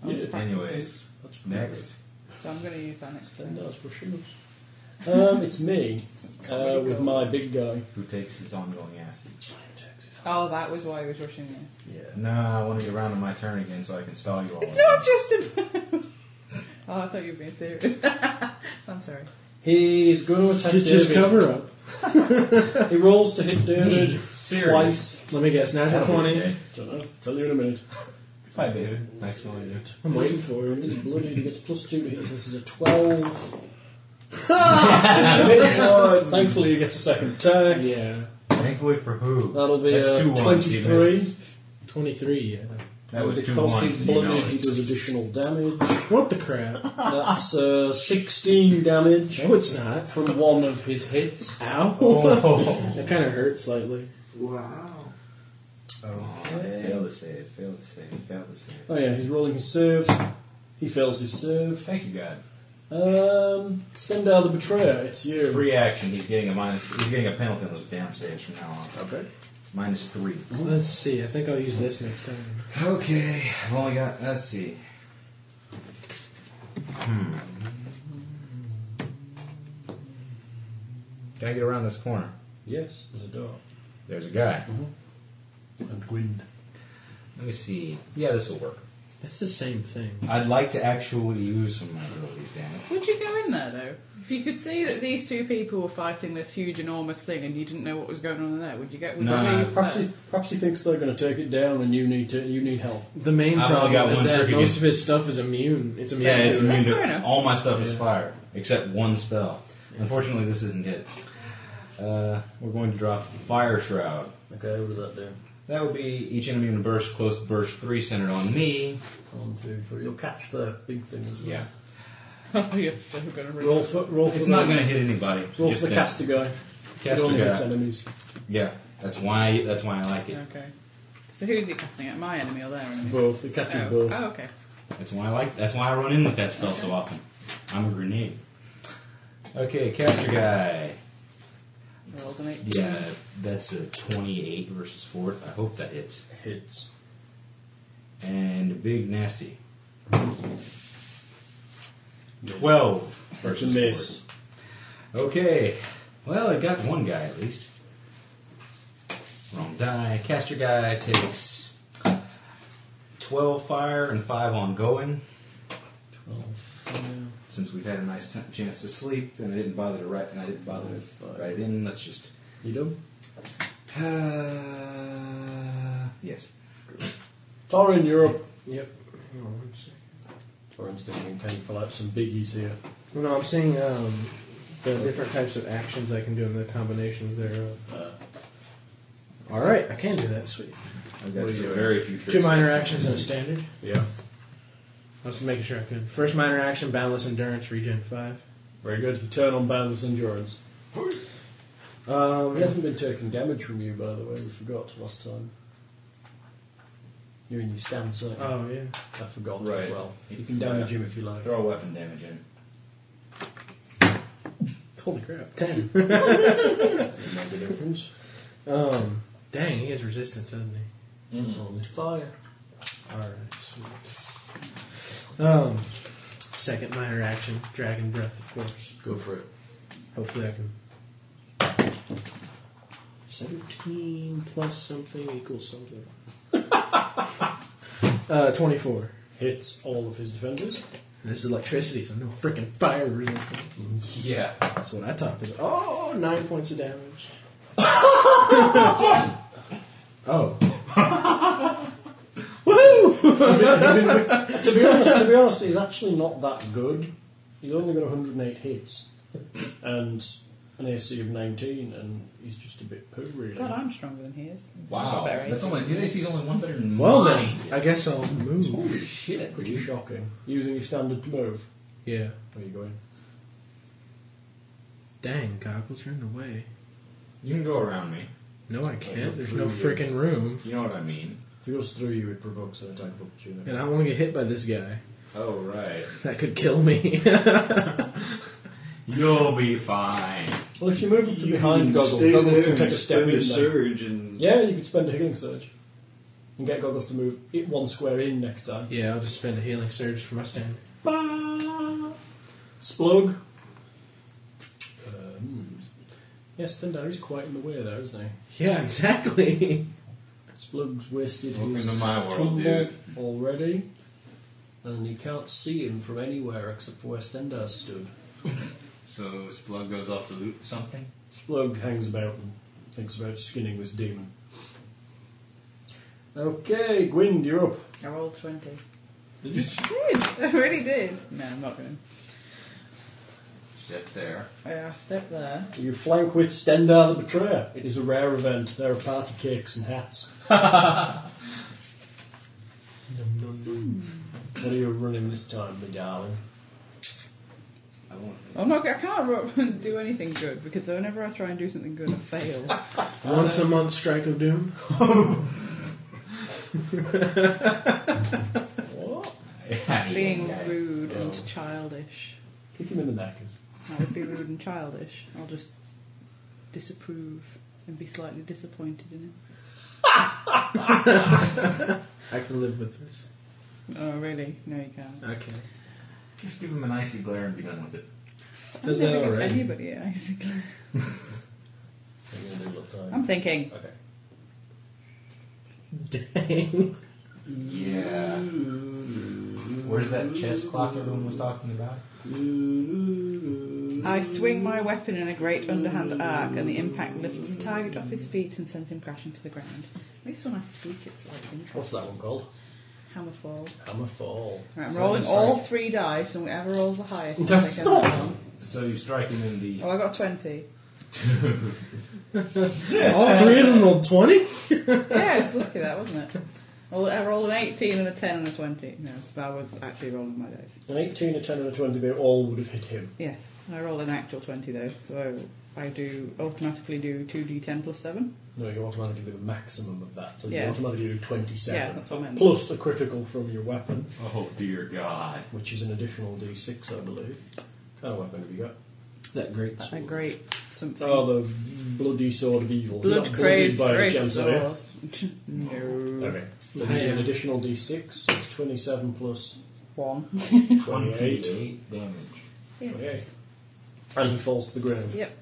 S2: I was
S9: Yeah.
S2: practicing,
S6: anyways,
S3: That's
S6: next.
S2: So I'm going to use that next
S3: And
S2: turn.
S3: that's pushing us. Um, it's me uh, with my big guy.
S6: Who takes his ongoing acid?
S2: Oh, that was why he was rushing you.
S3: Yeah.
S6: Nah, I want to get round to my turn again so I can stall you all.
S2: It's not just him. oh, I thought you were being serious. I'm sorry.
S3: He's going to attack
S4: Just,
S3: David.
S4: just cover up.
S3: He rolls to hit
S6: Me,
S3: David
S6: serious.
S3: twice.
S4: Let me guess, natural
S6: That'll be
S4: 20.
S6: okay.
S9: Don't know. Tell you in a minute.
S6: Hi, David. Nice knowing you.
S3: I'm waiting for him. He's bloodied. He gets plus two to hit. This is a 12. Thankfully, he gets a second attack.
S4: Yeah.
S6: Thankfully for who?
S3: That'll be
S6: That's
S3: uh,
S6: two ones, he
S3: 23.
S6: misses.
S4: 23, yeah.
S6: That was two
S3: because
S6: ones.
S3: he's
S6: You know
S3: bloodied, he
S6: it.
S3: does additional damage.
S4: What the crap?
S3: That's uh, 16 damage
S4: No, it's not.
S3: from one of his hits.
S4: Ow.
S6: Oh.
S4: that kind of hurts slightly.
S5: Wow.
S6: Okay. Fail the save. Fail the save. Fail the save.
S3: Oh yeah, he's rolling his serve. He fails his serve.
S6: Thank you, God.
S3: Um, Stendhal the Betrayer, it's you.
S6: Free action. He's getting a minus. He's getting a penalty on those damn saves from now on.
S4: Okay.
S6: Minus three.
S4: Let's see. I think I'll use this next time.
S6: Okay, I've only got. Let's see. Hmm. Can I get around this corner?
S3: Yes, there's a door.
S6: There's a guy.
S3: And wind.
S6: Let me see. Yeah, this will work.
S4: It's the same thing.
S6: I'd like to actually use some of my abilities, damn it.
S2: Would you go in there though? If you could see that these two people were fighting this huge, enormous thing, and you didn't know what was going on in there, would you get? Would
S6: No,
S2: you
S6: no,
S2: leave
S3: Perhaps
S2: there?
S3: he, perhaps he thinks they're going to take it down, and you need to you need help.
S4: The main
S6: I've only got
S4: problem is
S6: one
S4: that
S6: freaking-
S4: most of his stuff is immune. It's immune.
S6: Yeah,
S4: to
S6: it's
S4: it.
S6: immune
S2: fair
S6: to
S2: enough.
S6: all my stuff is fire except one spell. Unfortunately, this isn't it. Uh, we're going to drop Fire Shroud.
S9: Okay, what does that do?
S6: That would be each enemy in a burst close to burst three centered on me.
S9: One, two, three. You'll catch the big thing as well.
S6: Yeah,
S2: You're so gonna re-
S3: Roll for roll for
S6: it's
S3: the,
S6: not going to hit anybody.
S3: roll
S6: Just
S3: for the
S6: that-
S3: caster guy.
S6: caster
S3: it only
S6: guy.
S3: hits enemies.
S6: Yeah, that's why. That's why I like it.
S2: Okay. So who's he casting at? My enemy or their enemy?
S3: Both it catches
S2: Oh.
S3: both.
S2: oh, okay.
S6: That's why I like. That's why I run in with that spell so often. I'm a grenade. Okay, caster guy.
S2: Rolled an eight.
S6: Yeah, that's a 28 versus four. I hope that hits.
S9: Hits.
S6: And big nasty. Twelve
S9: That's a
S6: versus
S9: miss.
S6: four. Okay. Well, I got one guy at least. Wrong die. Caster guy takes twelve fire and five ongoing. Since we've had a nice t- chance to sleep, and I didn't bother to write, and I didn't bother to write it in. Let's just.
S3: You do.
S6: Uh, yes.
S3: Torin, you're up.
S4: Yep. Hang on one second.
S9: Or I'm thinking, can you pull out some biggies here?
S4: Well, no, I'm seeing um, the different types of actions I can do and the combinations thereof. All right, Uh, I can do that. Sweet.
S6: I've
S9: What
S6: got
S9: are
S6: some
S9: you-
S6: very few. tricks.
S4: Two minor actions and a standard.
S9: Yeah.
S4: I was making sure I could. First minor action: boundless endurance, regen five.
S9: Very good. You turn on boundless endurance.
S4: Um,
S9: He hasn't been taking damage from you, by the way. We forgot last time. You're in your stance, aren't you?
S4: Oh yeah.
S9: I forgot
S6: Right.
S9: as well. You can damage him if you like.
S6: Throw weapon damage in.
S4: Holy crap! Ten.
S6: Make a difference.
S4: Um, dang, he has resistance, doesn't he?
S9: Only fire.
S4: All right, sweet. Um, second minor action: dragon breath, of course.
S9: Go for it.
S4: Hopefully, I can. Seventeen plus something equals something. uh, twenty-four.
S9: Hits all of his defenders.
S4: This is electricity, so no freaking fire resistance.
S6: Yeah.
S4: That's what I talk about. Oh, nine points of damage. oh. Woohoo!
S3: to be honest, to be honest, he's actually not that good. He's only got 108 hits and an AC of 19, and he's just a bit poo, really.
S2: God, I'm stronger than he is.
S6: Wow.
S2: Very.
S6: That's only his AC's only one better than
S4: Well
S6: mine.
S4: then, I guess I'll move.
S6: Holy shit,
S3: Pretty
S6: dude.
S3: shocking. Using his standard to move.
S4: Yeah.
S3: Where are you going?
S4: Dang, goggles, you're in the way.
S6: You can go around me.
S4: No, I can't. There's no freaking room.
S6: You know what I mean.
S3: If he goes through you, it provokes an attack of opportunity.
S4: And I want to get hit by this guy.
S6: Oh right.
S4: That could kill me.
S6: You'll be fine.
S3: Well, if you move up to
S5: You
S3: behind
S5: can
S3: Goggles,
S5: stay
S3: Goggles
S5: there
S3: can
S5: and
S3: take a step in
S5: spend
S3: there.
S5: a surge and
S3: Yeah, you could spend a healing surge and get Goggles to move it one square in next time.
S4: Yeah, I'll just spend a healing surge for my stand.
S3: Bah! Splug. Um, yes, Stendar is quite in the way there, isn't he?
S4: Yeah, exactly.
S3: Splug's wasted
S6: Welcome
S3: his
S6: to my world,
S3: tumble
S6: dude.
S3: already, and you can't see him from anywhere except for where Stendar stood.
S6: So Splug goes off to loot something.
S3: Splug hangs about and thinks about skinning this demon. Okay, Gwyn, you're up.
S2: I rolled 20.
S6: Did you
S2: Did? I really did. No, I'm not going
S6: step there?
S2: to. I step there.
S3: You flank with Stendar the Betrayer. It is a rare event. There are party cakes and hats. What are you running this time, my darling?
S6: I won't.
S2: I'm not, I can't ro- do anything good because whenever I try and do something good, I fail.
S4: Once a month strike of doom.
S3: What?
S2: Being rude
S6: Oh.
S2: and childish.
S3: Kick him in the neck.
S2: I would be rude and childish. I'll just disapprove and be slightly disappointed in him.
S4: I can live with this.
S2: Oh, really? No, you can't.
S4: Okay.
S6: Just give him an icy glare and be done with it.
S4: Does
S2: I'm
S4: that
S2: thinking of
S4: already?
S2: anybody, basically.
S3: Are you gonna do look time?
S2: I'm thinking.
S3: Okay.
S4: Dang.
S6: Yeah. Where's that chess clock everyone was talking about?
S2: I swing my weapon in a great underhand arc, and the impact lifts the target off his feet and sends him crashing to the ground. At least when I speak, it's like interesting.
S3: What's that one called?
S2: Hammerfall.
S3: Hammer fall.
S2: Right, I'm
S6: Seven
S2: rolling
S6: strike.
S2: all three dice, and whatever rolls the highest. I'll
S3: Don't
S2: take
S3: stop.
S2: another one.
S6: So you strike him in the.
S2: Oh, I got 20.
S4: All three of them rolled 20?
S2: yeah, it's lucky that, wasn't it? Well, I rolled an 18 and a 10 and a 20. No, but I was actually rolling my dice.
S3: An 18, a 10, and a 20 they all would have hit him.
S2: Yes, I roll an actual 20 though, so I do automatically do 2d10 plus 7.
S3: No, you automatically do a maximum of that. So you
S2: Yeah.
S3: automatically do
S2: Yeah,
S3: 27.
S2: that's what I meant.
S3: plus a critical from your weapon,
S6: Oh dear God.
S3: which is an additional d6, I believe. kind of weapon have you got?
S4: That great
S2: A great something.
S3: Oh, the bloody sword of evil. You're
S2: Blood
S3: not
S2: crazed
S3: bloodied by any
S2: grape
S3: chance, are you?
S2: sauce. no.
S3: Okay. So
S4: I
S3: you get an
S4: am.
S3: additional d6. It's 27 plus
S2: One.
S3: 28.
S6: Twenty-eight damage.
S3: Okay. And he falls to the ground.
S2: Yep.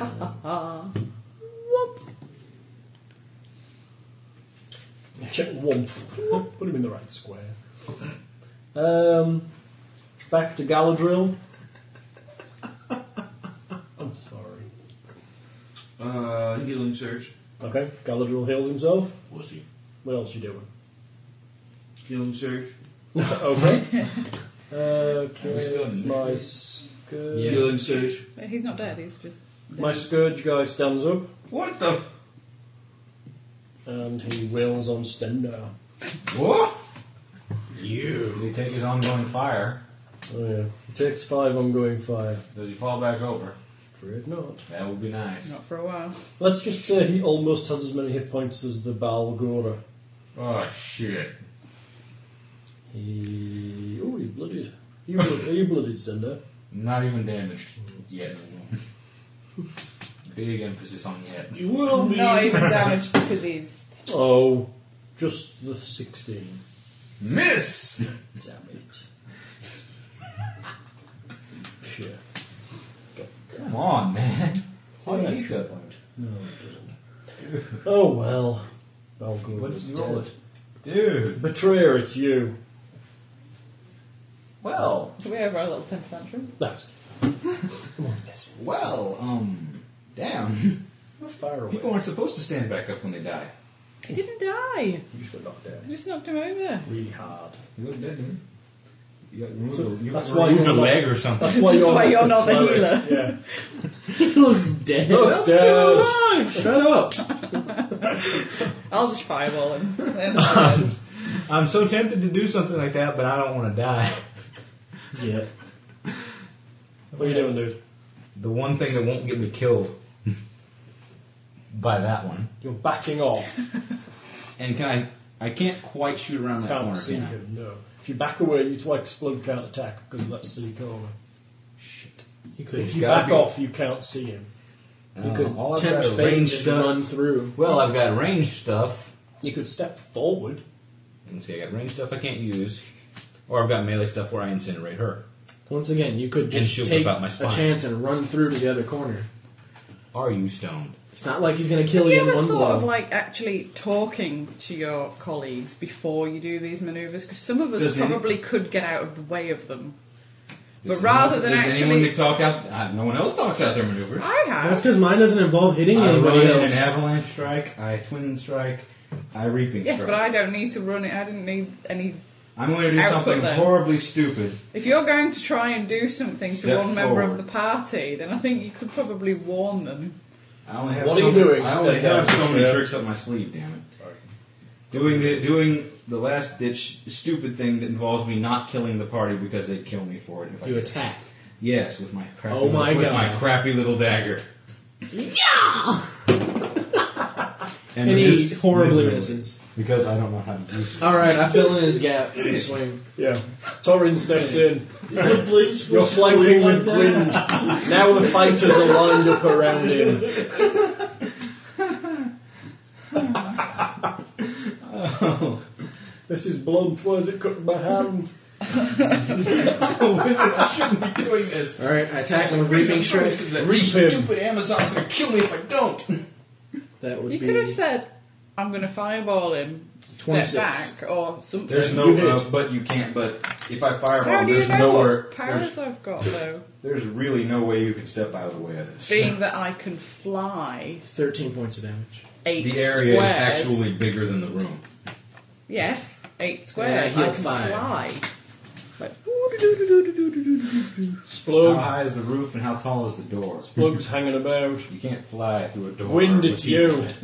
S2: Whoop.
S3: Womp. Put him in the right square. Um, back to Galadriel. I'm sorry.
S5: uh, healing surge.
S3: Okay, Galadriel heals himself.
S6: Wussy.
S3: What else you doing?
S5: Healing surge.
S3: okay.
S6: Are
S3: Uh, Okay,
S6: we still in
S3: it's
S6: initiative?
S3: my scourge.
S5: Healing surge.
S2: Uh, He's not dead, he's just. dead.
S3: My scourge guy stands up
S5: What the? F-
S3: and he wails on Stendar.
S5: what?
S6: You. Did he take his ongoing fire?
S3: Oh yeah, he takes five ongoing fire.
S6: Does he fall back over?
S3: Afraid not.
S6: That would be nice.
S2: Not for a while.
S3: Let's just say he almost has as many hit points as the Balgora.
S6: Oh shit.
S3: He. Oh, he's blooded. Are you, blood, are you blooded, Stender?
S6: Not even damaged yet. Big emphasis on yet.
S5: You will be.
S2: Not even damaged because he's.
S3: Oh, just the 16.
S6: Miss.
S3: Damn it. Shit.
S6: Come on, man. Why
S3: Yeah.
S6: do you need that point?
S3: No, it doesn't. oh, well. Balgora.
S6: What did
S3: is
S6: you roll
S3: dead.
S6: Dude.
S3: Betrayer, it's you.
S6: Well.
S2: Can we have our little temper tantrum?
S3: No. Come on, yes.
S6: Well. Um. Damn.
S3: How far away?
S6: People aren't supposed to stand back up when they die.
S2: He didn't die!
S3: You just got knocked
S2: I
S3: down.
S2: just knocked him over.
S3: Really hard.
S6: You look dead to me. You got remove the- you
S3: That's
S6: got
S3: why
S6: remove
S3: you're
S6: the
S3: not-
S6: leg or something.
S3: That's why
S2: That's
S3: you're,
S2: why you're not the healer.
S3: Yeah.
S4: He looks dead.
S3: Looks dead.
S4: Shut up!
S2: I'll just fireball him. Then I'll end.
S6: I'm so tempted to do something like that, but I don't want to die.
S4: Yeah.
S3: What are you doing, dude?
S6: The one thing that won't get me killed by that one.
S3: You're backing off.
S6: And can I? I can't quite shoot around that
S3: Can't
S6: corner.
S3: see
S6: can I?
S3: him, no. If you back away, it's why Explode can't attack because that's the corner.
S4: You
S6: could-
S3: If
S6: It's
S3: you
S6: gotta
S3: back
S6: be-
S3: off, you can't see him.
S6: I
S4: You
S6: don't
S4: could
S6: know. Oh, All I've
S4: tempt
S6: got is
S4: fate and
S6: range
S4: just
S6: stuff.
S4: run through.
S6: Well, I've got range stuff.
S4: You could step forward.
S6: And see, I got range stuff I can't use, or I've got melee stuff where I incinerate her,
S4: Once again, you could just
S6: shoot
S4: take
S6: about my
S4: a
S6: spine.
S4: chance and run through to the other corner.
S6: Are you stoned.
S4: It's not like he's going to kill
S2: Have
S4: you,
S2: you
S4: in
S2: ever
S4: one
S2: thought
S4: blow.
S2: of like actually talking to your colleagues before you do these manoeuvres? Because some of us
S5: Does any-
S2: probably could get out of the way of them. But
S6: Does
S2: rather
S6: anyone-
S2: than
S6: does anyone
S2: actually,
S6: that talk out, uh, no one else talks out their maneuvers.
S2: I
S4: That's
S2: have.
S4: because mine doesn't involve hitting
S6: I run
S4: anybody
S6: in an
S4: else.
S6: avalanche strike. I twin strike. I reaping
S2: Yes,
S6: strike.
S2: but I don't need to run it. I didn't need any.
S6: I'm going to do
S2: output
S6: something
S2: then.
S6: horribly stupid.
S2: If you're going to try and do something to
S6: Step
S2: one member of
S6: forward.
S2: the party, then I think you could probably warn them.
S6: I only have
S4: What are
S6: so
S4: you
S6: many-
S4: doing?
S6: I only
S4: Step
S6: have
S4: back.
S6: so many
S4: Yeah.
S6: tricks up my sleeve. Damn it! Doing the doing the last ditch stupid thing that involves me not killing the party because they'd kill me for it if I
S4: You
S6: did.
S4: attack.
S6: Yes, with my crappy
S4: Oh
S6: little-
S4: my
S6: with
S4: God.
S6: my crappy little dagger. Yeah.
S4: And he horribly misses.
S6: because I don't know how to use it.
S4: All right, I fill in his gap with a swing.
S3: Yeah. Torin steps in.
S5: Is the blade
S3: You're
S5: supposed to
S3: flanking
S5: wing like
S3: with
S5: that?
S3: wind. Now the fighters are lined up around him. This is blunt. Why is it cutting my hand?
S6: Wizard, I shouldn't be doing this.
S4: All right, I attack him with reaping strike.
S6: that
S3: Reap him.
S6: stupid Amazon's gonna kill me if I don't.
S4: That would
S2: You
S4: be
S2: could have said, "I'm going to fireball him, step
S4: 26.
S2: back, or something."
S6: There's no uh, but you can't. But if I
S2: How
S6: fireball,
S2: do you
S6: there's
S2: know
S6: nowhere.
S2: what
S6: There's,
S2: powers I've got though?
S6: there's really no way you can step out of the way of this.
S2: Being that I can fly
S4: 13 points of damage.
S2: eight
S6: The area
S2: squares.
S6: is actually bigger than the room.
S2: Yes, eight squares.
S4: Yeah,
S2: I can
S4: heal five.
S2: fly. Like,
S6: How
S3: Splug.
S6: high is the roof and how tall is the door?
S3: Splug's hanging about.
S6: You can't fly through a door.
S3: Wind,
S6: with
S3: it's
S6: heat
S3: you.
S6: in it.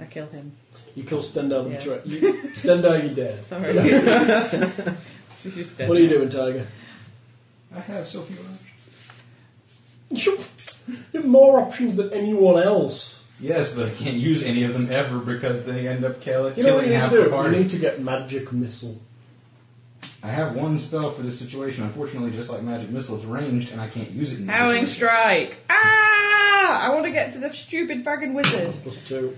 S2: I killed him.
S3: You kill Stendhal and
S2: Yeah.
S3: try. You, Stendhal, you're dead.
S2: Sorry. She's just dead
S3: What are you
S2: now.
S3: doing, Tiger?
S6: I have so few options.
S3: You have more options than anyone else.
S6: Yes, but I can't use any of them ever because they end up kill-
S3: You know what
S6: killing
S3: you need to
S6: half the
S3: do? You
S6: party.
S3: need to get magic missile.
S6: I have one spell for this situation. Unfortunately, just like magic missile, it's ranged and I can't use it. in this
S2: Howling
S6: situation.
S2: strike. Ah! I want to get to the stupid dragon wizard.
S3: Plus two.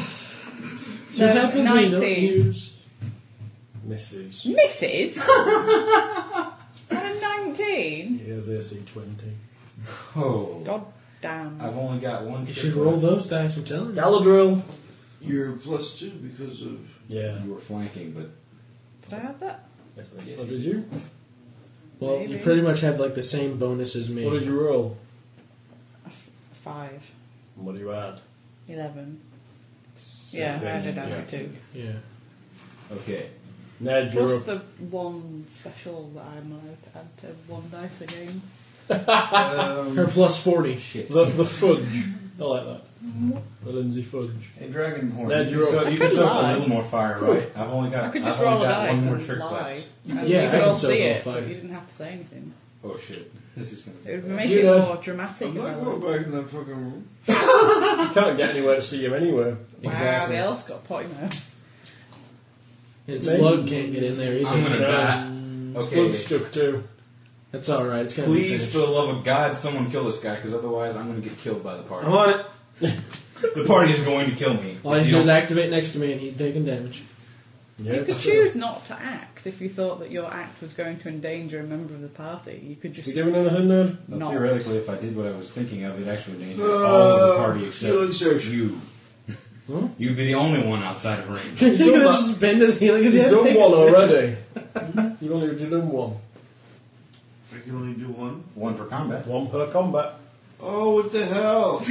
S2: So
S4: what happens when you don't
S2: 19.
S4: use-
S3: Misses.
S2: Misses. I'm 19.
S3: Here's AC 20.
S6: Oh,
S2: God damn.
S6: I've only got one.
S4: You
S6: hit
S4: should roll
S6: left.
S4: those dice, I'm telling you.
S3: Galadriel.
S5: You're plus two because of.
S3: Yeah.
S6: You were flanking, but
S2: Did I have that?
S3: What did you?
S4: Well, you
S2: Maybe.
S4: pretty much have like the same bonus as me.
S3: What did you roll?
S2: Five.
S3: What do you add?
S2: Eleven. yeah, I
S6: Sixteen,
S2: added down
S6: yeah.
S2: by two.
S4: Yeah.
S6: okay.
S3: Ned, you're
S2: Plus
S3: up.
S2: the one special that I'm allowed to add to one dice a game.
S6: Um,
S4: Her plus 40.
S6: shit.
S3: The, the fudge. I like that.
S4: Mm-hmm.
S3: The Lindsay fudge.
S6: Hey, Dragonborn,
S3: Ned,
S6: you
S3: you're
S6: can
S3: up.
S6: so,
S2: I
S6: you
S2: could
S6: can soak a
S2: lie.
S6: little more fire, right? I've only got,
S2: I could
S6: have
S2: just
S6: only
S2: roll a
S6: got
S2: dice
S6: one more
S2: and
S6: trick
S2: lie.
S6: left.
S2: You could,
S4: yeah,
S2: you
S4: I
S2: could
S4: can
S2: all
S4: still
S2: see
S4: roll
S2: it,
S4: five.
S2: but you didn't have to say anything.
S6: Oh shit, this is gonna.
S2: It would
S6: bad.
S2: make
S3: You
S2: it
S3: know-
S2: more dramatic.
S5: I'm
S2: if I
S5: not
S2: were.
S5: going back in that fucking room.
S3: You can't get anywhere to see him anywhere.
S2: Wow,
S4: Exactly.
S2: they else got potty mouth.
S4: And
S3: Maybe.
S4: Splug can't get in there either.
S6: I'm gonna
S3: No.
S6: die. Okay,
S3: Plug stuck too.
S4: That's alright, it's gonna be
S6: please,
S4: finished.
S6: for the love of God, someone kill this guy, because otherwise I'm gonna get killed by the party.
S4: I'm on it.
S6: The party is going to kill me.
S4: All I have
S6: You
S4: to do is
S6: don't-
S4: activate next to me and he's taking damage.
S3: Yeah,
S2: You could
S3: it's-
S2: choose not to act if you thought that your act was going to endanger a member of the party. You could just
S3: You doing anything, Ned?
S6: Now,
S2: not.
S6: Theoretically, if I did what I was thinking of, it actually dangerous all of the party
S5: healing
S6: except
S5: surge.
S6: you. You'd be the only one outside of range.
S4: He's gonna suspend his healing because he
S3: You've
S4: had to
S3: done
S4: take
S3: one already. You've only you've done one.
S5: I can only do one.
S6: One for combat.
S3: One per combat.
S5: Oh, what the hell?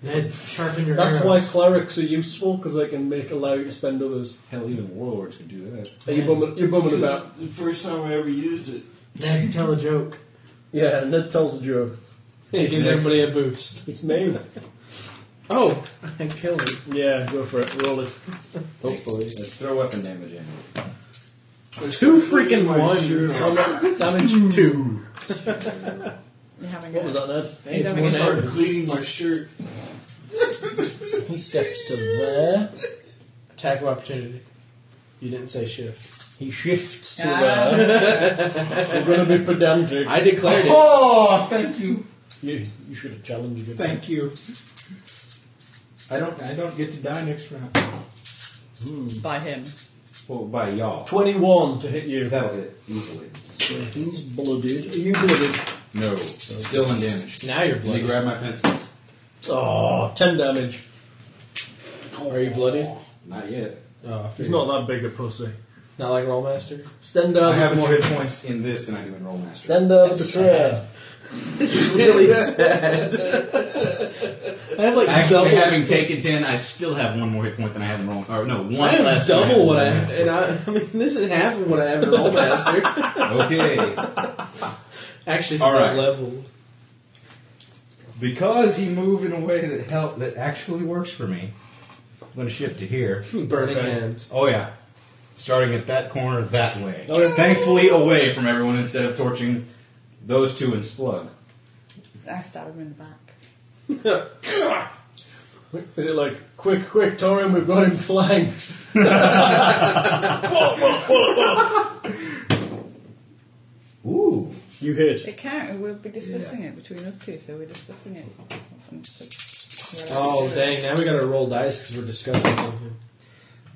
S11: Ned, sharpen your
S3: That's why
S11: arrows.
S3: clerics are useful, because they can make allow you to spend others.
S6: Hell, even warlords could do that.
S3: Are you bumming, you're bumming about.
S5: the first time I ever used it.
S11: Ned, tell a joke.
S3: Yeah, Ned tells a joke.
S4: It gives everybody a boost.
S3: It's me.
S4: Oh, I killed him.
S3: Yeah, go for it. Roll it.
S6: Hopefully. Let's throw weapon damage in.
S4: Two freaking
S5: My
S4: ones.
S5: shirt off.
S4: Damage two.
S2: You're having
S3: What
S2: a,
S3: was that, Ned?
S2: He's
S4: It's
S2: having
S4: one
S2: a-
S5: Started cleaning my shirt.
S4: He steps to there. Attack of opportunity. You didn't say shift.
S3: He shifts to
S2: Ah.
S3: where. I'm going to be pedantic.
S4: I declared it.
S5: Oh, thank you.
S3: You, you should have challenged him.
S6: Thank you. I don't. I don't get to die next round.
S2: By him.
S6: Well, by y'all.
S3: 21 to hit you.
S6: That'll hit easily.
S3: So he's blooded. Are you blooded?
S6: No, still undamaged.
S4: Now you're
S6: Let me
S4: bloody.
S6: grab my pencils.
S3: Oh, 10 damage.
S4: Are you bloody?
S6: Not yet.
S4: Oh, I
S3: He's
S4: figured.
S3: not that big a pussy.
S4: Not like Rollmaster.
S3: Stand
S6: I
S3: down.
S6: have more hit points in this than I do in Rollmaster.
S3: Stand down.
S4: That's
S3: Betrayer.
S4: really sad. I have like
S6: Actually,
S4: double.
S6: having taken ten, I still have one more hit point than I have in Rollmaster. Or no, one
S4: I have
S6: less. than
S4: double what I
S6: have in
S4: and I, I mean, this is half of what I have in Rollmaster.
S6: Rollmaster. Okay.
S4: Actually, it's
S6: All
S4: that
S6: right.
S4: level.
S6: Because he moved in a way that help that actually works for me, I'm going to shift to here.
S4: Burning
S3: Okay.
S4: hands.
S6: Oh yeah, starting at that corner that way. Thankfully, away from everyone instead of torching those two and Splug.
S2: I stab him in the back.
S3: Is it like, quick, quick, Torin, we've got him flanked?
S6: Ooh,
S3: You hit.
S2: It can't. We'll be discussing it between us two, so we're discussing it.
S4: Oh dang! Now we gotta roll dice because we're discussing something.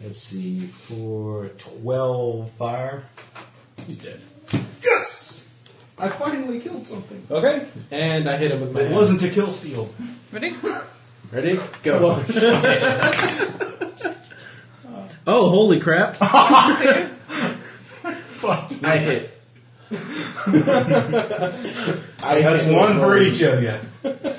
S6: let's see, for twelve fire.
S3: He's dead.
S6: Yes, I finally killed something.
S4: Okay. And I hit him with my.
S6: It
S4: hand.
S6: wasn't a kill steal.
S2: Ready?
S4: Ready? Go. oh, holy crap. I hit. I
S6: That's
S4: hit
S6: one for each of you.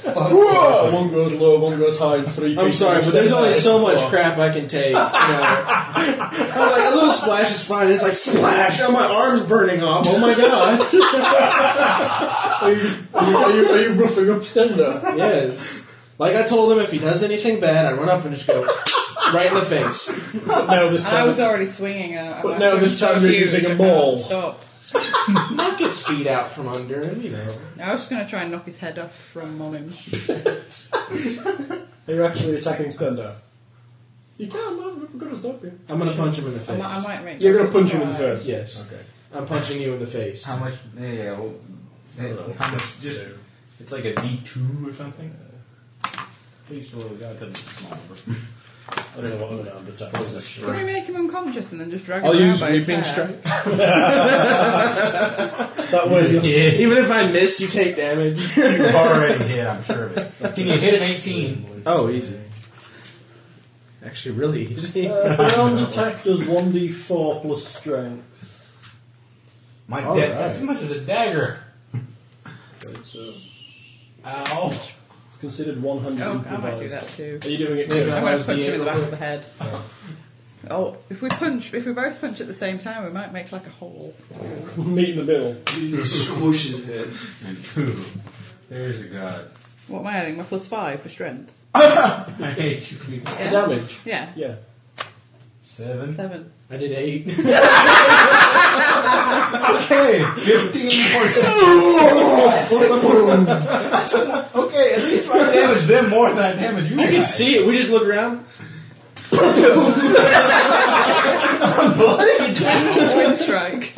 S3: One goes low, one goes high, and three
S4: I'm
S3: people
S4: sorry, but
S3: stand
S4: there's only
S3: out.
S4: so much crap I can take. you know. I was like, a little splash is fine. It's like, splash! Oh, my arm's burning off. Oh my god.
S3: Are you, are you, are you roughing up Stender?
S4: yes. Like I told him, if he does anything bad, I run up and just go right in the face.
S3: now this
S2: I
S3: time.
S2: was already swinging. And I,
S3: But
S2: I
S3: now
S2: was
S3: this time
S2: so
S3: you're
S2: huge,
S3: using a
S2: I can't
S3: maul.
S2: Stop.
S4: Knock his feet out from under him, you know.
S2: I was going to try and knock his head off from on him.
S3: Are you actually attacking Stender? You can, I'm not going to stop you.
S4: I'm gonna punch him in the face.
S2: I might, I might make.
S3: You're going
S2: that
S3: to punch him in the
S2: try.
S3: face?
S4: Yes.
S3: Okay.
S4: I'm punching you in the face.
S6: How much? Yeah, well, eh, how much? Just it's like a D two or something. Please below the guy because it's small.
S3: I don't know what I'm going to attack.
S6: Wasn't a
S2: Could we
S6: shrink.
S2: make him unconscious and then just drag him
S4: I'll
S2: around
S4: use
S2: by his hair?
S4: reaping strike.
S3: That way, you'll-
S6: Yeah,
S4: Even if I miss, you take damage.
S6: you already hit. I'm sure of it. Can you hit an eighteen?
S4: Oh, easy. Actually, really easy.
S3: Uh, beyond attack does 1d4 plus strength.
S6: My
S4: All
S6: da-
S4: right.
S6: That's as much as a dagger.
S3: It's, uh,
S6: Ow.
S3: it's considered 100
S2: Oh, I
S3: improvised.
S2: might do that too.
S3: Are you doing it?
S4: Yeah.
S2: I'm
S4: I
S2: going
S4: was
S2: to punch him in
S4: DA
S2: the back of the head. Oh, if we punch, if we both punch at the same time, we might make like a hole.
S3: Meet in the middle.
S5: Swoosh his head.
S6: And two. There's a god.
S2: What am I adding? My plus five for strength.
S6: I hate you people.
S2: Yeah.
S3: Damage.
S2: Yeah.
S3: Yeah.
S6: Seven.
S2: Seven.
S4: I did eight.
S6: Okay, fifteen points. okay, at least I damage them more than I damage you.
S4: I can
S6: guys.
S4: see it. We just look around.
S2: twin strike.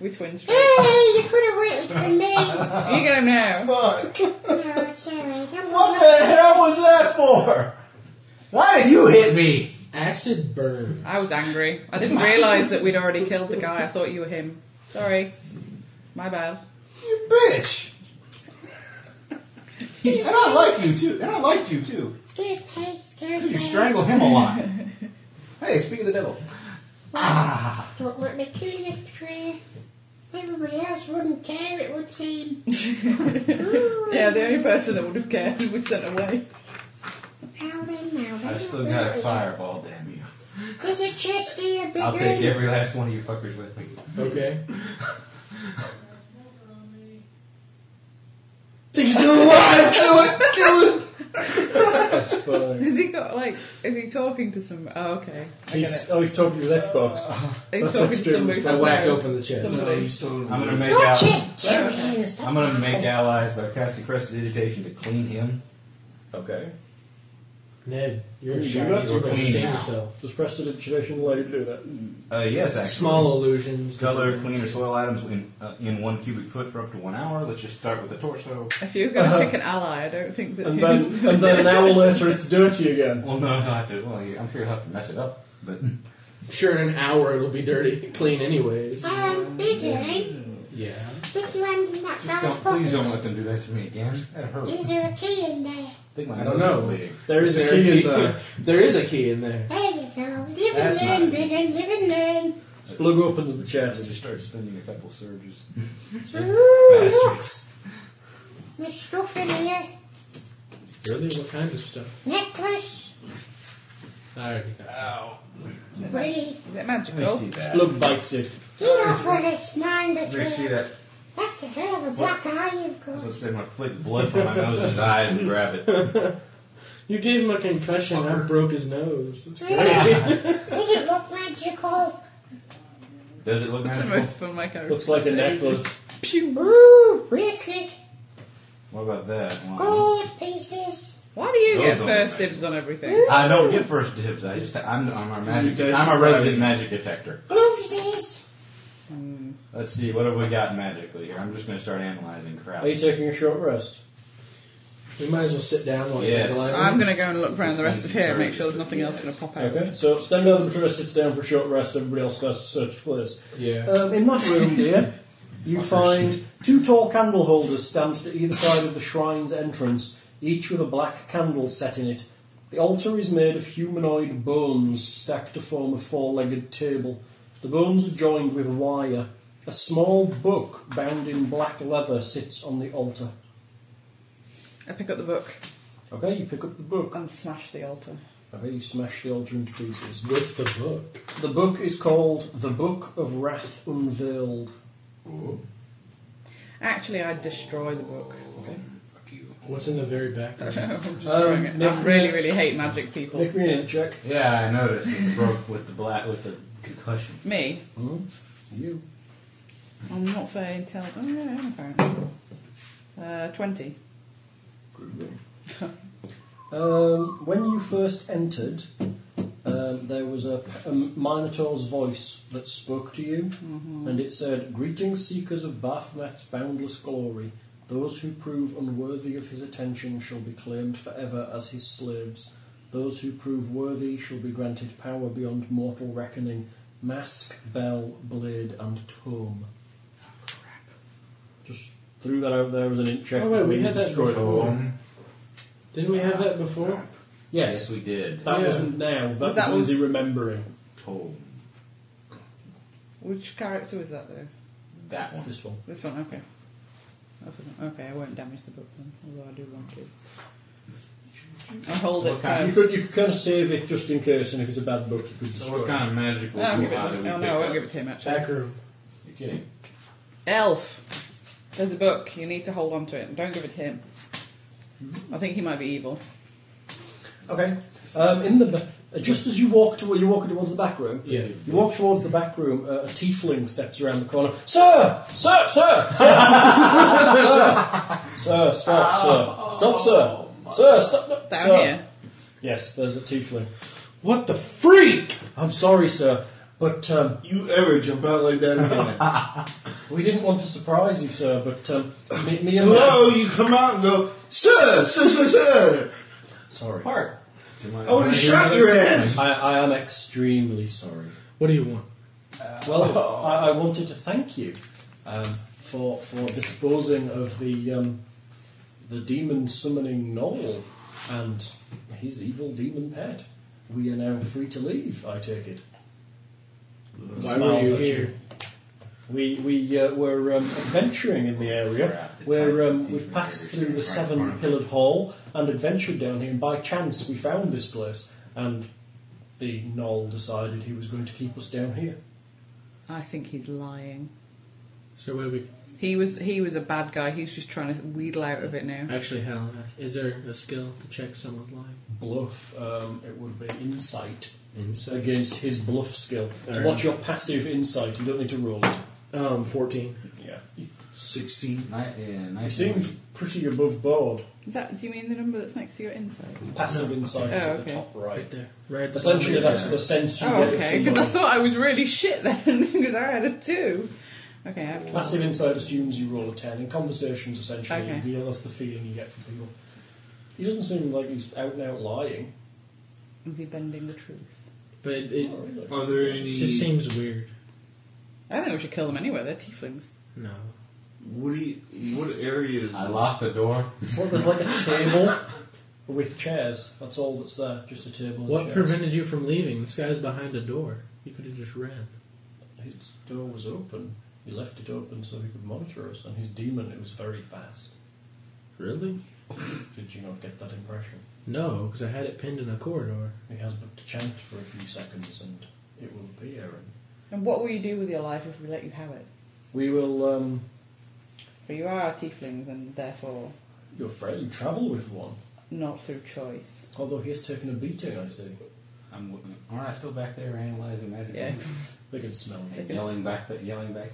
S2: We twin strike.
S7: Hey, you could have waited for me. no,
S2: You go now.
S7: it's alright. I'm
S6: What the hell was that for? Why did you hit me?
S4: Acid burn.
S2: I was angry. I didn't realise that we'd already killed the guy. I thought you were him. Sorry. My bad.
S6: You bitch. and I like you too. And I liked you too.
S7: Scares me, scares me.
S6: You strangle him alive. hey, speak of the devil.
S7: Don't let me kill you, Petraeus. Everybody else wouldn't care, it would seem.
S2: Yeah, the only person that would have cared was sent away.
S7: Now then, now then.
S6: I've still got a fireball, damn you.
S7: There's a chest here, big
S6: I'll take
S7: one.
S6: every last one of you fuckers with me.
S4: Okay. Things still alive.
S3: That's fine.
S2: Has he got like? Is he talking to some? Oh, okay. I get
S3: He's,
S2: it.
S3: oh, he's talking to his Xbox.
S2: He's
S3: that's
S2: talking to
S3: extreme.
S2: somebody.
S4: I
S2: from
S4: whack
S2: there.
S4: open the chest.
S5: So he's totally.
S6: I'm gonna make out.
S7: Watch it, Jerry. hands.
S6: I'm gonna make allies by casting prestidigitation to clean him.
S3: Okay.
S9: Ned, you're in
S6: Shiny
S9: shadow.
S6: or
S9: You can
S6: clean
S9: see
S6: now.
S9: yourself. Does prestidigitation allow you to do that?
S6: Uh, yes, actually.
S12: Small illusions.
S6: Color, clean, or soil items in, uh, in one cubic foot for up to one hour. Let's just start with the torso.
S2: If you're going to pick an ally, I don't think that.
S9: And then, and then an hour later, it's dirty again.
S6: Well, no, not to. Well, you- I'm sure you'll have to mess it up, but
S12: Sure, in an hour it'll be dirty, clean anyways.
S7: Um, big A,
S12: Yeah.
S7: stick your hand in that
S6: just
S7: guy's
S6: don't. Please don't
S7: pocket.
S6: let them do that to me again. That hurts.
S7: Is there a key in there?
S6: I think my
S12: I don't
S6: nose is
S12: know.
S6: bleeding.
S9: There is a key in there.
S12: there is a key in there.
S7: There you go. Live
S6: That's
S7: and learn,
S6: not-
S7: big and live and learn.
S9: Splug opens the
S6: I
S9: chest.
S6: just start spending a couple surges.
S7: Ooh, look,
S6: Bastards.
S7: there's stuff in here.
S12: Really? What kind of stuff?
S7: Necklace.
S12: I already got that.
S7: Pretty.
S2: Is it
S6: Let me see
S2: magical?
S6: that.
S9: Splug bites it.
S7: He offered us nine
S6: Let me see
S7: betrayal.
S6: that.
S7: That's a hell of a black eye you've
S6: I was going
S7: got.
S6: to say, I'm going to flick blood from my nose and his eyes and grab it.
S12: You gave him a concussion. That broke his nose. That's
S7: Really? Does it look magical?
S6: Does it look
S2: That's the
S6: magical?
S2: most fun my character.
S9: Looks like a necklace.
S2: Pew.
S7: Ooh, bracelet.
S6: What about that one?
S7: Gold pieces.
S2: Why do you
S6: Those
S2: get
S6: don't
S2: first
S6: matter.
S2: dibs on everything?
S6: I don't get first dibs. I just I'm I'm our magic.
S5: You
S6: I'm a
S5: don't
S6: resident
S5: play.
S6: magic detector.
S7: Bluesies.
S6: Let's see what have we got magically here. I'm just going to start analyzing crap.
S2: Oh,
S9: Are you taking a short rest?
S12: We might as well sit down while he's
S6: Yes.
S12: analyzing.
S2: I'm going to go and look around the rest of here and make sure there's nothing else
S6: Yes.
S2: going to pop out.
S9: Okay. So stand over the betrayer sits down for a short rest. Everybody else goes to search the place.
S12: Yeah.
S3: Um, in that room, dear, you find two tall candle holders stand to either side of the shrine's entrance, each with a black candle set in it. The altar is made of humanoid bones stacked to form a four legged table. The bones are joined with wire. A small book bound in black leather sits on the altar.
S2: I pick up the book
S3: Okay, you pick up the book.
S2: and smash the altar.
S3: Okay, you smash the altar into pieces.
S12: With the book.
S3: The book is called The Book of Wrath Unveiled.
S2: Actually, I'd destroy the book.
S12: What's in the very back?
S2: I'm just
S3: Um,
S2: throwing it. I
S3: make-
S2: really, really hate magic people.
S3: Make me an int check.
S6: Yeah, I noticed it broke with the black with the concussion.
S2: Me?
S3: Hmm? You.
S2: I'm not very intelligent. Oh, yeah, I am apparently. Uh, 20.
S3: Um, when you first entered, um, there was a, a Minotaur's voice that spoke to you,
S12: Mm-hmm.
S3: and it said, Greetings, seekers of Baphomet's boundless glory. Those who prove unworthy of his attention shall be claimed forever as his slaves. Those who prove worthy shall be granted power beyond mortal reckoning. Mask, bell, blade, and tome. Just threw that out there as an int check.
S12: Oh, wait,
S3: before
S12: we
S3: you
S12: had that
S3: destroyed it.
S12: before. Didn't we have that before?
S3: Yes.
S6: Yes, we did.
S3: That
S12: Yeah.
S3: wasn't now. That
S2: Was
S3: was,
S2: that
S3: Lindsay
S2: was-
S3: remembering
S6: Told
S2: Which character was that, though?
S6: that one.
S3: this one.
S2: This one, okay. I forgot- Okay, I won't damage the book then, although I do want to. I'll hold
S6: So
S2: it
S6: what kind-
S2: kind
S3: You
S2: of.
S3: could you could kind of save it just in case, and if it's a bad book, you could
S6: So
S3: destroy
S6: what kind of magical
S2: I don't give it,
S6: do we
S2: oh,
S6: pick
S2: no, I
S6: up?
S2: won't give it to him, actually.
S12: Back room.
S6: You're kidding.
S2: Elf! There's a book. You need to hold on to it. Don't give it to him. I think he might be evil.
S3: it. Okay. Um, in the ba- uh, just as you walk to you walk towards the back room.
S12: Yeah.
S3: You walk towards the back room. Uh, a tiefling steps around the corner. Sir, sir, sir, sir, sir, stop, sir, stop, sir, sir, stop, no,
S2: Down
S3: sir.
S2: here.
S3: Yes, there's a tiefling.
S12: What the freak?
S3: I'm sorry, sir, but um,
S5: You ever jump out like that again?
S3: we didn't want to surprise you, sir. But um, me, me and my,
S5: Hello, you come out and go, sir, sir, sir, sir.
S3: sorry.
S6: Park. Do my-
S5: I want to shot your ass.
S3: I, I am extremely sorry.
S12: What do you want?
S3: Well, I, I wanted to thank you um, for for disposing of the um, the demon summoning Noel and his evil demon pet. We are now free to leave. I take it.
S12: Why were
S3: Smiles
S12: you
S3: at
S12: here?
S3: We we uh, were um, adventuring in the area. Where um, we've passed through the seven pillared hall and adventured down here, and by chance we found this place. And the Noel decided he was going to keep us down here.
S2: I think he's lying.
S12: So wait, we
S2: He was he was a bad guy. He's just trying to wheedle out of it now.
S12: actually Helen asked, is there a skill to check someone's lying?
S3: bluff, um, it would be insight
S12: Insight.
S3: against his bluff skill. So
S12: Fair
S4: Um,
S3: what's your passive insight? You don't need to roll it.
S12: Um, fourteen.
S3: Yeah.
S5: Sixteen.
S6: Ni- yeah,
S3: You
S6: nice.
S3: seemed pretty above board.
S2: Is that, do you mean the number that's next to your insight?
S3: Passive insight is
S2: Oh,
S3: at the
S2: okay.
S3: top right.
S4: there. Right.
S3: Essentially, that's the sense you
S2: Oh,
S3: get
S2: okay.
S3: of
S2: Because I
S3: somebody.
S2: thought I was really shit then, because I had a two. Okay, I have one.
S3: Passive insight assumes you roll a 10. In conversations, essentially,
S2: Okay.
S3: you know, that's the feeling you get from people. He doesn't seem like he's out and out lying.
S2: Is he bending the truth?
S4: But it, it
S3: Not really.
S5: Are there any?
S4: just seems weird.
S2: I think we should kill them anyway. They're tieflings.
S4: No.
S5: what, do you, what areas?
S6: I locked the door.
S3: Well, there's like a table with chairs. That's all that's there. Just a table. And
S4: What
S3: chairs.
S4: prevented you from leaving? This guy's behind a door. You could have just ran.
S3: His door was open. He left it open so he could monitor us, and his demon it was very fast.
S4: Really?
S3: Did you not get that impression?
S4: No, because I had it pinned in a corridor.
S3: He has but to chant for a few seconds, and it will appear. And
S2: And what will you do with your life if we let you have it?
S3: we will. Um,
S2: For you are tieflings and therefore
S3: your friend you travel with one,
S2: not through choice.
S3: although he has taken a beating. I see.
S6: I'm looking. Aren't I still back there analyzing magic?
S2: Yeah.
S3: They can smell me.
S6: Yelling back, the, yelling back.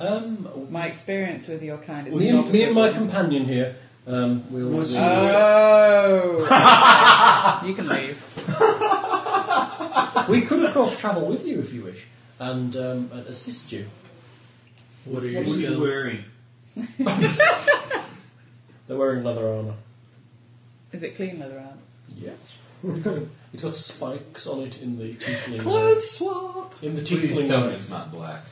S3: Um,
S2: My experience with your kind is
S3: me,
S2: not
S3: and, me
S2: a
S3: and
S2: good
S3: my
S2: one.
S3: companion here. Um, we'll.
S5: What's-
S3: we'll-
S2: Oh, you can leave.
S3: we could, of course, travel with you if you wish, and, um, and assist you.
S4: What are your
S5: what are you
S4: skills?
S5: wearing?
S3: They're wearing leather armour.
S2: Is it clean leather out?
S3: Yes. it's got spikes on it in the tiefling.
S2: swap.
S3: In the
S6: Please
S3: tiefling.
S6: tell me
S3: red.
S6: it's not black.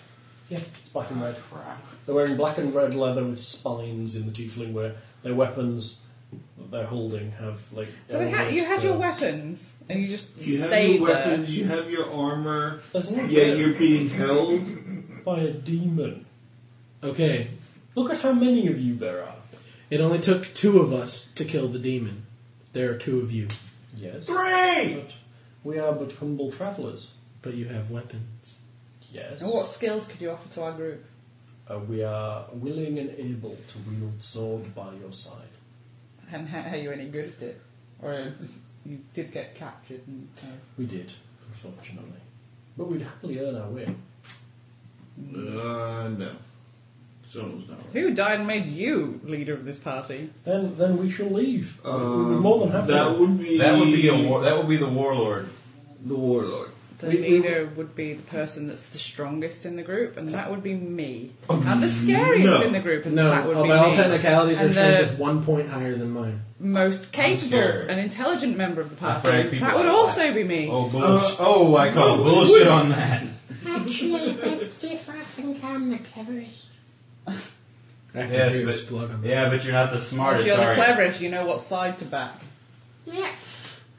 S3: Yeah, it's black and red.
S6: Crap.
S3: They're wearing black and red leather with spines in the tiefling where their weapons that they're holding have like.
S2: So they ha- you had your
S3: arrows.
S2: weapons and you just
S5: You have
S2: stayed
S5: your
S2: there.
S5: weapons. You have your armor.
S3: That's not
S5: Yeah,
S3: bad.
S5: you're being held.
S3: by a demon.
S4: Okay,
S3: Look at how many of you there are.
S4: it only took two of us to kill the demon. There are two of you,
S3: Yes.
S5: Three.
S3: But we are but humble travellers.
S4: but you have weapons.
S3: Yes.
S2: And what skills could you offer to our group?
S3: Uh, we are willing and able to wield sword by your side.
S2: And how are you any good at it? Or you did get captured and. Uh,
S3: We did, unfortunately. But we'd happily earn our way.
S5: Uh, no. Someone's not. Right.
S2: Who died and made you leader of this party?
S3: Then, then we shall leave. we would
S5: Um,
S3: more than happy.
S5: That would be.
S6: That would be a war. That would be the warlord.
S5: The warlord.
S2: The
S3: We- we-
S2: leader would be the person that's the strongest in the group, and that would be me. I'm the scariest
S5: no.
S2: in the group, and
S4: No,
S2: that would
S4: oh,
S2: be
S4: by all
S2: me.
S4: technicalities, your
S2: And
S4: strength
S2: the-
S4: is one point higher than mine.
S2: Most capable
S6: scared.
S2: and intelligent member of the
S6: I'm
S2: party.
S6: afraid people
S2: That would
S6: like
S2: also
S6: that.
S2: be me.
S6: Oh
S5: uh,
S6: bullshit! oh, I call
S5: no,
S6: bullshit
S5: wait.
S6: on that.
S7: Actually, if I think I'm the cleverest.
S4: I have
S6: Yes,
S4: to do
S6: but-
S4: this plug on that.
S6: Yeah, but you're not the
S2: if
S6: smartest.
S2: you're the
S6: are you?
S2: cleverest, you know what side to back.
S7: Yeah,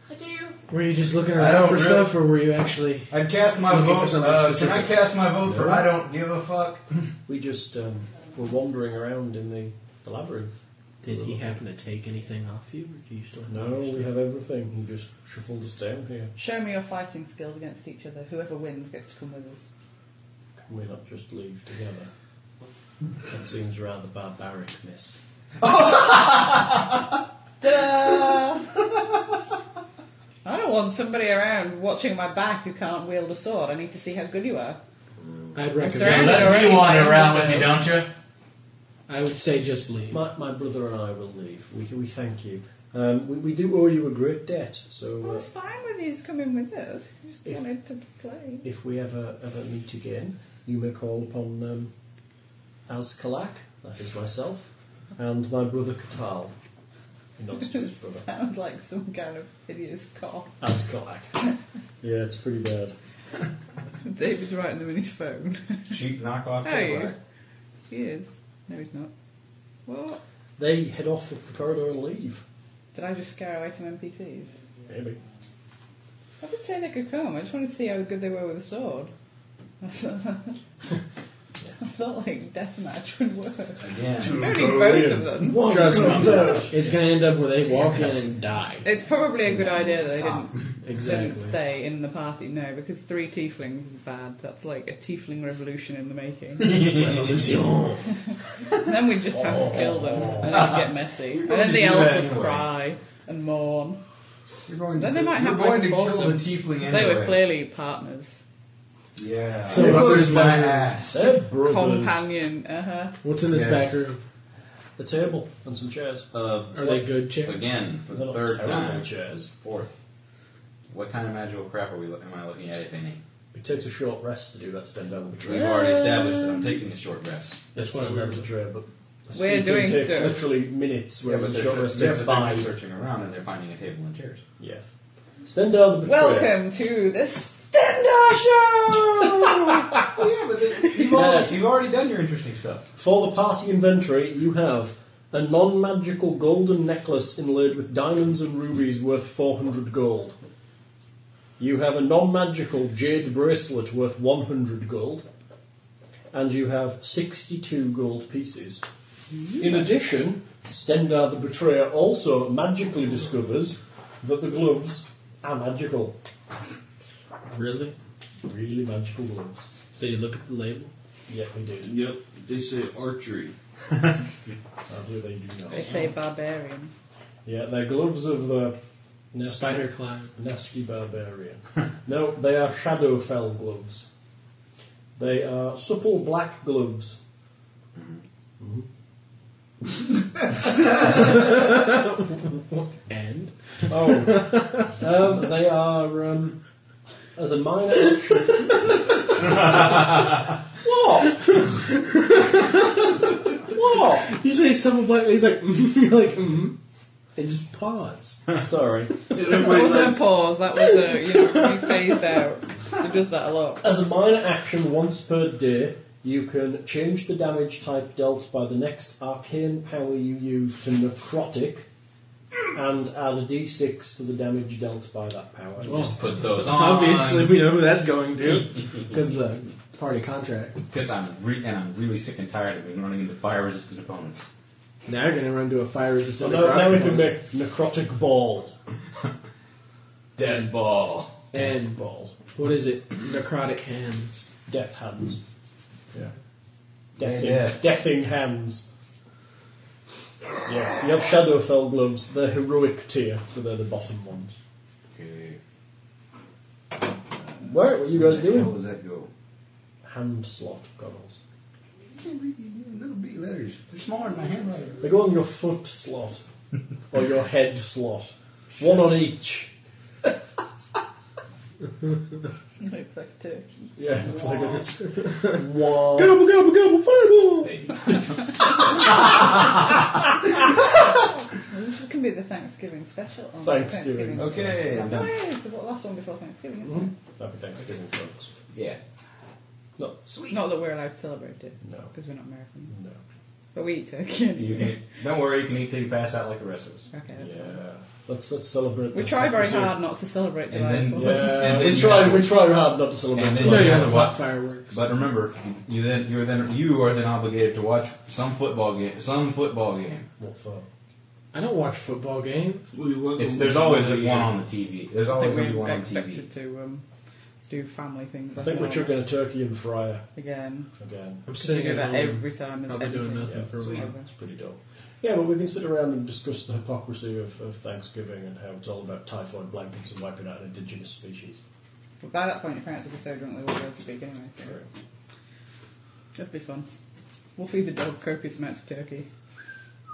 S7: I do.
S4: Were you just looking
S6: I don't
S4: around for
S6: really-
S4: stuff, or were you actually?
S6: I cast my
S4: Looking for
S6: vote.
S4: something
S6: uh, can I
S4: specific.
S6: cast my vote for I don't give a fuck?
S3: We just um, were wandering around in the, the labyrinth.
S4: Did he happen to take anything off you, or do you still have
S3: No,
S4: your
S3: we
S4: stuff?
S3: have everything. He just shuffled us down here.
S2: Show me your fighting skills against each other. Whoever wins gets to come with us.
S3: Can we not just leave together? That seems rather barbaric, miss.
S2: I don't want somebody around watching my back who can't wield a sword. I need to see how good you are.
S4: I'd
S6: You
S2: surrounded.
S4: recommend.
S6: let-
S2: already
S6: you wander
S2: by
S6: around with you, don't
S2: yourself.
S6: you?
S4: I would say just leave.
S3: My, my brother and I will leave. We, we thank you. Um, we, we do owe you a great debt, so
S2: Well,
S3: uh,
S2: it's fine with you coming with us. You just
S3: If-
S2: wanted to play.
S3: if we ever, ever meet again, you may call upon um, Azkalak, that is myself, and my brother Katal. He nods to his brother.
S2: Sounds like some kind of hideous cop.
S3: Azkalak. Yeah, it's pretty bad.
S2: David's writing them in his phone.
S6: Cheap knockoff.
S2: Hey.
S6: Cadillac.
S2: he is. No, he's not. What?
S3: They head off up the corridor and leave.
S2: Did I just scare away some NPCs?
S3: Maybe.
S2: I did say they could come. I just wanted to see how good they were with a sword. I thought like deathmatch would work.
S6: Again.
S2: We only both of them.
S4: Trust me, it's going to end up where they walk in and die.
S2: It's probably a good idea that they didn't, didn't
S4: Exactly.
S2: stay in the party. No, because three tieflings is bad. That's like a tiefling revolution in the making.
S4: Revolution.
S2: then we just have to kill them and then it get messy. And then the
S6: do
S2: elf
S6: that
S2: would
S6: anyway.
S2: cry and mourn.
S6: You're going
S2: Then they might
S6: you're
S2: have,
S6: going
S2: like,
S6: to kill the
S2: foursome.
S6: tiefling
S2: They
S6: anyway.
S2: were clearly partners.
S5: Yeah.
S12: So
S6: What's
S12: what's in
S6: in
S12: this
S6: my
S12: back room?
S6: ass?
S3: They're brothers.
S2: Companion. Uh huh.
S12: What's in this
S6: Yes.
S12: back room?
S3: The table and some chairs.
S6: Uh,
S12: Are they good chairs?
S6: again for
S3: They're not
S6: the third
S3: terrible
S6: time?
S3: chairs.
S6: Fourth. What kind of magical crap are we? Lo- am I looking at, if any?
S3: It takes a short rest to do that stand up.
S6: We've already established that I'm taking the short rest.
S3: That's
S12: That's
S3: why
S12: why
S3: I
S12: we're-
S3: remember the tray, but
S2: We're
S3: it
S2: doing
S3: takes
S2: stuff.
S3: literally minutes.
S6: Yeah,
S3: Whereas
S6: but
S3: the
S6: they're,
S3: short
S6: yeah,
S3: rest
S6: but they're
S3: takes
S6: just
S3: five.
S6: searching around and they're finding a table and chairs.
S3: Yeah. Stendhal the Betrayer.
S2: Welcome to the Stendar Show.
S6: Oh, yeah, but you've, already, you've already done your interesting stuff.
S3: For the party inventory, you have a non-magical golden necklace inlaid with diamonds and rubies worth 400 gold. You have a non-magical jade bracelet worth 100 gold. And you have 62 gold pieces. In addition, Stendar the Betrayer also magically discovers that the gloves are magical.
S12: Really?
S3: Really magical gloves.
S12: Did you look at the label?
S3: Yeah, we do.
S5: Yep. They say archery.
S3: Sadly, they do
S2: they
S3: not.
S2: say barbarian.
S3: Yeah, they're gloves of the...
S12: Spider climb.
S3: Nasty barbarian. no, they are Shadowfell gloves. They are supple black gloves.
S12: And?
S3: Oh, um, they are um, as a minor action. what? what?
S12: You say someone black, he's like, mm, you're like, mm. And just pause.
S3: Sorry.
S2: That wasn't a pause. That was a you know you phased out. It does that a lot.
S3: As a minor action once per day, you can change the damage type dealt by the next arcane power you use to necrotic and add a d6 to the damage dealt by that power.
S6: Just put those on.
S12: Obviously, we know who that's going to. Because the party contract.
S6: Because I'm re- and I'm really sick and tired of running into fire-resistant opponents.
S12: Now you're going to run into a fire
S3: So
S12: resistant.
S3: now, now we can make necrotic ball.
S6: Dead ball.
S12: And
S3: Ball.
S12: what is it? Necrotic hands.
S3: Death hands. Yeah.
S6: Yeah,
S3: Deathing,
S6: yeah.
S3: deathing hands. Yes, you have Shadowfell gloves. They're heroic tier, so they're the bottom ones.
S6: Okay.
S3: Where? What are you guys
S6: How
S3: doing?
S6: does that go?
S3: Hand slot goggles.
S6: can't read these little B letters. They're smaller than my handwriting.
S3: They go on your foot slot or your head slot. One on each.
S2: Looks like a turkey.
S3: Yeah, looks like a one.
S12: Gobble, gobble, gobble, fireball!
S2: This can be the Thanksgiving special. Oh, On
S3: Thanksgiving.
S6: Okay, I'm
S2: Oh,
S6: done.
S2: yeah, it's the last one before Thanksgiving, isn't
S3: That'd be Thanksgiving, folks.
S6: Yeah.
S3: No,
S2: it? Not that we're allowed to celebrate it
S3: no,
S2: because we're not American,
S3: no.
S2: but we eat turkey.
S6: You
S2: anyway.
S6: can. Don't worry. You can eat till you pass out like the rest of us.
S2: Okay, that's
S3: Yeah,
S2: fine.
S3: let's let's celebrate.
S2: We
S3: that.
S2: try very
S3: So-
S2: hard not to celebrate
S6: And
S2: July
S6: then-
S2: 4th.
S6: Yeah.
S3: Yeah,
S6: And then
S3: we try
S6: you-
S3: we try hard not to celebrate.
S6: and then
S3: July
S12: No, you
S6: Yeah,
S12: have to
S6: but-
S12: pop fireworks.
S6: But remember, you then you're then you are then obligated to watch some football game. Some football game.
S3: What for?
S12: I don't watch football games.
S5: We welcome-
S6: It's, there's always like one on the TV. There's
S2: I
S6: always going
S2: think
S6: to be
S2: we're
S6: one on
S2: expected
S6: TV.
S2: to um, do family things.
S3: I think we're
S2: like that
S3: chugging a turkey in the fryer
S2: again.
S3: again.
S12: I'm
S2: Because we
S12: sitting
S2: do
S12: at
S2: that
S12: home.
S2: every time. there's
S12: I'll be doing
S2: anything.
S12: nothing for a
S2: Sweet.
S12: while.
S3: It's pretty dull. Yeah, but we can sit around and discuss the hypocrisy of, of Thanksgiving and how it's all about typhoid blankets and wiping out an indigenous species.
S2: But by that point, your parents will be so drunk they won't be able to speak anyway. So it'll be fun. We'll feed the dog copious amounts of turkey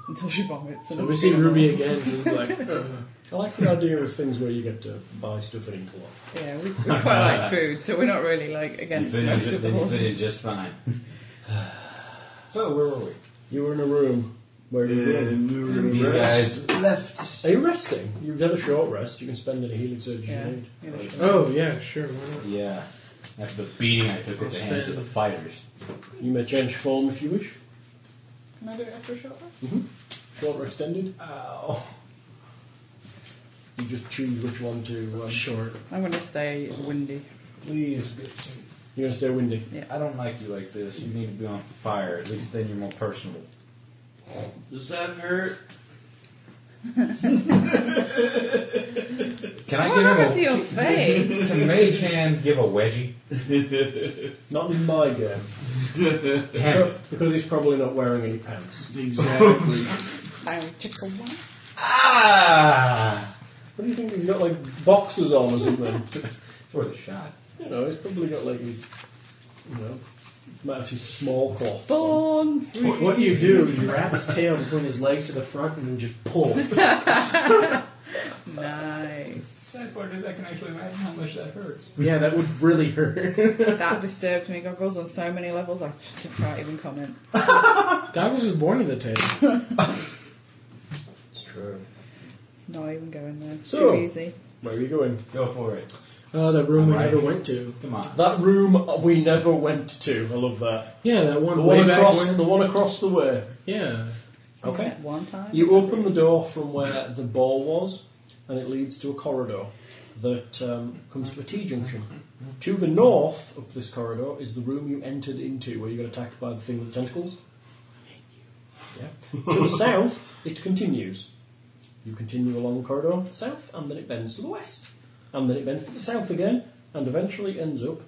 S2: until she vomits. and
S12: So we
S2: it'll
S12: see
S2: be
S12: Ruby
S2: normal.
S12: again, she's like, uh,
S3: I like the idea of things where you get to buy stuff and eat a lot.
S2: Yeah, we, we quite like food, so we're not really like
S6: You
S2: against
S6: fit in,
S2: most
S6: ju-
S2: of the
S6: then you
S2: whole
S6: fit in just fine. so where were we?
S3: You were in a room where you were.
S5: And we were gonna
S6: These
S5: rest.
S6: guys left.
S3: Are you resting? You've had a short rest. You can spend any healing surge
S2: Yeah.
S3: you need.
S2: you know,
S12: oh, yeah, sure, why not?
S6: Yeah. After the beating I took at the hands of the fighters.
S3: You may change form if you wish.
S2: Can I do it after a short rest?
S3: Short or extended.
S6: Ow.
S3: You just choose which one to. Um,
S12: Short.
S2: I'm going to stay windy.
S6: Please.
S3: you're going to stay windy.
S6: I don't like you like this. You need to be on fire. At least then you're more personable.
S5: Does that hurt?
S6: Can I
S2: what happened
S6: give
S2: to
S6: him
S2: your face?
S6: a can Mage Hand give a wedgie?
S3: Not in my game.
S6: Damn it.
S3: Because he's probably not wearing any pants.
S5: Exactly.
S2: I was tickled one.
S6: Ah!
S3: What do you think he's got like boxes on or something?
S6: It's worth a shot.
S3: You know, he's probably got like his, you know, might have his small cloth. on.
S2: Born free.
S4: What, what you do is you wrap his tail between his legs to the front and then just pull.
S2: Nice.
S13: Sad part is I can actually imagine how much that hurts.
S4: yeah, that would really hurt.
S2: That disturbs me. Goggles on so many levels. I can't even comment.
S4: Douglas was born with a tail.
S3: It's true.
S2: Not even going there. It's
S3: So-
S2: Too easy.
S3: Where are you going?
S6: Go for it.
S12: Oh,
S4: Uh, that room we
S6: Right.
S4: never went to.
S6: Come on.
S3: That room we never went to. I love that.
S4: Yeah, that
S3: The
S4: one way
S3: one
S4: back
S3: across.
S4: when-
S3: The one across the way.
S4: Yeah.
S3: Okay.
S2: At one time.
S3: You open the door from where the ball was, and it leads to a corridor that um, comes to a T junction. To the north of this corridor is the room you entered into where you got attacked by the thing with the tentacles. Yeah. to the south, it continues. You continue along the corridor to the south, and then it bends to the west, and then it bends to the south again, and eventually ends up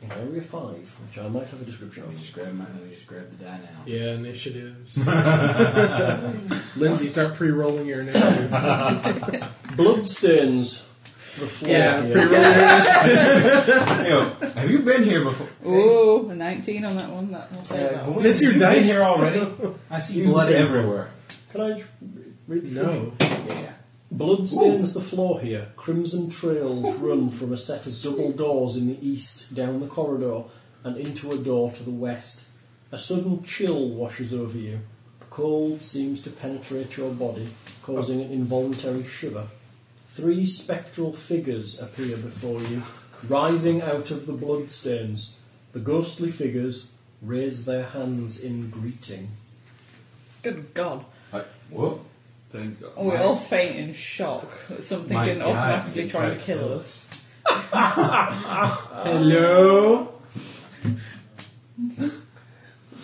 S3: in Area 5, which I might have a description
S6: Let me
S3: of.
S6: just grab my. Let me just grab the die now.
S4: Yeah, initiatives. Lindsay, start pre-rolling your initiative.
S3: Bloodstains. The floor
S4: yeah,
S3: here.
S4: pre-rolling your initiative.
S6: Yo, have you been here before?
S2: Ooh, a 19 on that one. That, I'll
S13: Uh,
S2: say that one.
S6: That's your dice here already. I see
S3: Use
S6: blood
S3: the big
S6: everywhere.
S3: Can I just re- read the
S4: No.
S6: Yeah.
S3: Blood stains the floor here. Crimson trails run from a set of double doors in the east, down the corridor, and into a door to the west. A sudden chill washes over you. Cold seems to penetrate your body, causing an involuntary shiver. Three spectral figures appear before you, rising out of the bloodstains. The ghostly figures raise their hands in greeting.
S2: Good God.
S6: Uh, whoop.
S5: Thank God.
S2: We all faint in shock that something
S6: My
S2: can
S6: God,
S2: automatically
S6: they
S2: try
S6: tried
S2: to
S6: to
S2: kill
S6: kill
S2: us.
S4: Hello.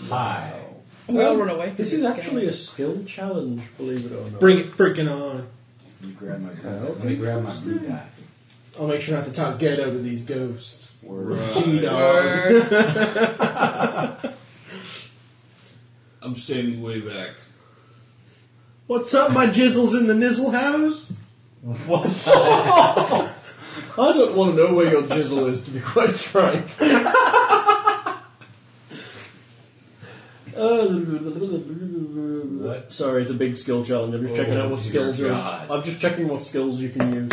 S6: Hi.
S2: We all run away. from
S3: This is
S2: game.
S3: actually a skill challenge, believe it or not.
S4: Bring it freaking on.
S6: Let me grab my. Let me grab my blue die.
S4: I'll make sure not to talk ghetto to these ghosts.
S6: Word.
S4: G-dog.
S2: Word.
S5: I'm standing way back.
S4: What's up, my jizzles in the nizzle house?
S3: I don't want to know where your jizzle is, to be quite frank.
S6: What?
S3: Sorry, it's a big skill challenge. I'm just
S6: Oh,
S3: checking out what
S6: dear
S3: skills are.
S6: God.
S3: I'm just checking what skills you can use.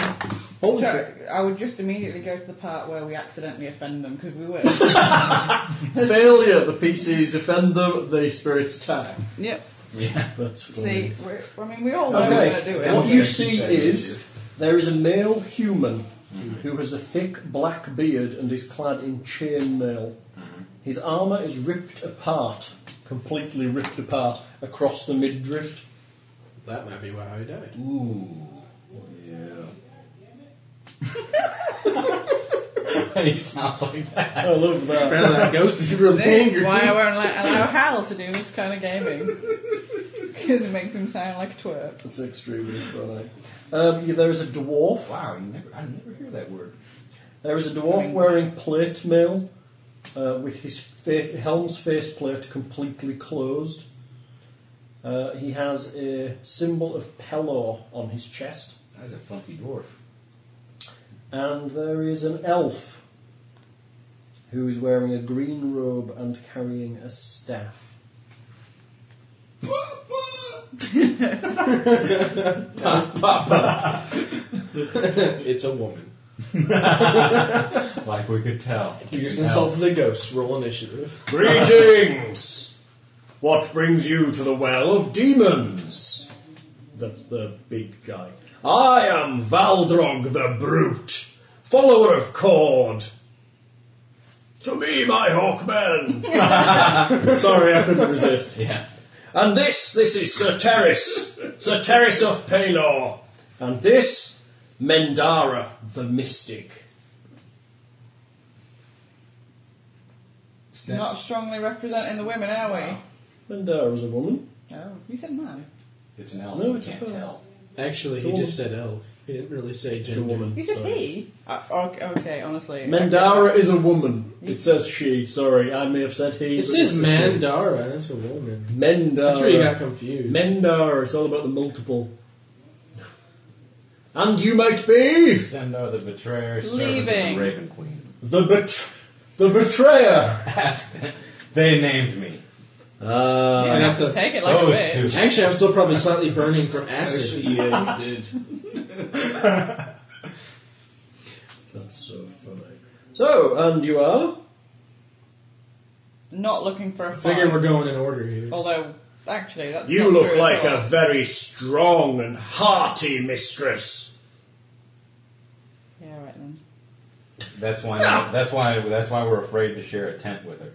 S4: Holy crap.
S2: So, I would just immediately go to the part where we accidentally offend them because we will.
S3: Failure. The PCs offend them. The spirits attack.
S2: yep.
S6: Yeah.
S3: That's
S2: See, we're, I mean, we all know we're going to do
S3: Okay.
S2: it.
S3: What you see is there is a male human who has a thick black beard and is clad in chainmail. His armour is ripped apart, completely ripped apart across the midriff.
S4: That might be why I died.
S6: Ooh. Yeah. he sounds like that.
S3: I love that.
S4: Apparently that ghost is really
S2: This is
S4: angry.
S2: why I won't let, allow Hal to do this kind of gaming. Because it makes him sound like a twerp.
S3: It's extremely funny. Um, yeah, there is a dwarf.
S6: Wow. You never. I never hear that word.
S3: There is a dwarf wearing plate mail, uh, with his fa- helm's faceplate completely closed. Uh, he has a symbol of Pelor on his chest.
S6: That's a funky dwarf.
S3: And there is an elf who is wearing a green robe and carrying a staff.
S4: it's a woman.
S6: Like we could tell.
S4: You just insulted the ghost. Roll initiative.
S3: Greetings! What brings you to the Well of Demons? That's the big guy. I am Valdrog the Brute, follower of Cord. To me, my Hawkman! Sorry, I couldn't resist.
S6: Yeah.
S3: And this, this is Sir Terris, Sir Terris of Pelor. And this, Mendara the Mystic.
S6: Snap.
S2: Not strongly representing the women, are we?
S3: Mendara's a woman.
S2: Oh, you said man.
S6: It's an elf.
S3: No,
S6: No,
S3: it's
S6: it's can't
S3: a-
S6: tell.
S4: Actually, he just said elf. He didn't really say gender.
S3: It's a woman.
S2: You said
S3: sorry.
S2: he. Uh, okay, okay, honestly.
S3: Mandara is a woman. It says she. Sorry, I may have said he.
S4: It
S3: but
S4: says
S3: it's a
S4: Mandara. That's a woman.
S3: she. Mendara.
S4: That's where you got confused.
S3: Mendara. It's all about the multiple. And you might be.
S6: Send out the betrayer servant of
S2: Leaving.
S6: the Raven Queen.
S12: The betr- the betrayer.
S6: they named me.
S3: Ah,
S2: You
S4: I'd
S2: don't
S4: have
S2: have
S4: to-
S2: to take it like a
S6: those
S2: witch.
S6: two.
S4: Actually, I'm still probably slightly burning from acid.
S5: Actually, yeah, you did.
S12: That's so funny. So, and you are?
S2: Not looking for a
S4: I figure we're
S2: fight.
S4: going in order here.
S2: Although, actually, that's
S3: You
S2: not
S3: look
S2: true
S3: like
S2: at
S3: a
S2: all.
S3: very strong and hearty mistress.
S2: Yeah, right then.
S6: That's why. That's why. That's why we're afraid to share a tent with her.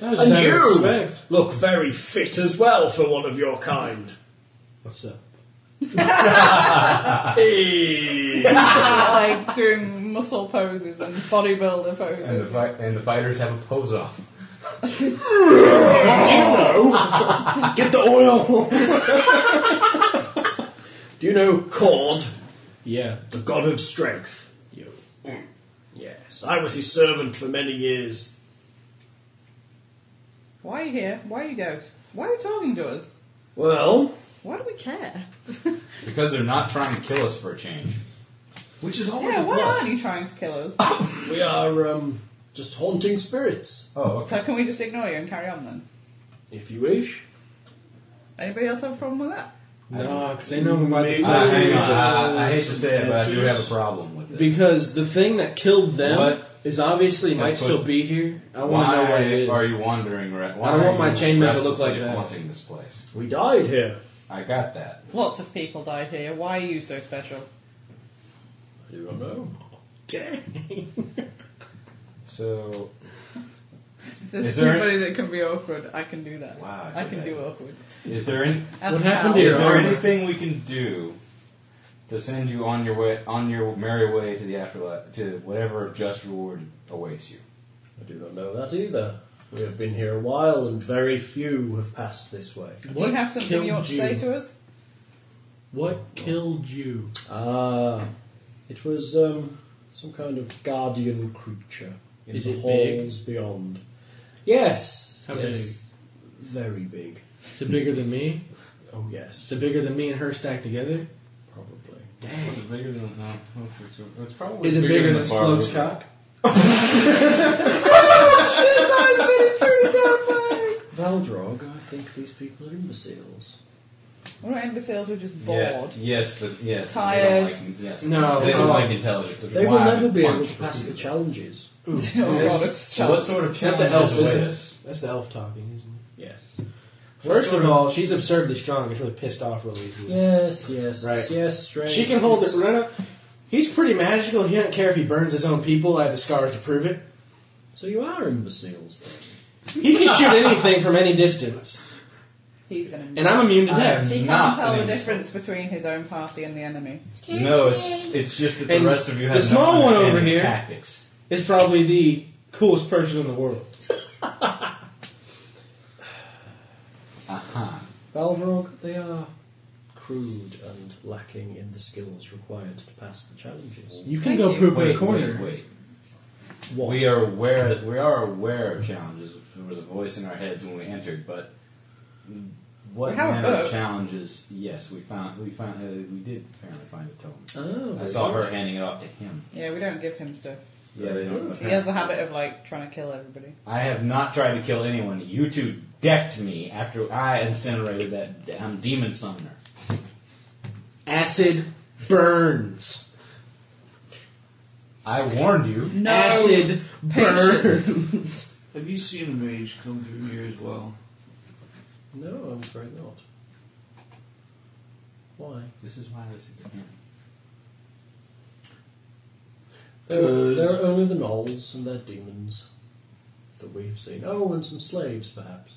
S4: That
S3: And
S4: out of
S3: you
S4: respect.
S3: look very fit as well for one of your kind.
S4: What's up?
S3: Hey.
S2: like doing muscle poses and bodybuilder poses.
S6: And the fight. And the fighters have a pose off.
S12: Get the oil!
S3: Do you know Cord,
S12: yeah.
S3: the god of strength?
S12: You. Yes.
S3: I was his servant for many years.
S2: Why are you here? Why are you ghosts? Why are you talking to us?
S12: Well,
S2: Why do we care?
S6: Because they're not trying to kill us for a change.
S5: Which is always
S2: yeah,
S5: a
S2: why
S5: plus.
S2: are you trying to kill us?
S12: we are um, just haunting spirits.
S6: Oh, okay.
S2: so can we just ignore you and carry on then?
S12: If you wish.
S2: Anybody else have a problem with that?
S4: No, because they know about this
S5: Maybe-
S6: Uh,
S4: place.
S6: hang on.
S5: Maybe-
S6: I, I
S4: Oh,
S6: hate to say it, but I do have a problem with this.
S4: Because the thing that killed them is
S6: What?
S4: obviously might
S6: That's
S4: still
S6: what-
S4: be here. I want to know what it
S6: Why
S4: is.
S6: are you wandering around? Why
S4: I don't
S6: are
S4: want my
S6: you
S4: chainmail to look like
S6: restlessly
S4: that.
S6: Haunting this place.
S3: We died here.
S6: I got that.
S2: Lots of people died here. Why are you so special?
S12: You don't know.
S6: So
S2: If there's
S6: Is there any-
S2: somebody that can be awkward, I can do that.
S6: Wow,
S2: I can
S6: okay.
S2: do awkward.
S6: Is there any,
S2: Ask
S4: What happened
S2: Al.
S4: here?
S6: is there
S4: armor.
S6: anything we can do to send you on your way on your merry way to the afterlife to whatever just reward awaits you?
S12: I do not know that either. We have been here a while and very few have passed this way.
S2: Do you have something you want to say to us?
S4: What killed you?
S12: Ah, it was um, some kind of guardian creature in
S4: Is
S12: the
S4: it big?
S12: halls beyond. Yes.
S4: How
S12: yes.
S4: big?
S12: Very big.
S4: Is it bigger than me?
S12: Oh yes,
S4: Is it bigger than me and her stacked together?
S12: probably.
S6: Was it bigger than? No, it's probably.
S4: Is it bigger than
S6: the bar
S4: Splug's
S6: over.
S4: cock?
S12: Valdrog, I think these people are imbeciles.
S2: What about imbeciles who are just bored? Oh,
S6: Yeah, yes, but yes.
S2: Tired.
S6: They don't like, yes.
S4: No,
S6: They don't
S4: no.
S6: like intelligence. which is
S12: They will
S6: why I
S12: never be able
S6: punch
S12: to pass
S6: repeatedly.
S12: the challenges.
S2: Oh, God, it's
S6: So what sort of
S4: Is that
S6: challenge
S4: the elf,
S6: is
S4: isn't
S6: this?
S4: That's the elf talking, isn't it?
S12: Yes.
S4: First of all, she's absurdly strong. Gets really pissed off really easily.
S12: Yes, yes,
S4: Right.
S12: yes. Strength.
S4: She can hold it. Renna, he's pretty magical. He doesn't care if he burns his own people. I have the scars to prove it.
S12: So you are imbeciles.
S4: He can shoot anything from any distance,
S2: He's an imbecile.
S4: and I'm immune to death.
S2: He can't
S6: not
S2: tell
S6: an
S2: the
S6: imbecile.
S2: difference between his own party and the enemy.
S6: No, it's it's just that the
S4: And
S6: rest of you
S4: the
S6: have
S4: small
S6: no
S4: one over
S6: understanding of
S4: here-
S6: tactics.
S4: Is probably the coolest person in the world.
S6: Uh huh.
S12: Valrog, they are crude and lacking in the skills required to pass the challenges.
S4: You can
S2: Thank
S4: go
S2: you.
S4: poop in
S6: Wait,
S4: a corner.
S6: wait, wait.
S12: What?
S6: We are aware. We are aware of challenges. There was a voice in our heads when we entered, but what
S2: We have a
S6: manner of
S2: book.
S6: challenges? Yes, we found. We found. Uh, we did apparently find a tome.
S12: Oh,
S6: I saw her handing it off to him.
S2: Yeah, we don't give him stuff.
S6: Yeah, they don't.
S2: He has the habit of like trying to kill everybody.
S6: I have not tried to kill anyone. You two decked me after I incinerated that damn demon summoner.
S4: Acid burns.
S6: I warned you.
S2: No.
S4: Acid
S2: Patience.
S4: burns.
S5: Have you seen a mage come through here as well?
S12: No, I'm afraid not. Why?
S6: This is why this is the camera.
S12: They're, they're only the gnolls and their demons that we have seen. Oh, and some slaves, perhaps.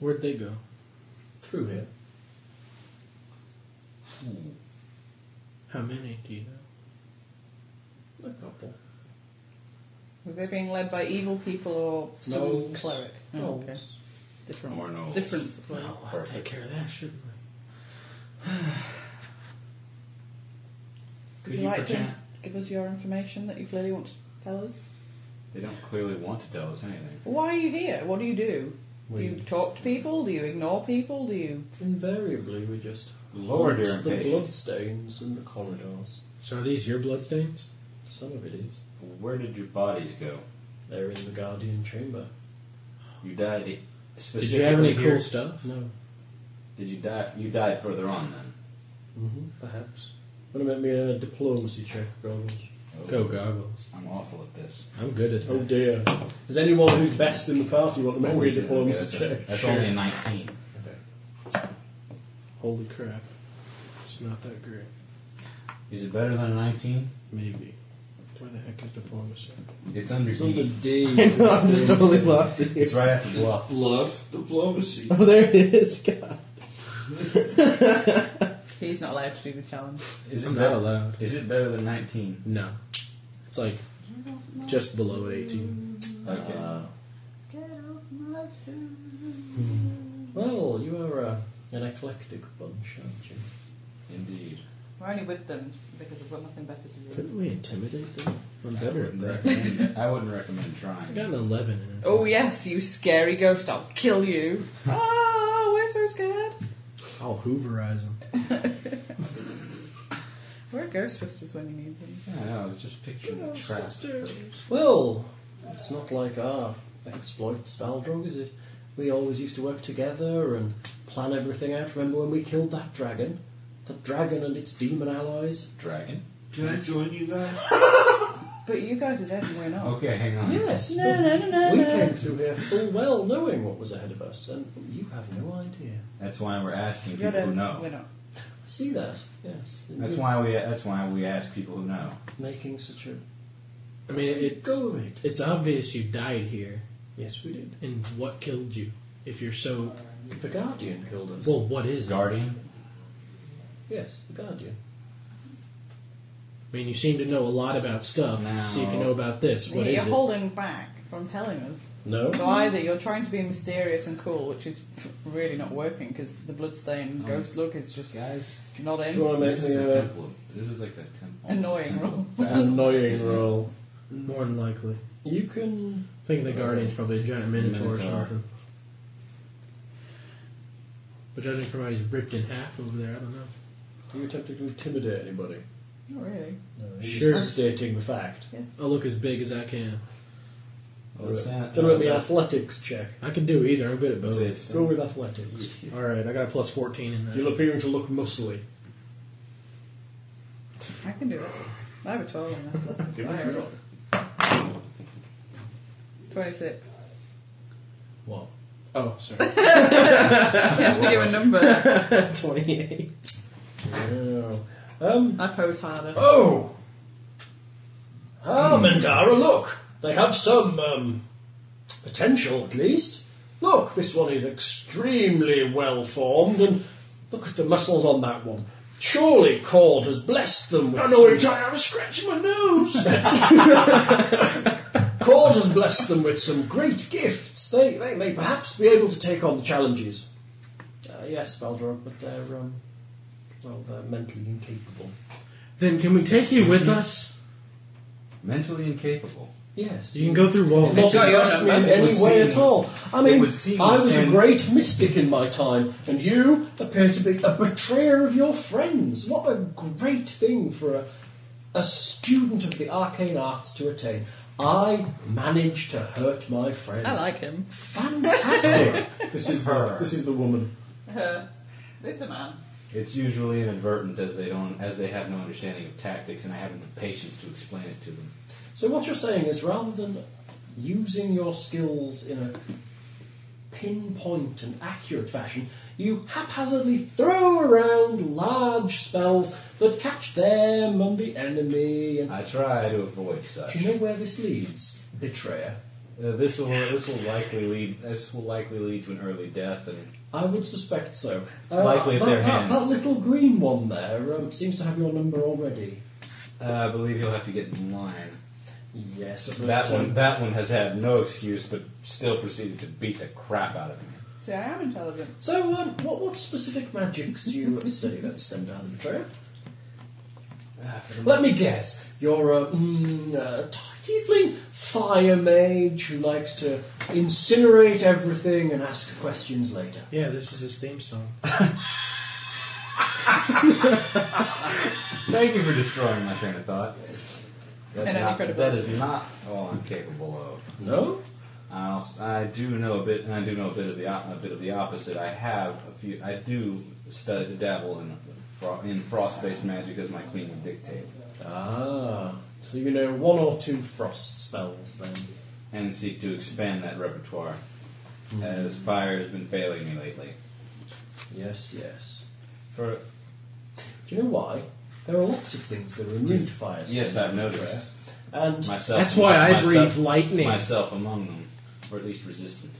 S4: Where'd they go?
S12: Through here.
S4: How many do you know?
S12: A couple.
S2: Were they being led by evil people or some
S12: Gnolls.
S2: cleric? Oh,
S12: Gnolls.
S2: okay. Different.
S6: Or gnolls.
S2: Different sort of-
S4: I'll take care of that, shouldn't I?
S2: Would you, like to give us your information that you clearly want to tell us?
S6: They don't clearly want to tell us anything.
S2: Why are you here? What do you do? Do you
S12: We-
S2: talk to people? Do you ignore people? Do you?
S12: Invariably, we just
S6: Lord,
S12: haunt
S6: you're
S12: the
S6: impatient.
S12: bloodstains in the corridors.
S4: So are these your bloodstains?
S12: Some of it is.
S6: Where did your bodies go?
S12: They're in the Guardian Chamber.
S6: You died i-
S4: Did
S6: specifically
S4: you have any
S6: here?
S4: cool stuff?
S12: No.
S6: Did you die? You died further on then.
S12: Mm-hmm. Perhaps. Wanna make me a diplomacy check, goggles?
S6: Oh,
S4: Go goggles.
S6: I'm awful at this.
S4: I'm good at
S12: Oh
S4: that.
S12: dear. Is anyone who's best in the party want to make me a
S6: Okay, that's
S12: diplomacy
S6: a-
S12: check?
S6: that's only a 19.
S4: Holy crap. It's not that great.
S6: Is it better than a 19?
S4: Maybe. Where the heck is diplomacy?
S6: It's under
S12: It's on the
S6: D.
S12: D.
S14: I'm just totally lost it here.
S6: It's right after bluff.
S5: Bluff diplomacy.
S14: Oh, there it is. God.
S2: He's not allowed to do the challenge.
S6: Is it
S4: I'm
S6: better?
S4: not allowed.
S6: Is it better than 19?
S4: No. It's like just below 18.
S6: Okay.
S12: Well, you are uh, an eclectic bunch, aren't you?
S6: Indeed.
S2: We're only with them because we've got nothing better to do.
S4: Couldn't we intimidate them? I'm better at that.
S6: Recommend it. I wouldn't recommend
S4: I
S6: trying.
S4: got an 11. and it's
S2: Oh
S4: like,
S2: yes, you scary ghost! I'll kill you. Oh, we're so scared.
S4: I'll hooverize them.
S2: We're Ghostbusters when you need them.
S6: Yeah, I know. It's just picturing a trap.
S12: Well, it's not like our exploit Spaldrog, is it? We always used to work together and plan everything out. Remember when we killed that dragon? That dragon and its demon allies?
S6: Dragon?
S5: Can I join you guys?
S2: But you guys are dead and we're not.
S6: Okay, hang on.
S12: Yes. No, no, no, no. We came through here full well knowing what was ahead of us, and you have no idea.
S6: That's why we're asking
S2: You're
S6: people
S2: dead.
S6: who
S2: We're
S6: know.
S2: not.
S12: I see that, yes. in
S6: That's
S12: you
S6: why we. That's why we ask people who know.
S12: Making such a
S4: I mean, it's,
S12: go of it.
S4: it's obvious you died here.
S12: Yes, we did.
S4: And what killed you? If you're so.
S12: Uh, The Guardian killed us.
S4: Well, what is it? I
S6: Guardian.
S12: yes, the Guardian.
S4: mean, you seem to know a lot about stuff.
S6: Now-
S4: See if you know about this. What
S2: Yeah,
S4: is
S2: you're
S4: it?
S2: holding back from telling us.
S12: No?
S2: So either you're trying to be mysterious and cool, which is really not working because the bloodstain ghost look is just
S6: Guys,
S2: not
S12: Do you
S2: in.
S12: want to make
S6: this is
S12: me
S6: a
S12: a
S6: temple. of- This is like a temple.
S2: Annoying role.
S12: annoying roll?
S4: More than likely.
S12: You can
S4: I think the Guardian's probably a giant minotaur, or
S6: Minotaur.
S4: something. But judging from how he's ripped in half over there, I don't know.
S12: you attempt to intimidate anybody.
S2: Not really.
S12: No,
S4: Sure.
S12: stating the fact.
S4: I'll look as big as I can.
S6: Well, it's not-
S12: Gonna make me an athletics check.
S4: I can do either. I'm good at
S6: It's-
S4: both.
S6: it's-
S12: Go with athletics.
S4: All right, I got a plus 14 in that.
S12: You're appearing to look muscly.
S2: I can do it. I have a 12 on that. so-
S12: Give it a shot.
S2: 26.
S4: What? Oh, sorry.
S2: You have to give a number.
S14: 28.
S12: No. Um.
S2: I pose harder.
S12: Oh. Ah, Mandara, look. They have some um, potential, at least. Look, this one is extremely well formed, and look at the muscles on that one. Surely Cord has blessed them with. I know what I was scratching my nose. Cord has blessed them with some great gifts. They, they may perhaps be able to take on the challenges. Uh, yes, Valdorog, but they're um, well, they're mentally incapable.
S4: then can we take you with us?
S6: mentally incapable.
S12: Yes.
S4: You can go through walls.
S12: Not
S2: got your
S12: impressed me in
S2: number.
S6: It would
S12: any way
S6: seem-
S12: at all. I
S6: it
S12: mean,
S6: would seem
S12: I was a
S6: and-
S12: great mystic in my time, and you appear to be a betrayer of your friends. What a great thing for a, a student of the arcane arts to attain. I managed to hurt my friends.
S2: I like him.
S12: Fantastic.
S3: This is the
S6: Her.
S3: this is the woman.
S2: Her. It's a man.
S6: It's usually inadvertent, as they don't, as they have no understanding of tactics, and I haven't the patience to explain it to them.
S12: so what you're saying is, rather than using your skills in a pinpoint and accurate fashion, you haphazardly throw around large spells that catch them and the enemy. And
S6: I try to avoid such.
S12: do you know where this leads? Betrayer.
S6: Uh, this will this will likely lead this will likely lead to an early death and
S12: I would suspect so. Uh,
S6: Likely if
S12: that,
S6: they're
S12: that,
S6: hands.
S12: that little green one there um, seems to have your number already.
S6: uh, I believe you'll have to get in line.
S12: Yes,
S6: That
S12: but, um,
S6: one that one has had no excuse but still proceeded to beat the crap out of me.
S2: See, I am intelligent.
S12: So, um, what, what specific magics do you study that stem down the betrayer? Let me guess. You're a, mm, a tiefling fire mage who likes to incinerate everything and ask questions later.
S4: Yeah, this is his theme song.
S6: Thank you for destroying my train of thought. That's
S2: And I'm
S6: not,
S2: incredible.
S6: that is not all I'm capable of.
S12: No?
S6: I also, I do know a bit, and I do know a bit of the op- a bit of the opposite. I have a few. I do study, dabble in fro- in frost-based magic as my queen would dictate, uh,
S12: Ah. So you know one or two frost spells then.
S6: and seek to expand that repertoire. As fire has been failing me lately.
S12: Yes, yes.
S6: For
S12: Do you know why? There are lots of things that are immune to fire.
S6: yes,
S12: so-
S6: I've noticed
S12: And
S6: myself.
S4: That's why I
S6: myself-
S4: breathe lightning.
S6: Myself among them, or at least resistant.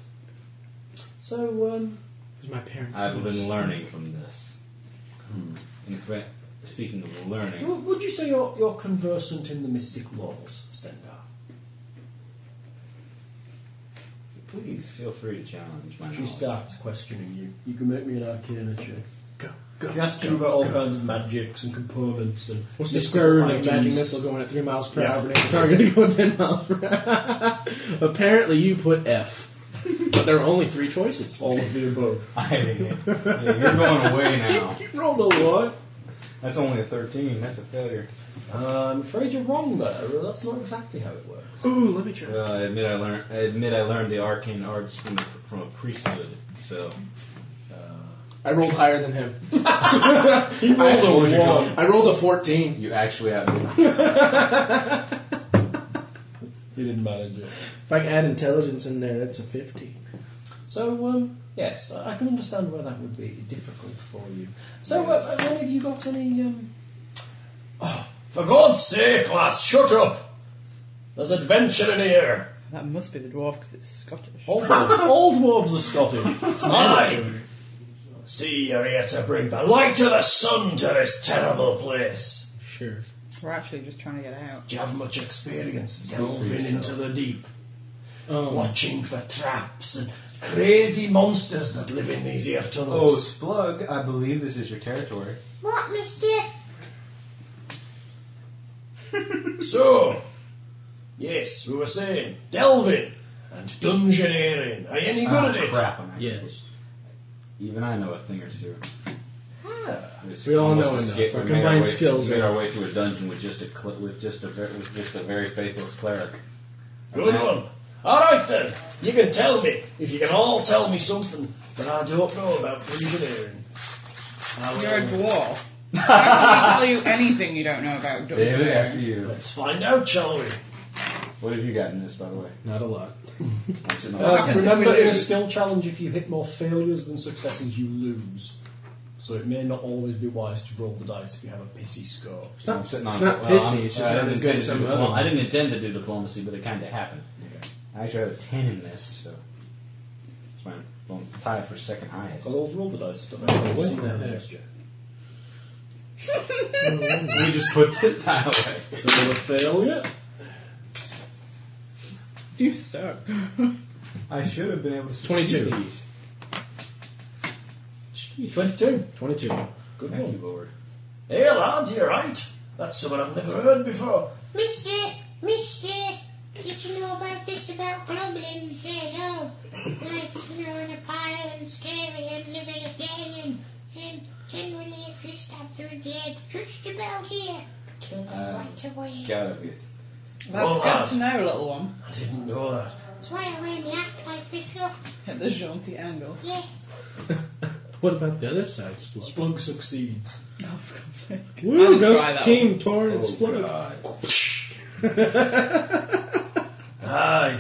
S12: so, um,
S4: Because my parents.
S6: I've been learning from this. In fact, speaking of
S12: w-
S6: learning,
S12: would you say you're, you're conversant in the mystic laws, Stendar?
S6: please feel free to challenge my
S12: She
S6: knowledge.
S12: starts questioning you. You can make me an arcana check.
S4: Go, go.
S12: She asks you about all kinds of magics and components and
S4: What's the
S12: mystical
S4: square root of a
S12: items.
S4: magic missile going at 3 miles per
S12: Yeah.
S4: hour and a target going 10 miles per hour? Apparently, you put F. But there are only three choices.
S12: All of the above.
S6: I Yeah, you're going away now.
S12: You rolled a what?
S6: That's only a 13. That's a failure.
S12: I'm afraid you're wrong there. That's not exactly how it works.
S4: Ooh, let me try.
S6: Well, Uh, I admit I learned. I admit I learned the arcane arts from a, from a priesthood. So
S4: I rolled higher than him.
S12: You
S6: I told
S12: rolled
S6: you
S12: a
S6: so.
S12: one.
S4: I rolled a 14.
S6: you actually have.
S12: You didn't manage it.
S4: If I can add intelligence in there, that's a 50.
S12: So, um, yes, I I can understand why that would be difficult for you. So, uh, uh, when have you got any. Um... Oh, for God's sake, lass, shut up! There's adventure in here!
S2: That must be the dwarf because it's Scottish.
S12: All dwarves, all dwarves are Scottish. I see you're here to bring the light of the sun to this terrible place.
S4: Sure.
S2: We're actually just trying to get out.
S12: Do you have much experience delving into the deep? Oh. Watching for traps and crazy monsters that live in these here
S6: Oh,
S12: tunnels.
S6: Splug! I believe this is your territory.
S7: What, mister?
S12: Oh, So, yes, we were saying delving and dungeoneering. Are you any good
S6: Ah,
S12: at it?
S6: crap! I'm
S4: Yes.
S6: Even I know a thing or two.
S4: We all know
S6: Almost
S4: enough.
S6: escaped-
S4: Our
S6: we made
S4: combined
S6: way-
S4: skills
S6: We made
S4: are-
S6: our way through a dungeon with just a cl- with just a ver- with just a very faithless cleric.
S12: Good one. All right then. You can tell me if you can all tell me something that I don't know about engineering. I will.
S2: You're a dwarf. I can't tell you anything you don't know about Dr.
S6: David,
S2: Bone.
S6: after you.
S12: Let's find out, shall we?
S6: What have you gotten this, by the way?
S4: Not a lot.
S6: I'm sitting on-
S2: Uh, remember, in a
S12: skill challenge, if you hit more failures than successes, you lose. So it may not always be wise to roll the dice if you have a pissy score.
S4: It's not,
S6: I'm sitting on
S4: it's not
S6: well, I'm-
S4: pissy, it's just
S6: I
S4: not
S6: didn't
S4: as good
S6: intend
S4: as
S6: to
S4: some
S6: do
S4: other
S6: diplom- I
S4: ones.
S6: didn't intend to do diplomacy, but it kind of happened. I actually had a 10 in this, so. It's my well, I'm tied for second highest.
S4: Oh.
S12: I'll always roll the dice. Don't
S4: What the heck?
S6: Let me just put this tie away.
S12: So a failure.
S2: You suck.
S6: I should have been able to.
S4: 22.
S6: These.
S12: Gee, Twenty-two.
S4: 22.
S12: Good
S6: Thank you,
S12: one.
S6: Lord.
S12: Hey lad, you're right. That's something I've never heard before.
S7: Mister, mister, did you know about this about goblins? There's all, oh, like, you know, in a pile and scary and live in a den and, and generally if you stab through the head, just about here, kill them
S6: Uh,
S7: right away.
S6: Gotta be.
S2: That's
S12: Well,
S2: good
S12: uh,
S2: to know, little one.
S12: I didn't know that.
S7: That's why I wear my act like this, look.
S2: At the jaunty angle.
S7: Yeah,
S4: What about the other side, Splug?
S12: Splunk succeeds.
S2: Oh, for God's sake. I
S4: Woo,
S2: didn't
S4: goes
S2: try that
S4: team torn and
S6: Oh,
S4: Splug.
S6: God.
S12: Aye.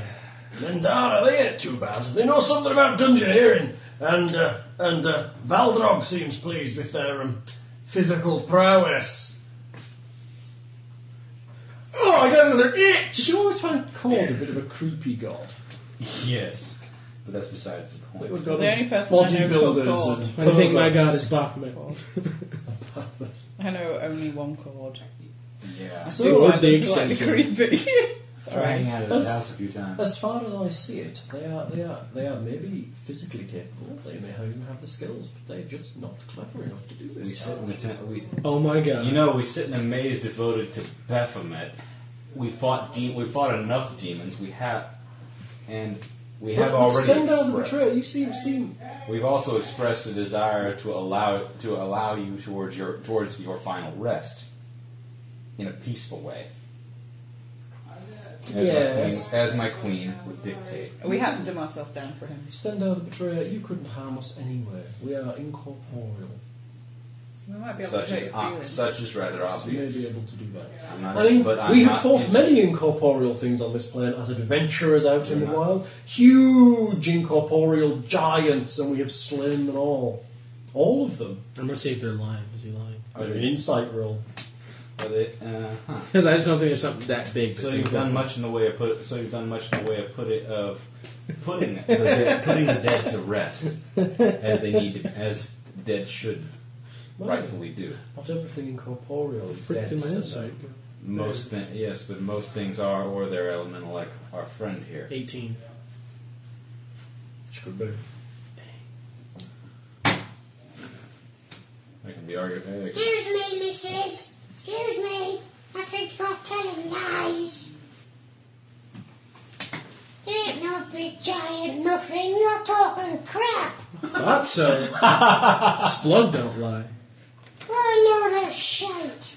S12: Lindara, they ain't too bad. They know something about dungeoneering, and uh, and uh, Valdrog seems pleased with their um, physical prowess.
S4: Oh, I got another itch!
S12: Did you always find Korg a bit of a creepy god?
S6: Yes. But that's besides the
S12: It
S6: point.
S12: would go
S2: The
S12: to
S2: only person I know
S12: bodybuilders
S2: called
S12: and
S4: I think my
S12: perverts.
S4: Oh, god is Bachman.
S2: I know only one chord.
S6: Yeah.
S12: So,
S4: Dude, what
S2: I
S4: the
S2: just like
S4: extension?
S2: creepy.
S6: Trying out of this
S12: That's-
S6: house a few times.
S12: As far as I see it, they are they are they are maybe physically capable. They may even have the skills, but they're just not clever enough to do
S6: We
S12: this.
S6: sit in the tent. We,
S4: Oh my god.
S6: You know, we sit in a maze devoted to Baphomet. We fought de- we fought enough demons. We have, and We have
S12: Look,
S6: already
S12: Stand down the
S6: expre-
S12: betrayer. You seem seem
S6: We've also expressed a desire to allow to allow you towards your towards your final rest in a peaceful way. As
S12: Yes.
S6: my queen, as my queen would dictate.
S2: We had to dim ourselves down for him.
S12: stand down the betrayer. You couldn't harm us anywhere. We are incorporeal.
S2: We might be able
S6: Such
S2: to take
S6: is
S2: it
S6: ob- such is rather
S12: So you may
S6: obvious.
S12: be able to do that.
S6: I'm not,
S12: I mean,
S6: but I'm
S12: we have
S6: not
S12: fought
S6: in-
S12: many incorporeal things on this planet as adventurers out in the wild. Huge incorporeal giants, and we have slain them all. All of them.
S4: I'm gonna see if they're lying. Is he lying?
S12: I mean, an insight roll.
S6: but it- uh, huh.
S4: Because I just don't think there's something that big.
S6: So
S4: that's
S6: you've done
S4: important.
S6: much in the way of put. So you've done much in the way of put it of putting the dead, putting the dead to rest as they need to, as the dead should
S12: Well,
S6: rightfully do.
S12: Not everything incorporeal is
S4: Freaked
S12: dead.
S4: in my
S12: so-
S4: insight.
S6: Most thi- yes, but most things are or they're elemental, like our friend here.
S4: 18.
S12: Which could be.
S6: I can be argued. hey,
S7: Excuse me, missus. Excuse me. I think you're telling lies. You ain't no big giant nothing. You're talking crap.
S4: Thought so. Splug don't lie.
S7: What a load of shite.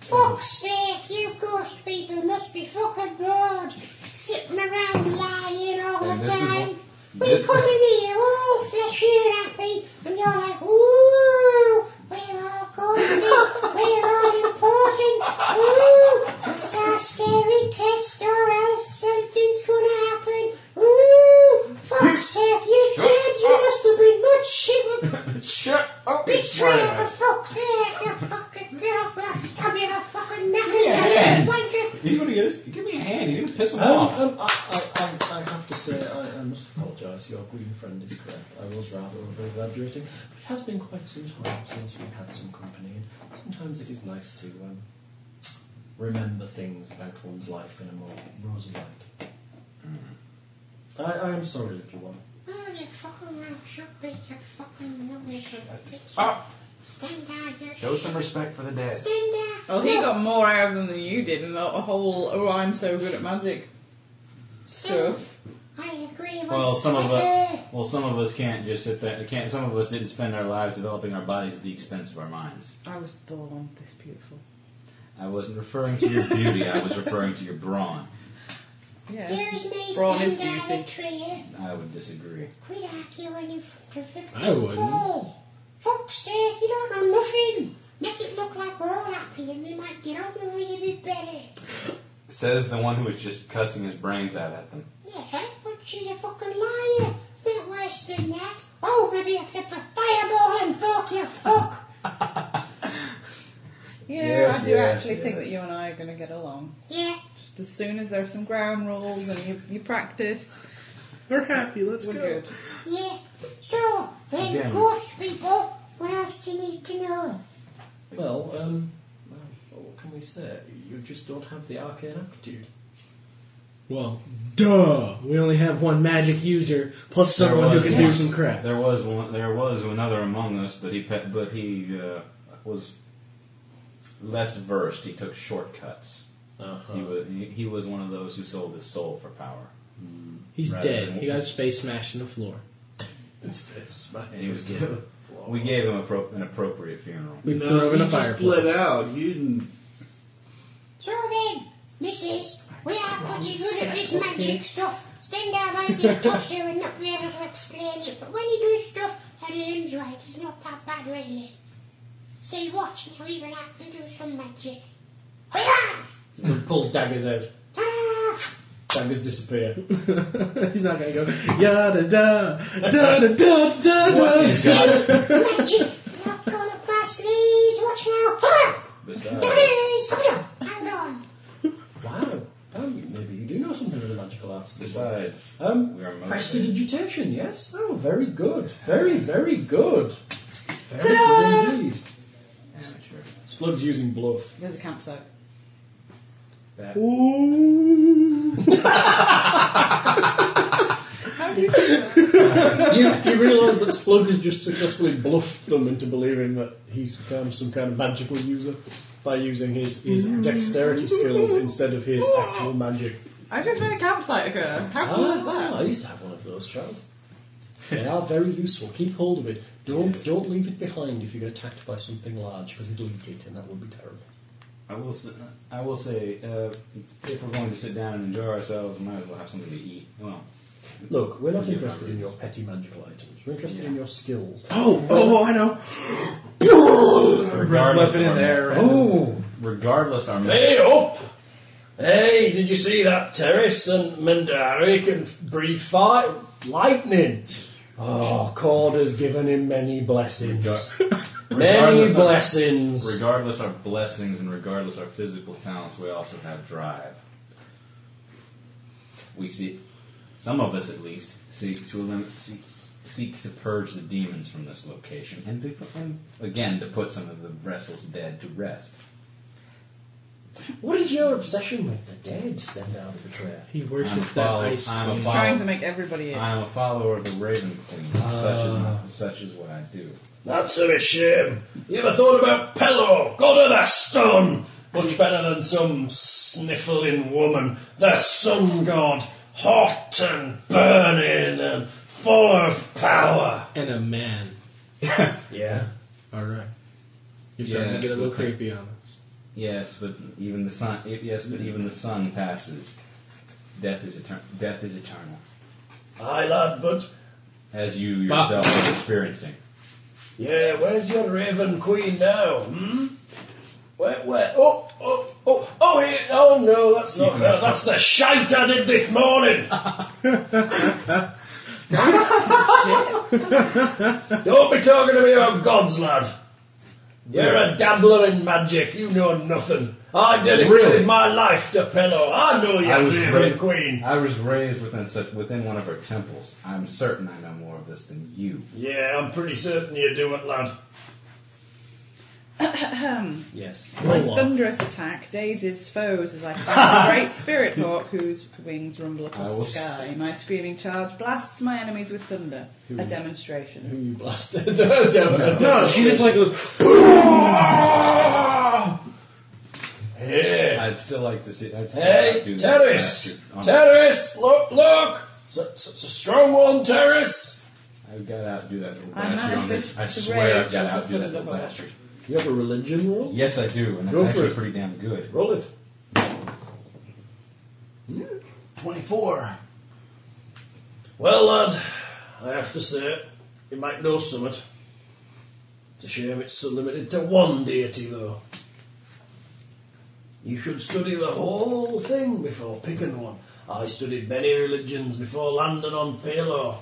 S7: Fuck's sake, you ghost people must be fucking bored. Sitting around lying all
S6: And
S7: the
S6: this is
S7: time.
S6: what-
S7: We come in here all fleshy and happy, and you're like, woo, we're all golden, we're all important, woo, it's our scary test or else something's gonna happen, woo, fuck's sake, you dead, you must have been much shit
S6: Shut up!
S7: Betrayal for fuck's sake! You fucking get off my stab you in the fucking neck and blanket!
S6: He's gonna get his, give me a hand. He's gonna piss him off.
S12: Um, um, I, I, I, I have to say, I, I must apologise. Your green friend is correct. I was rather over-exaggerating. But it has been quite some time since we've had some company, and sometimes it is nice to um, remember things about one's life in a more rosy light. I, I am sorry, little one.
S7: Oh, you fucking round should be you fucking numbing
S6: Up.
S7: Stand down,
S12: Oh.
S7: you
S6: Ah. Show some respect for the dead.
S7: Stand down!
S2: Well, Oh, he got more out of them than you did, and the whole "oh, I'm so good at magic" stuff.
S7: I agree with
S6: Well, some of
S7: with
S6: us,
S7: her.
S6: well, some of us can't just sit there. Can't some of us didn't spend our lives developing our bodies at the expense of our minds?
S2: I was born this beautiful.
S6: I wasn't referring to your beauty. I was referring to your brawn.
S2: Yeah.
S7: Here's me
S2: Brawn is
S7: stand down
S2: beauty.
S7: a tree.
S6: I would disagree.
S7: Quit arguing in front of the people.
S4: I wouldn't.
S7: Fuck's sake, you don't know nothing! Make it look like we're all happy and they might get on with it a bit better.
S6: Says the one who was just cussing his brains out at them.
S7: Yeah, but she's a fucking liar. It's not worse than that. Oh, maybe except for fireball and fork, you fuck.
S2: You know,
S6: Yes,
S2: I do
S6: yes,
S2: actually think
S6: yes.
S2: that you and I are going to get along.
S7: Yeah,
S2: Just as soon as there's some ground rules and you, you practice,
S4: We're happy. Let's
S2: we're
S4: go.
S2: good.
S7: yeah. So, then,
S6: Again.
S7: ghost people, what else do you need to know?
S12: Well, um, well, what can we say? You just don't have the arcane aptitude.
S4: Well, duh. We only have one magic user plus
S6: There
S4: someone who
S6: was
S4: can
S6: one-
S4: do some crap.
S6: There was one. There was another among us, but he pe- but he uh, was less versed. He took shortcuts. He was he, he was one of those who sold his soul for power,
S4: He's
S6: Rather
S4: dead.
S6: than-
S4: He got his face smashed in the floor.
S12: It's fist, man.
S6: and he was given. We gave him a pro- an appropriate funeral.
S4: We
S5: No,
S4: threw him in
S5: you
S4: a
S5: just split
S4: fireplace.
S5: out. You didn't.
S7: So then, missus, we are pretty good at this magic stuff. Stand out might be a tosser and not be able to explain it, but when you do stuff and it ends right, it's not that bad really. See, watch now, even I can do some magic. Hiya!
S12: Pulls daggers out.
S7: Ta-da!
S12: Daggers disappear.
S4: He's not gonna go yada da da da da da da. da.
S7: Magic! Not gonna pass these! Watch now! Ah!
S6: Besides,
S7: Daddies! Come here! Hang on!
S12: Wow. Um, maybe you do know something of the magical arts.
S6: besides,
S12: Um,
S6: we are motivated.
S12: prestidigitation, yes? Oh, very good. Very, very good. Very
S2: Ta-da!
S12: good indeed.
S6: Amateur.
S12: Splug's using bluff.
S2: There's a campsite.
S6: That-
S12: you, you realise that Splug has just successfully bluffed them into believing that he's become some kind of magical user by using his, his dexterity skills instead of his actual magic.
S2: I just made a campsite occur. How cool is that?
S12: Ah,
S6: Ah,
S12: I used to have one of those, child. They are very useful. Keep hold of it. Don't don't leave it behind if you get attacked by something large, because it'll eat it, and that would be terrible.
S6: I will say, I will say uh, if we're going to sit down and enjoy ourselves, we might as well have something to eat. Well,
S12: Look, we're not
S6: forgive my
S12: interested in your
S6: rudeness.
S12: petty magical items. We're interested in your skills.
S4: Oh, oh, I know.
S6: Regardless
S4: weapon in
S6: of-
S4: there. and-
S12: Oh,
S6: Regardless, our
S3: Hey oh, up! Hey, did you see that terrace and Mandari can breathe fire lightning? Oh, Cord has given him many blessings. many
S6: regardless of-
S3: blessings.
S6: regardless our blessings and regardless our physical talents, we also have drive. We seek, some of us at least, seek to elim- seek, seek to purge the demons from this location, and, to, put- and again to put some of the restless dead to rest.
S3: what is your obsession with the dead? Send out the prayer.
S4: He
S6: I'm a
S4: worships that
S6: follow-
S4: ice.
S6: I'm a
S4: queen.
S6: follow-
S2: Trying to make everybody in.
S6: I am a follower of the Raven Queen, such is my, such is what I do.
S3: That's a shame. You ever thought about Pello? God of the stone! Much better than some sniffling woman. The sun god, hot and burning and full of power.
S4: and a man.
S3: Yeah.
S4: All right. You're
S6: Yeah,
S4: starting to get a
S6: that's
S4: little
S6: okay.
S4: creepy on us.
S6: Yes, but even the sun. Yes, but even the sun passes. Death is eternal. Death is eternal,
S3: Aye, lad, but
S6: as you
S4: Bah.
S6: yourself are experiencing.
S3: yeah, where's your Raven Queen now? Hmm? Where, where? Oh, oh, oh, oh, here. Oh, no, that's not her. That's the shite I did this morning. Don't be talking to me about gods, lad. You're a dabbler in magic. You know nothing. I dedicated
S6: Really?
S3: my life to Pello. I know
S6: I
S3: you,
S6: was
S3: Raven
S6: ra-
S3: Queen.
S6: I was raised within such within one of her temples. I'm certain I know more of this than you.
S3: Yeah, I'm pretty certain you do it, lad.
S12: yes.
S2: My
S12: Go on.
S2: thunderous attack dazes foes as I cast a great spirit hawk whose wings rumble across
S6: I will
S2: the sky. My screaming charge blasts my enemies with thunder. A
S12: Who
S2: demonstration.
S12: you blasted? Don't-
S4: No, she just like goes,
S3: Yeah.
S6: I'd still like to see. I'd still
S3: Hey,
S6: like to do that
S3: Terrace!
S6: after- on-
S3: Terrace! Look, look! It's a, it's a strong one, Terrace!
S6: I've got to outdo that little
S2: I
S6: bastard on this. I
S2: manifest the
S6: swear
S2: rage
S6: I've got to
S2: of the
S6: outdo that little
S2: Thunderbolt.
S6: bastard.
S12: You have a religion roll?
S6: Yes, I do, and that's
S12: Go for
S6: actually
S12: it.
S6: pretty damn good.
S12: Roll it.
S3: 24. Well, lad, I have to say, you might know something. It's a shame it's so limited to one deity, though. You should study the whole thing before picking one. I studied many religions before landing on Palo.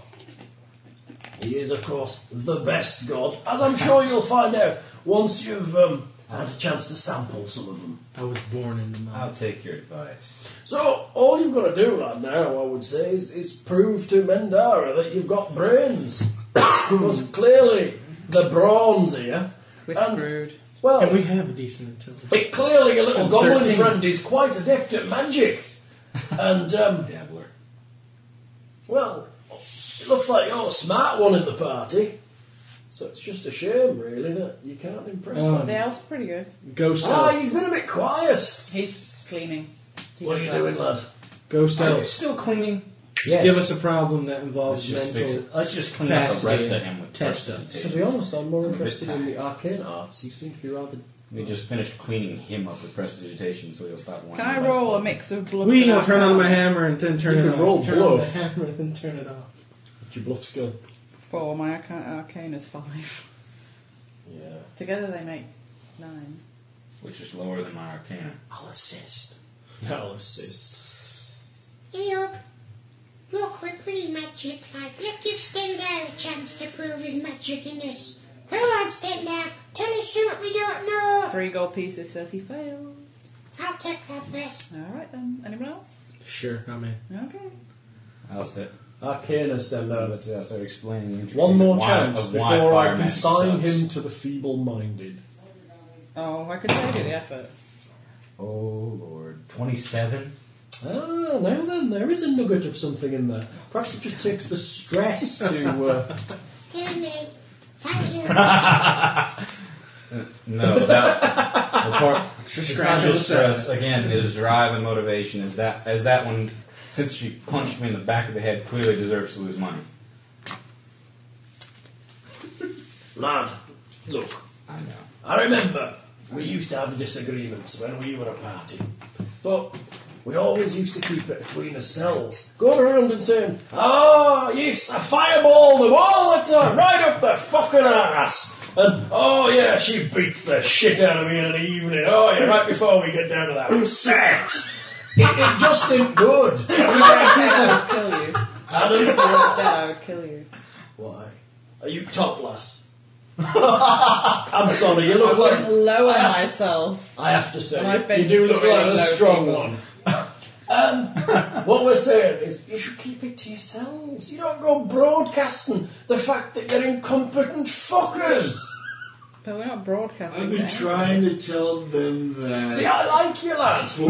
S3: He is, of course, the best god, as I'm sure you'll find out once you've um, had a chance to sample some of them.
S4: I was born in the
S6: I'll
S4: mountains.
S6: take your advice.
S3: So all you've got to do, lad, now I would say, is, is prove to Mendara that you've got brains,
S4: Hmm.
S3: because clearly the brawn's here.
S2: We're
S4: Um,
S3: And-
S2: screwed.
S3: Well,
S4: And we have a decent intelligence.
S3: it clearly your little
S4: And
S3: goblin
S4: 13.
S3: friend is quite adept at magic, and um,
S6: Dabbler.
S3: well, it looks like you're a smart one in the party. So it's just a shame, really, that you can't impress
S4: Oh.
S6: Um,
S3: him.
S2: The elf's pretty good.
S4: Ghost
S12: Oh.
S3: Ah,
S4: elf.
S3: he's been a bit quiet.
S2: He's cleaning. He
S3: What are
S2: does
S3: you
S2: that.
S3: doing, lad?
S4: Ghost
S6: Are you
S4: elf.
S6: still cleaning?
S4: Just Give us a problem that involves
S6: Let's just fix
S4: mental.
S6: it. Let's just clean up the
S4: capacity
S6: rest of
S4: and
S6: him with
S4: test
S6: us.
S12: To be honest, I'm more interested in the arcane arts. You seem to be rather.
S6: We just finished cleaning him up with prestidigitation, so he'll stop. whining
S2: Can I
S6: about
S2: roll
S6: stuff.
S2: a mix of blood?
S4: We will turn on my hammer and then turn
S12: You
S4: it
S12: can
S4: off.
S12: roll
S4: turn on my
S12: bluff.
S4: hammer and then turn it off.
S12: What's your bluff skill?
S2: Four. My arca- arcane is five.
S12: Yeah.
S2: Together they make nine.
S6: Which is lower than my arcana.
S12: I'll assist. I'll assist.
S7: Hey up. Look, we're pretty magic like. Look, give Stendar a chance to prove his magicness. Come on, Stendar. Tell us what we don't know.
S2: Three gold pieces says he fails.
S7: I'll take that bet.
S2: All right then. Anyone else?
S4: Sure, I'm in.
S2: Okay.
S6: I'll sit.
S12: Arcanus then.
S6: No,
S12: Uh,
S6: but uh, so explaining. the intricacies
S12: one more
S6: of why-
S12: chance
S6: of why
S12: before I
S6: fire magic
S12: consign
S6: sucks.
S12: him to the feeble-minded.
S2: Oh, I could save you the effort.
S6: Oh lord, twenty-seven.
S12: Ah, now then, there is a nugget of something in there. Perhaps it just takes the stress to. Uh,
S7: Excuse me. Thank you.
S6: No, that the part, It's not just stress. Again, it is drive and motivation. Is that as that one? Since she punched me in the back of the head, clearly deserves to lose money.
S12: Lad, look.
S6: I know.
S12: I remember we used to have disagreements when we were a party, but we always used to keep it between ourselves. Going around and saying, "Ah, yes, I fireballed them all the time, right up their fucking ass." And oh yeah, she beats the shit out of me in the evening. Oh yeah, right before we get down to that sex, it, it just ain't good.
S2: that would kill you.
S12: I don't know.
S2: That would kill you.
S12: Why? Are you topless? I'm sorry, you look like
S2: I would lower myself.
S12: I have to say,
S2: And I've been
S12: you do
S2: to
S12: look
S2: really
S12: like a
S2: low
S12: strong
S2: people.
S12: one. um, what we're saying is, you should keep it to yourselves. You don't go broadcasting the fact that you're incompetent fuckers.
S2: But we're not broadcasting.
S5: I've been
S2: that.
S5: trying to tell them that
S12: See, I like you, lad.
S5: for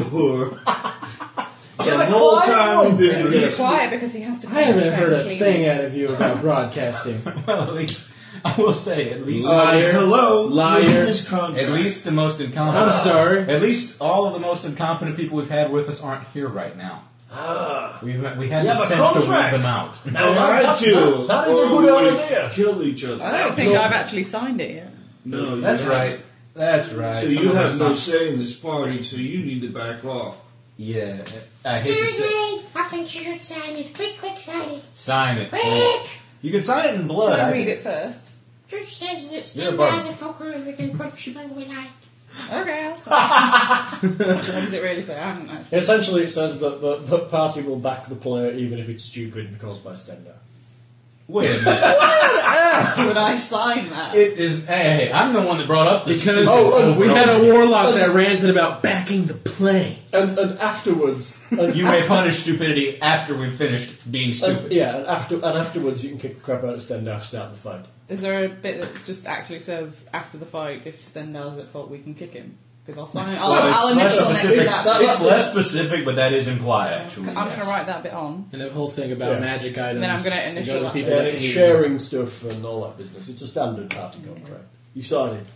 S12: You're
S5: the whole
S12: quiet
S5: time
S12: one.
S5: we've been
S2: He's
S5: together.
S2: quiet because he has to.
S4: I haven't
S2: concentrate
S4: heard a
S2: on
S4: thing
S2: cleaning.
S4: out of you about broadcasting.
S6: Well, at least I will say at least
S5: Uh,
S4: Liar.
S5: Hello,
S4: Liar.
S5: look at this contract.
S6: at least the most incompetent.
S4: I'm sorry.
S6: At least all of the most incompetent people we've had with us aren't here right now.
S12: Ah,
S6: We've we had
S12: You
S6: the
S12: have a
S6: sense to weed
S12: contract.
S6: them out.
S12: now
S5: I
S12: that-
S5: had
S12: that-
S5: to.
S12: that is a
S5: or
S12: good
S5: we
S12: idea.
S5: Killed each other.
S2: I don't think I've actually signed it yet.
S5: No, you
S6: That's
S5: haven't.
S6: right. That's right.
S5: Oh, So
S6: Some
S5: you
S6: of
S5: have
S6: us
S5: no
S6: not-
S5: say in this party, so you need to back off.
S6: Yeah, I hate to
S7: Excuse
S6: say.
S7: me. I think you should sign it. Quick, quick, sign it.
S6: Sign it.
S7: Quick.
S6: You can sign it in
S2: Can
S6: blood.
S2: I
S6: I-
S2: read it first?
S7: Judge says that
S6: You're a
S7: Steve
S6: bard.
S7: has a fucker and we can punch him when we like.
S2: Okay. I'll sign it. what does it really say? I haven't actually.
S3: Essentially, it says that the, the party will back the player even if it's stupid and caused by Stendhal.
S6: Wait a minute.
S2: Would I sign that?
S6: it is. Hey, hey, I'm the one that brought up the.
S4: Because
S3: oh,
S4: we had a warlock
S3: oh,
S4: that ranted about backing the play.
S3: And, and afterwards, and
S6: You may punish stupidity after we've finished being
S3: And,
S6: stupid.
S3: yeah, and, after, and afterwards you can kick the crap out of Stendhal to start the fight.
S2: Is there a bit that just actually says after the fight, if Stendhal's at fault, we can kick him? Because I'll sign. I'll,
S6: Well,
S2: I'll
S6: it's less
S2: initial next to
S6: specific.
S2: that.
S6: it's less specific, but that is implied. Actually,
S2: I'm going
S6: yes.
S2: to write that bit on.
S4: And that whole thing about
S3: Yeah.
S4: magic items.
S2: then I'm gonna
S4: and
S2: initial
S4: other
S2: that.
S4: people
S3: Yeah,
S4: that
S3: it's
S4: can use
S3: sharing stuff and all that business. It's a standard party contract. You sign it.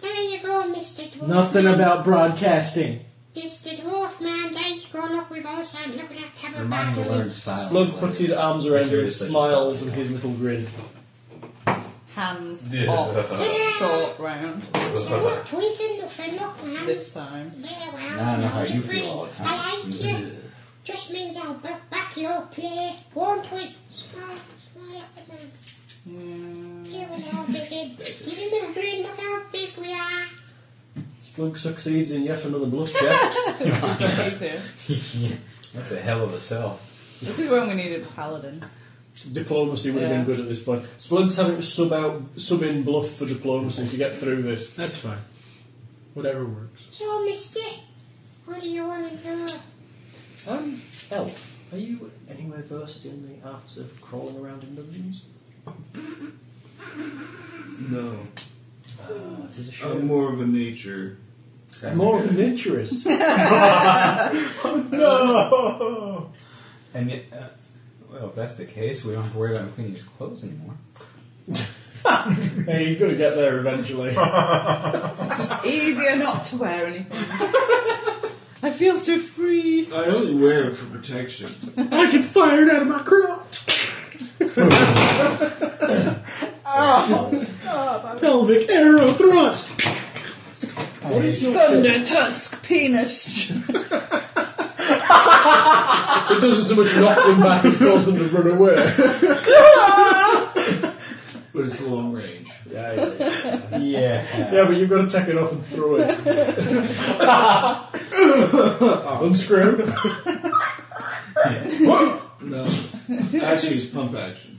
S7: There you go, Mr.
S4: it.
S7: Dwarf.
S4: Nothing
S7: man.
S4: about broadcasting.
S7: Mr. Dwarf Man. There you go. Look, we've all signed. Look at that camera
S6: Remind me to learn silence.
S3: Slug
S6: later.
S3: puts his arms around her and
S6: Seriously, just
S3: smiles
S6: silence.
S3: with his little grin.
S2: Hands
S6: Yeah.
S2: off. Short round
S7: So what? We can look for look, man.
S2: this time.
S7: There, well,
S6: Now I know how
S7: you're
S6: you
S7: pretty.
S6: feel all the time.
S7: I like you. Just means I'll b- back your play, won't we? Smile, smile at the man. Here we are, big Give him a grin, look how big we are.
S3: Slug succeeds in yet another bluff check.
S2: Good job, you two.
S6: That's a hell of a sell.
S2: This is when we needed a paladin.
S3: diplomacy would have
S2: Yeah.
S3: been good at this point. Splug's having to sub out, sub in bluff for diplomacy to get through this.
S4: That's fine. Whatever works.
S7: So, mister, what do you want to do?
S15: Um, Elf, are you anywhere versed in the arts of crawling around in dungeons?
S5: No,
S15: That is a
S5: I'm
S15: shame.
S5: more of a nature.
S3: More of an interest.
S6: No. And yet, uh, well, if that's the case, we don't have to worry about him cleaning his clothes anymore.
S3: hey, he's going to get there eventually.
S2: Easier not to wear anything. I feel so free.
S5: I only wear it for protection.
S4: I can fire it out of my crotch. Pelvic arrow thrust.
S3: what is your
S2: Thunder tusk penis.
S3: It doesn't so much knock them back as cause them to run away.
S5: But it's long range.
S3: Yeah, yeah,
S6: Yeah.
S3: yeah, but you've got to take it off and throw it. Unscrew.
S5: No. Actually, it's pump action.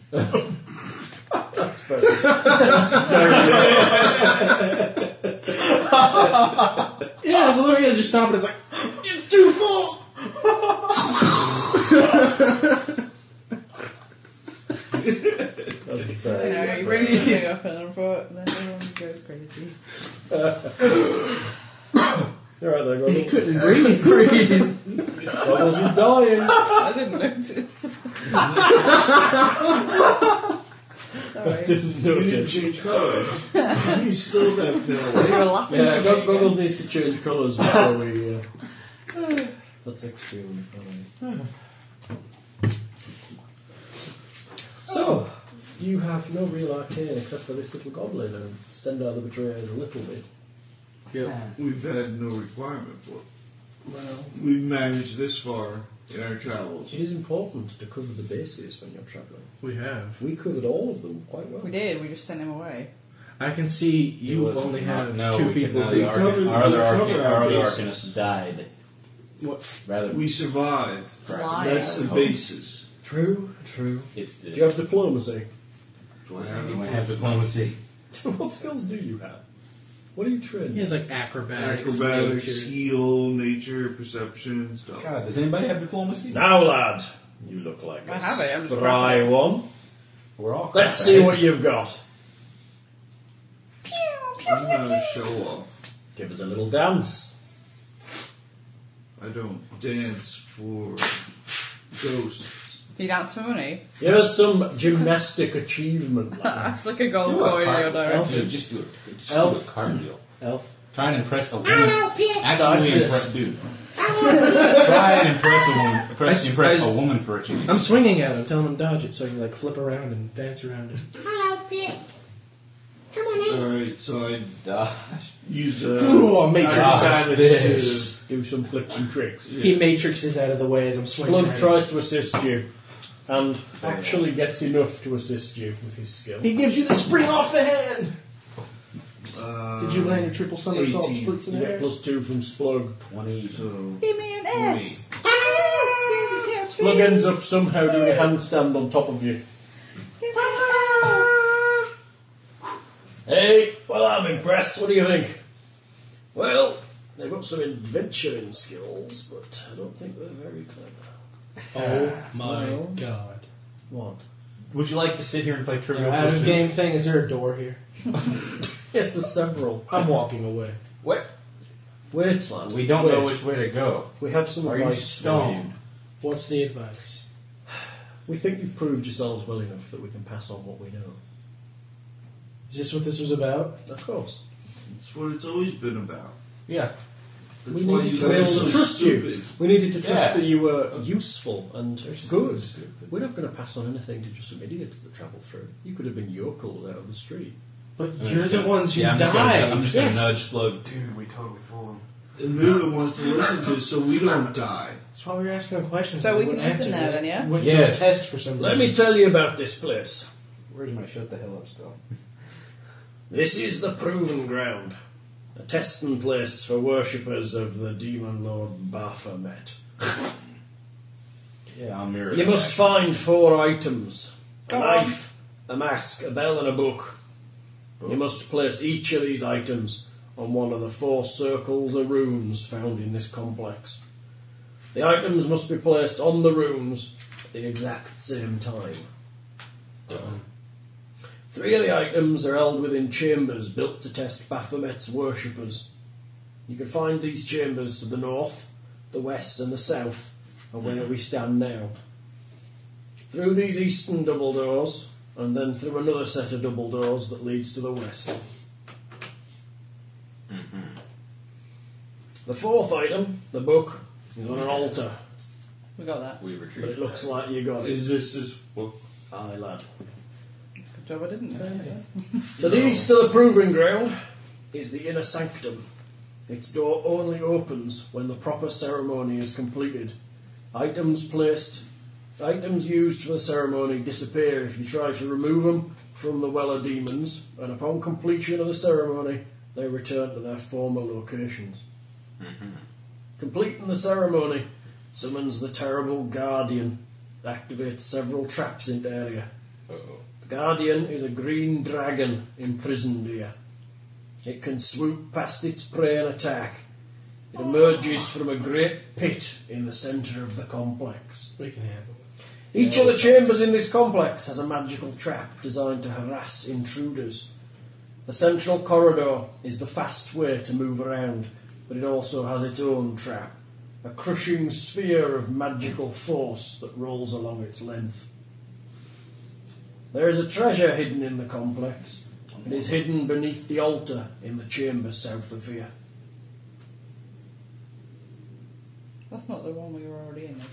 S4: Yeah, so there he is. You stop it. It's like it's too full.
S2: I know, you bring something up and then then everyone goes crazy.
S3: You're right there, Goggles.
S4: Couldn't breathe. breathe.
S3: Goggles is dying.
S2: I didn't notice. Sorry.
S5: You didn't change colour. He's still that
S2: We were
S5: pill.
S2: laughing.
S3: Yeah,
S2: for
S3: Gog-
S2: you.
S3: Goggles needs to change colours before we. Uh, that's extremely funny. So, you have no real arcane except for this little goblin and Stendhal the Betrayer is a little bit.
S5: Yeah, we've had no requirement for it.
S3: Well,
S5: We've managed this far in our travels.
S3: it is important to cover the bases when you're travelling.
S4: We have.
S3: We covered all of them quite well.
S2: We did. We just sent him away.
S4: I can see
S6: It
S4: you
S6: was
S4: only
S6: not-
S4: have
S6: no,
S4: two
S6: we could
S4: people.
S6: not.
S4: who-
S6: Our arcane- our other
S5: we
S6: arcane-
S5: cover
S6: our
S5: our
S6: other
S5: bases.
S6: arcanist died.
S5: What?
S6: Rather,
S5: We survive.
S6: Right.
S5: That's the
S6: Liar.
S5: basis.
S3: True, true.
S6: it's the.
S3: Do you have diplomacy?
S6: I have diplomacy.
S3: what skills do you have? What are you trained?
S4: He has like acrobatics.
S5: Acrobatics,
S4: nature.
S5: heal, nature, perception, stuff.
S6: God, does anybody have diplomacy?
S12: Now, lad, you look like
S2: I
S12: a
S2: have it, I'm just
S12: spry
S2: wrapping it.
S12: one.
S6: We're all.
S12: Let's see what you've got.
S5: I'm not a show off.
S12: Give us a little dance.
S5: I don't dance for ghosts.
S2: Do you dance for money?
S12: Here's some gymnastic achievement. lad.
S2: I flick a gold coin in your direction.
S6: Dude, just do it. Just do a
S3: Elf.
S6: cartwheel.
S3: Elf.
S6: Try and impress a
S7: I'll
S6: woman.
S7: help you.
S3: Dodge
S6: Actually,
S3: this.
S6: impress dude.
S7: I'll help you.
S6: Try and impress a woman. Impress,
S4: I s-
S6: impress
S4: I s-
S6: a woman for a change.
S4: I'm swinging at him, telling him dodge it, so he can like flip around and dance around it.
S7: I'll help you. Come on
S6: Uh.
S7: in.
S5: Alright, so I
S6: Dodge.
S5: use
S4: Ooh,
S5: a
S4: I'll matrix
S5: Ah,
S4: out of
S5: this.
S4: this.
S12: Do some flips and tricks.
S4: He matrixes out of the way as I'm swinging.
S3: Blood
S4: at him.
S3: tries to assist you, and actually gets enough to assist you with his skill.
S4: He gives you the spring off the hand.
S5: uh,
S4: Did you land your triple somersault
S5: 18.
S4: splits in
S3: You
S4: the
S3: get
S4: air?
S3: plus two from Splug.
S6: Twenty.
S5: so
S2: Give me an
S5: three.
S2: S. Yes, give me a
S3: Splug
S2: treat.
S3: ends up somehow doing a handstand on top of you.
S2: Give me a-
S3: Hey, well, I'm impressed. What do you think? Well, they've got some adventuring skills, but I don't think they're very clever.
S6: Uh,
S4: Oh my
S3: Well.
S4: god.
S3: What?
S6: Would you like to sit here and play Trivial
S4: out of
S6: Pursuit?
S4: Uh, game thing, is there a door here?
S3: Yes, there's several.
S4: I'm walking away.
S6: What?
S3: Wait, lad.
S6: We don't know
S3: wait.
S6: which way to go.
S3: We have some
S6: Are you
S3: advice.
S6: stoned?
S4: What's the advice?
S3: We think you've proved yourselves well enough that we can pass on what we know.
S4: Is this what this was about?
S3: Of course.
S5: That's what it's always been about.
S6: Yeah.
S5: That's
S3: We
S5: why
S3: needed
S5: you
S3: to be able
S5: guys
S3: to
S5: are so
S3: trust
S5: stupid.
S3: you. We needed to trust
S6: Yeah.
S3: that you were useful and good.
S6: stupid.
S3: We're not going to pass on anything to just some idiots that travel through. You could have been yokels out of the street.
S4: But
S6: I'm
S4: you're
S6: just
S4: the
S6: gonna-
S4: ones who
S6: yeah, I'm just gonna-
S4: died.
S6: I'm just
S4: Yes.
S6: gonna nudge Slug. Dude, we totally fooled him.
S5: And they're the ones to listen to, so we don't die.
S4: That's why we were asking them questions.
S2: So
S4: They
S2: we
S4: wouldn't
S2: can listen
S4: answer
S2: now
S4: that.
S2: then, yeah?
S4: Wouldn't
S6: Yes.
S4: test for some reason.
S3: Let me tell you about this place.
S6: Where's my shut the hell up spell?
S3: This is the Proven Ground, a testing place for worshippers of the demon lord Baphomet.
S6: Yeah, I'll mirror
S3: You
S6: that.
S3: must find four items a
S2: Go on.
S3: knife, a mask, a bell, and a book. You must place each of these items on one of the four circles or runes found in this complex. The items must be placed on the runes at the exact same time. Three of the items are held within chambers built to test Baphomet's worshippers. You can find these chambers to the north, the west, and the south, and where we stand now. Through these eastern double doors, and then through another set of double doors that leads to the west. Mm-hmm. The fourth item, the book, is on an altar,
S2: We got that.
S6: We
S3: but
S6: retreat.
S3: it looks like you got it.
S5: Is this this book?
S3: Aye, lad.
S2: Good job I didn't. burn it.
S3: To the east of the proving ground is the inner sanctum. Its door only opens when the proper ceremony is completed. Items placed, items used for the ceremony disappear if you try to remove them from the Weller demons, and upon completion of the ceremony, they return to their former locations. Completing the ceremony summons the terrible guardian, activates several traps in the area. The Guardian is a green dragon imprisoned here. It can swoop past its prey and attack. It emerges from a great pit in the centre of the complex.
S4: We can handle it.
S3: Each of the chambers in this complex has a magical trap designed to harass intruders. The central corridor is the fast way to move around, but it also has its own trap a crushing sphere of magical force that rolls along its length. There is a treasure hidden in the complex. It is hidden beneath the altar in the chamber south of here.
S2: That's not the one we were already in. is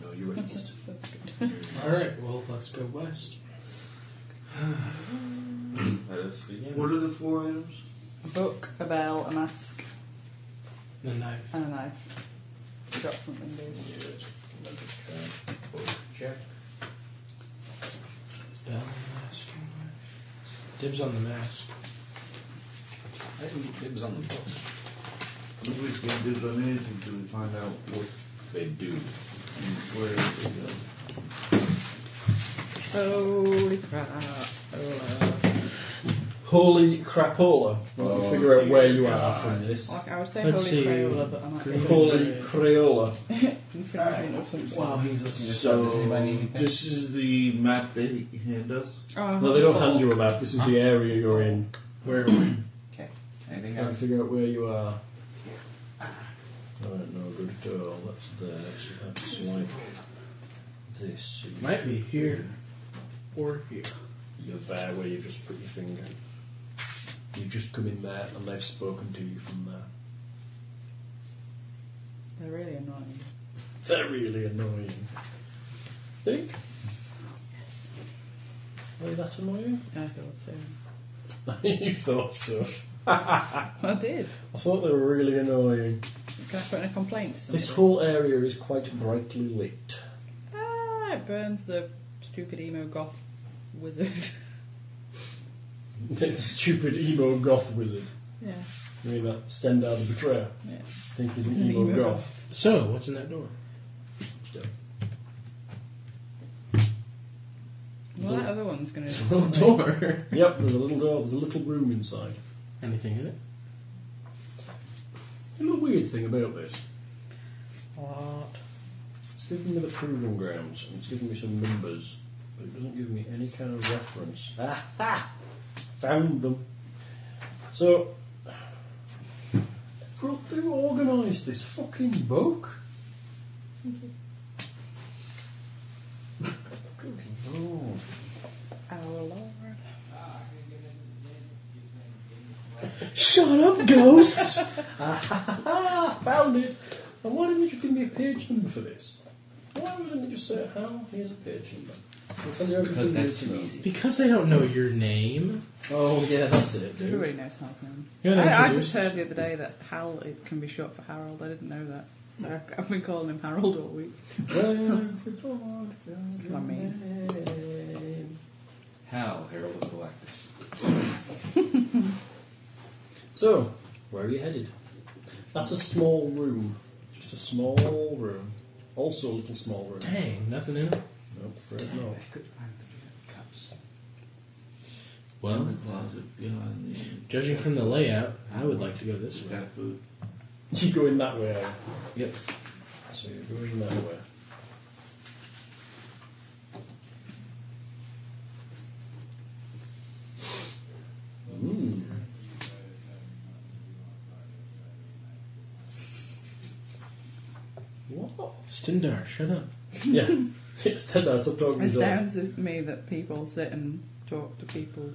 S3: No, you're
S2: it?
S3: east.
S2: That's good.
S4: Alright, well, let's go west.
S6: Let us begin.
S5: What are the four items?
S2: A book, a bell, a mask,
S4: The knife.
S2: and a knife. Drop something, dude.
S6: Check.
S4: Bell mask. Dibs on the mask. I didn't get dibs on the book.
S5: Nobody's gonna do it on anything until we find out what
S6: They do.
S5: and where they go.
S2: Holy crap. Oh,
S3: Holy crapola. Let me
S6: Oh,
S3: figure out where you
S6: dear
S3: are
S6: God.
S3: from this.
S2: uh, like I would say
S4: Let's
S2: holy
S4: see.
S2: Crayola, but I might be
S3: Holy Crayola.
S2: wow.
S3: he's
S5: So,
S6: Does anybody need anything?
S5: this is the map they hand us.
S2: Oh,
S3: No, they don't hand you a map. This is the area you're in. Where are we? Trying to
S6: Anything else?
S3: figure out where you are. Alright, no good at all. That's there. That's, that's like this. You
S4: Might be here or here.
S3: You're there where you just put your finger. You've just come in there and they've spoken to you from there.
S2: They're really annoying.
S3: They're really annoying. Think? Were that annoying?
S2: I thought so.
S3: you thought so.
S2: I did.
S3: I thought they were really annoying.
S2: Can I put in a complaint to somebody?
S3: This whole area is quite brightly lit.
S2: Ah, it burns the stupid emo goth wizard.
S3: the stupid emo goth wizard.
S2: yeah,
S3: I mean that Stendhal the Betrayer.
S2: yeah.
S3: I think he's an
S2: An
S3: emo,
S2: emo
S3: goth.
S4: So, what's in that door?
S2: Well, that other one's going
S4: It's
S2: to.
S4: a little door.
S3: Yep, there's a little door. There's a little room inside.
S4: Anything in it?
S3: You know the weird thing about this?
S2: What?
S3: It's giving me the proving grounds and it's giving me some numbers, but it doesn't give me any kind of reference. Ah, ah, found them. So, God, who organised this fucking book? Good lord.
S2: Our Lord.
S4: Shut up, ghosts!
S3: Ah, found it! And why didn't you give me a page number for this? Why didn't you just say, how? Here's a page number. I'll tell you everything
S6: Because
S3: you
S6: that's
S3: need to
S6: too
S3: know.
S6: easy.
S4: because they don't know your name.
S3: Oh, yeah, that's it, dude.
S2: Everybody knows Hal's name.
S4: Yeah, they
S2: I, I
S4: introduced
S2: just heard the other day that Hal is, can be short for Harold. I didn't know that. So I- I've been calling him Harold all week. I mean,
S6: Hal, Herald of Galactus.
S3: So, where are you headed? That's a small room. Just a small room. Also a little small room.
S4: Dang, nothing in it.
S3: Nope, right, no.
S6: Good find the cups.
S5: In
S4: Well,
S5: the closet behind the
S4: judging from the layout, I would like to go this way.
S5: cat food.
S3: You go in that way, Aaron.
S4: Yep.
S3: So you're going that way. Mm. What?
S4: Stindar, shut up.
S3: yeah. It's ten out of talking
S2: it
S3: zone.
S2: astounds me that people sit and talk to people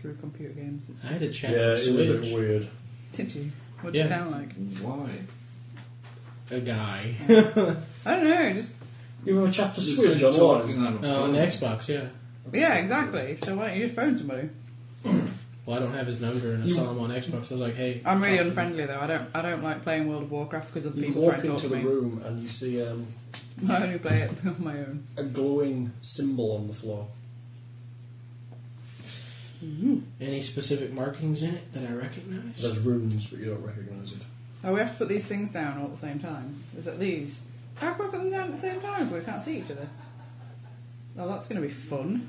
S2: through computer games. It's
S4: I had a chat
S3: Yeah,
S4: with
S3: it's a little bit
S4: Switch.
S3: weird.
S2: Did you? What
S4: Yeah.
S2: it sound like?
S5: Why?
S4: A guy.
S2: I don't know. Just
S3: You have a chapter
S5: Just
S3: switch
S5: like
S3: online.
S5: talking on a
S4: Oh, on
S5: phone.
S4: the Xbox, yeah.
S2: yeah, exactly. So why don't you just phone somebody?
S4: Well, I don't have his number, and I saw him on Xbox. I was like, hey. uh,
S2: I'm really
S4: talk to me.
S2: unfriendly though. I don't I don't like playing World of Warcraft because other
S3: You
S2: people try
S3: walk
S2: and talk to
S3: into the
S2: me.
S3: room and you see um,
S2: I only play it on my own.
S3: a glowing symbol on the floor.
S4: Any specific markings in it that I recognize?
S3: There's runes, but you don't recognise it.
S2: Oh, we have to put these things down all at the same time. Is it these? How can we put them down at the same time if we can't see each other? Oh, that's going to be fun.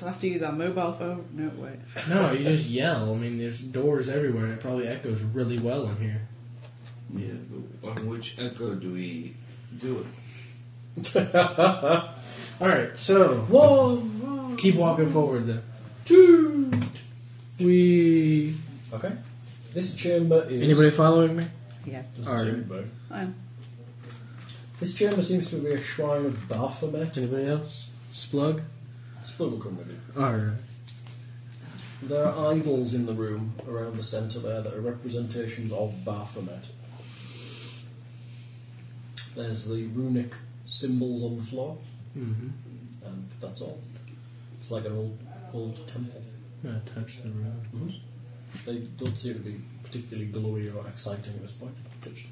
S2: We'll have to use our mobile phone. No, wait.
S4: No, you just yell. I mean, there's doors everywhere. It probably echoes really well in here.
S5: Yeah, but on which echo do we do it?
S4: All right, so
S3: One,
S4: keep walking forward. Then.
S3: two.
S4: We.
S3: Okay. This chamber is.
S4: Anybody following me?
S2: Yeah,
S3: Doesn't seem to be.
S2: I am.
S3: This chamber seems to be a shrine of Baphomet.
S4: Anybody else? Splug.
S3: Spud will come with you.
S16: Alright.
S3: There are idols in the room around the centre there that are representations of Baphomet. There's the runic symbols on the floor,
S16: Mm-hmm.
S3: and that's all. It's like an old old temple.
S16: Gonna touch the road.
S3: They don't seem to be particularly glowy or exciting at this point. It's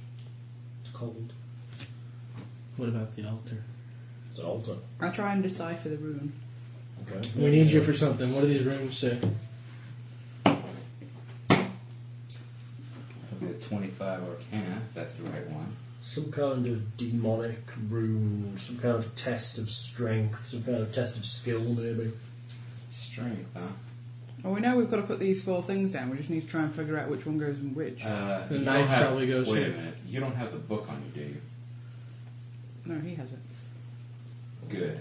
S3: it's cold.
S16: What about the altar?
S3: It's an altar.
S2: I try and decipher the rune.
S3: Okay.
S4: We need you for something. What do these rooms say?
S6: I've got 25 Arcana, if that's the right one.
S3: some kind of demonic rune, some kind of test of strength, some kind of test of skill, maybe.
S6: Strength, huh?
S2: Well, we know we've got to put these four things down. We just need to try and figure out which one goes in which.
S6: Uh,
S4: The
S6: you
S4: knife
S6: don't have-
S4: probably goes
S6: Wait
S4: here.
S6: a minute. You don't have the book on you, do you?
S2: no, he has it.
S6: Good.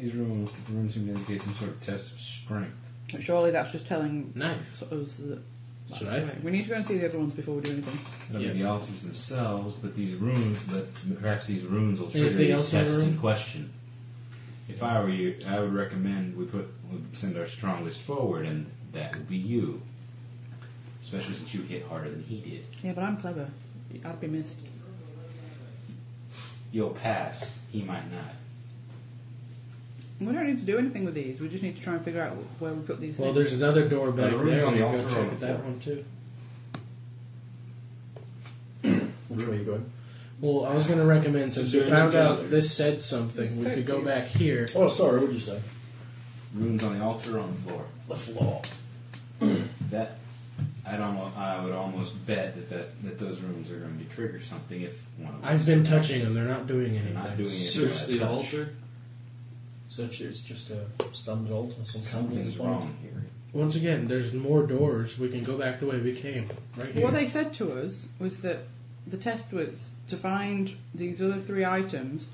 S6: These rooms, rooms seem to indicate some sort of test of strength.
S2: But surely that's just telling
S4: Knife.
S2: us that. that's
S4: Should I?
S2: the way. We need to go and see the other ones before we do anything.
S6: I mean,
S4: Yeah.
S6: the altars themselves, but these runes, but perhaps these runes will trigger
S4: Anything
S6: these
S4: else in the
S6: tests in
S4: room?
S6: question. If I were you, I would recommend we put we send our strongest forward, and that would be you. Especially since you hit harder than he did.
S2: Yeah, but I'm clever. I'd be missed.
S6: You'll pass. He might not.
S2: We don't need to do anything with these. We just need to try and figure out where we put these
S4: Well,
S2: things.
S4: there's another door
S6: Uh,
S4: back
S6: the room's
S4: there.
S6: on the
S4: We'll
S6: altar
S4: go
S6: on
S4: check
S6: the
S4: at that
S6: floor.
S4: one too. Which way are you going? Well, I was going to recommend since we
S17: There's
S4: found
S17: another
S4: out
S17: door.
S4: this said something, we could go back here.
S3: Oh, sorry, what did you say?
S6: Runes on the altar, or on the floor.
S3: The floor.
S6: That I don't. know- I would almost bet that that, that those runes are going to trigger something if one of them.
S4: I've been touching them; they're not doing
S6: They're
S4: anything.
S6: not doing anything.
S5: Search
S6: by
S5: the
S6: touch.
S5: altar.
S3: Search it, it's just a standard altar, some
S6: Something's
S3: candles
S6: wrong here.
S4: Once again, there's more doors. We can go back the way we came. Right here.
S2: What they said to us was that the test was to find these other three items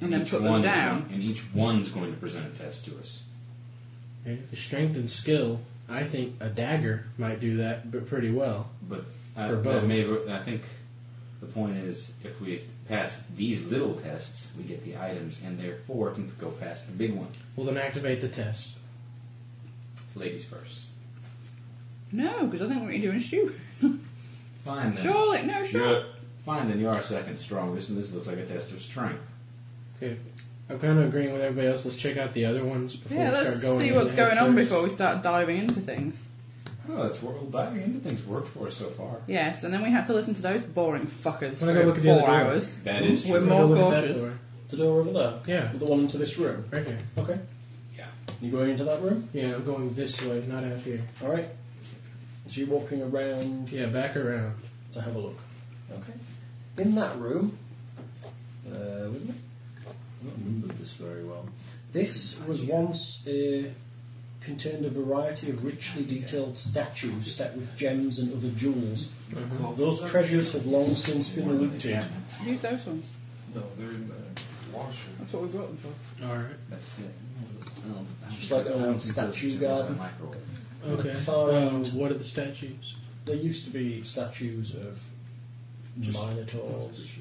S2: and then
S6: each
S2: put them
S6: one's
S2: down.
S6: Going, and each one's going to present a test to us.
S4: Okay, The strength and skill. I think a dagger might do that, but pretty well.
S6: But I,
S4: For
S6: that
S4: both.
S6: may- I think the point is if we pass these little tests, we get the items, and therefore can go past the big one.
S4: Well, then activate the test.
S6: Ladies first.
S2: No, because I think what you're doing is stupid.
S6: Fine then.
S2: Surely, no, sure.
S6: You're, fine then. You are second strongest, and this looks like a test of strength.
S4: Okay. I'm kind of agreeing with everybody else. Let's check out the other ones before
S2: Yeah,
S4: we start
S2: let's
S4: going.
S2: see
S4: in
S2: what's
S4: head
S2: going on
S4: first.
S2: before we start diving into things.
S6: Oh, that's wor- diving into things worked for us so far.
S2: Yes, and then we had to listen to those boring fuckers
S4: Wanna go
S2: for
S4: look at the
S2: four
S4: other door?
S2: hours.
S6: That is
S2: We're
S6: true.
S4: Go
S2: more
S4: look at that
S2: cautious.
S4: door.
S3: The door over there?
S4: Yeah.
S3: The one into this room?
S4: Right here.
S3: Okay.
S6: Yeah.
S3: You going into that room?
S4: Yeah, I'm going this way, not out here.
S3: Alright. So you're walking around
S4: Yeah, back around.
S3: to have a look. Okay. In that room, uh, wouldn't it? I don't remember this very well. This was once a, contained a variety of richly detailed statues set with gems and other jewels. Those treasures have long since been looted.
S2: Use those ones.
S5: No, they're in the washer.
S2: That's what we brought them for.
S4: All right.
S6: That's it.
S3: Just like an old statue garden.
S4: Okay.
S3: Far
S4: Um,
S3: out.
S4: what are the statues?
S3: There used to be statues of minotaurs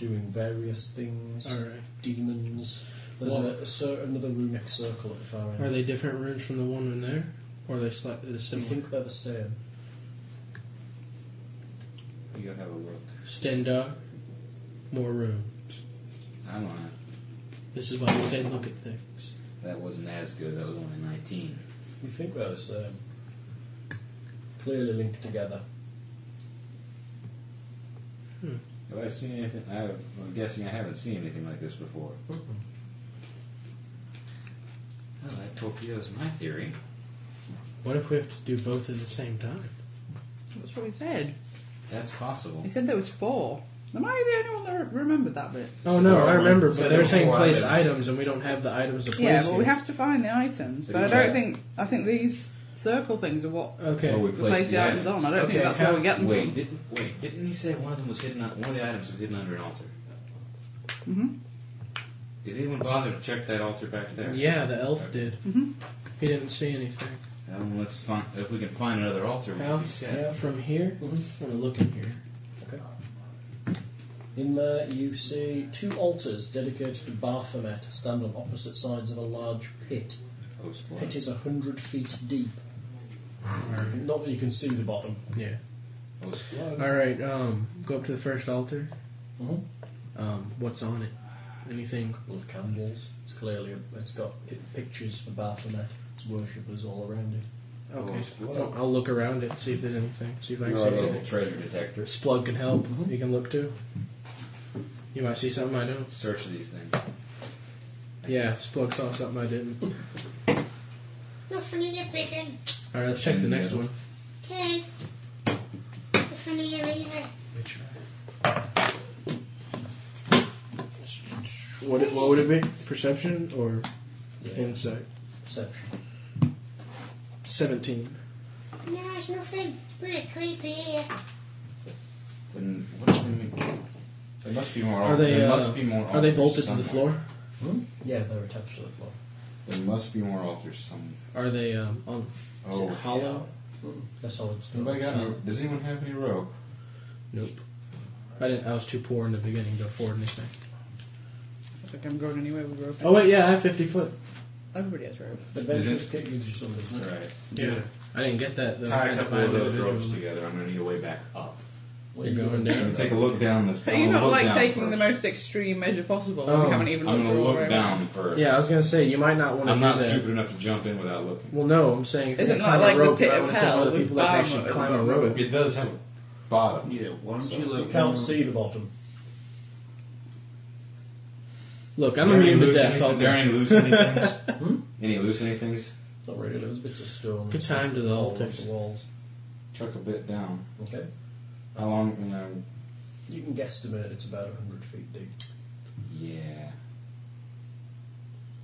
S3: doing various things,
S4: All Oh, right.
S3: demons. There's
S4: What- Oh,
S3: a, a cer- another runic circle at the far end.
S4: Are they different rooms from the one in there, or are they slightly the
S3: I
S4: same?
S3: think they're the same.
S6: You go have a look.
S4: Mm-hmm. Stand up. More room.
S6: I don't know.
S4: This is why we say look at things.
S6: That wasn't as good. That was only 19.
S3: We think they're the same. Clearly linked together.
S6: Have I seen anything? I, I'm guessing I haven't seen anything like this before. Well, that torpedoes my theory.
S4: What if we have to do both at the same time?
S2: That's what he said.
S6: That's possible.
S2: He said there was four. Am I the only one that re- remembered that bit?
S4: Oh no,
S6: there
S4: I
S6: are
S4: remember,
S6: one- so
S4: but
S6: there
S4: they're
S6: were
S4: saying
S6: four
S4: place
S6: items.
S4: items, and we don't have the items to place.
S2: Yeah, but we
S4: here.
S2: have to find the items.
S6: Did
S2: But I
S6: you
S2: don't
S6: try-
S2: think I think these circle things are what
S4: Okay.
S6: Oh, we
S2: the place
S6: placed
S2: the items on. I don't think
S4: Okay,
S2: that's where
S4: how-
S2: we get them
S6: Wait, didn't wait? Didn't he say one of them was hidden? On, one of the items was hidden under an altar.
S2: from.
S4: Mm-hmm.
S2: Mhm.
S6: Did anyone bother to check that altar back there?
S4: Yeah, the elf did.
S2: Mhm.
S4: He didn't see anything.
S6: Um, let's find if we can find another altar. We should
S4: How?
S6: be set.
S4: From here, I'm gonna look in here.
S3: Okay. In there, you see two altars dedicated to Baphomet stand on opposite sides of a large pit. The pit is a hundred feet deep. Not that you can see the bottom.
S4: Yeah.
S3: All
S4: All right. Um, go up to the first altar.
S3: Mhm.
S4: Um, what's on it? Anything?
S3: couple of candles. It's clearly a, it's got pi pictures for Baphomet. It's worshippers all around it.
S4: Okay.
S3: Well,
S4: I'll, I'll look around it, see if there's anything. See if I can
S6: You're
S4: see
S6: a little
S4: anything.
S6: treasure detector.
S4: This plug can help.
S3: Mm-hmm.
S4: You can look too. You might see something I don't.
S6: Search these things.
S4: Yeah, Splug saw something I didn't.
S7: Nothing in your big one.
S4: All right, let's check the next one.
S7: Okay. Nothing in your either.
S4: What it, what would it be? Perception or insight?
S3: Perception.
S4: Seventeen.
S7: No, it's nothing. Pretty creepy here.
S6: Then what do they mean? There must be more.
S4: Are they?
S6: There
S4: uh,
S6: must be more.
S4: are they
S6: altars
S4: bolted to
S6: somewhere.
S4: the floor?
S3: Yeah, they're attached to the floor.
S6: There must be more altars somewhere.
S4: Are they um, on? Is
S6: Oh,
S4: it hollow?
S3: They're solid stone.
S6: Anybody got any- does anyone have any rope?
S4: Nope. I didn't. I was too poor in the beginning to afford anything.
S2: I think I'm going anywhere with rope.
S4: Oh wait, yeah, I have fifty foot.
S2: Everybody has rope.
S3: Adventurers kick you to something, isn't it?
S6: Right.
S4: Yeah. I didn't get that. Though. I
S6: Tie a
S4: had to
S6: couple
S4: buy
S6: of
S4: them
S6: those ropes
S4: individually.
S6: together. I'm going to need a way back up.
S4: You're going down.
S6: Take a look down this.
S2: But
S6: I'm
S2: you're
S6: gonna
S2: not
S6: look
S2: like
S6: down
S2: taking the
S6: first.
S2: most extreme measure possible.
S4: Oh.
S2: we haven't even
S6: I'm
S2: looked
S6: going to
S2: all
S6: look
S2: around.
S6: down first.
S4: Yeah, I was gonna say you might not want to.
S6: I'm not
S4: do that.
S6: stupid enough to jump in without looking.
S4: Well, no, I'm saying if
S2: Isn't that
S4: they climb
S2: like
S4: a
S2: the
S4: rope,
S2: pit
S4: I
S2: of
S4: want to tell
S2: hell
S4: other
S2: with
S4: people that they
S2: bottom
S4: should
S2: of it?
S4: climb a rope.
S6: It does have a bottom.
S5: Yeah, why don't you
S3: You
S5: let
S3: can't
S5: one-
S3: see the bottom.
S4: Look, I'm immune to death. I'll
S6: Are there
S4: go.
S6: any loose anythings? any loose anythings?
S3: Not really. There's bits of stone.
S4: Good time to the
S3: Fall off
S4: altars.
S3: The walls.
S6: Chuck a bit down.
S3: Okay.
S6: How long? You know.
S3: You can guesstimate it's about 100 feet deep.
S6: Yeah.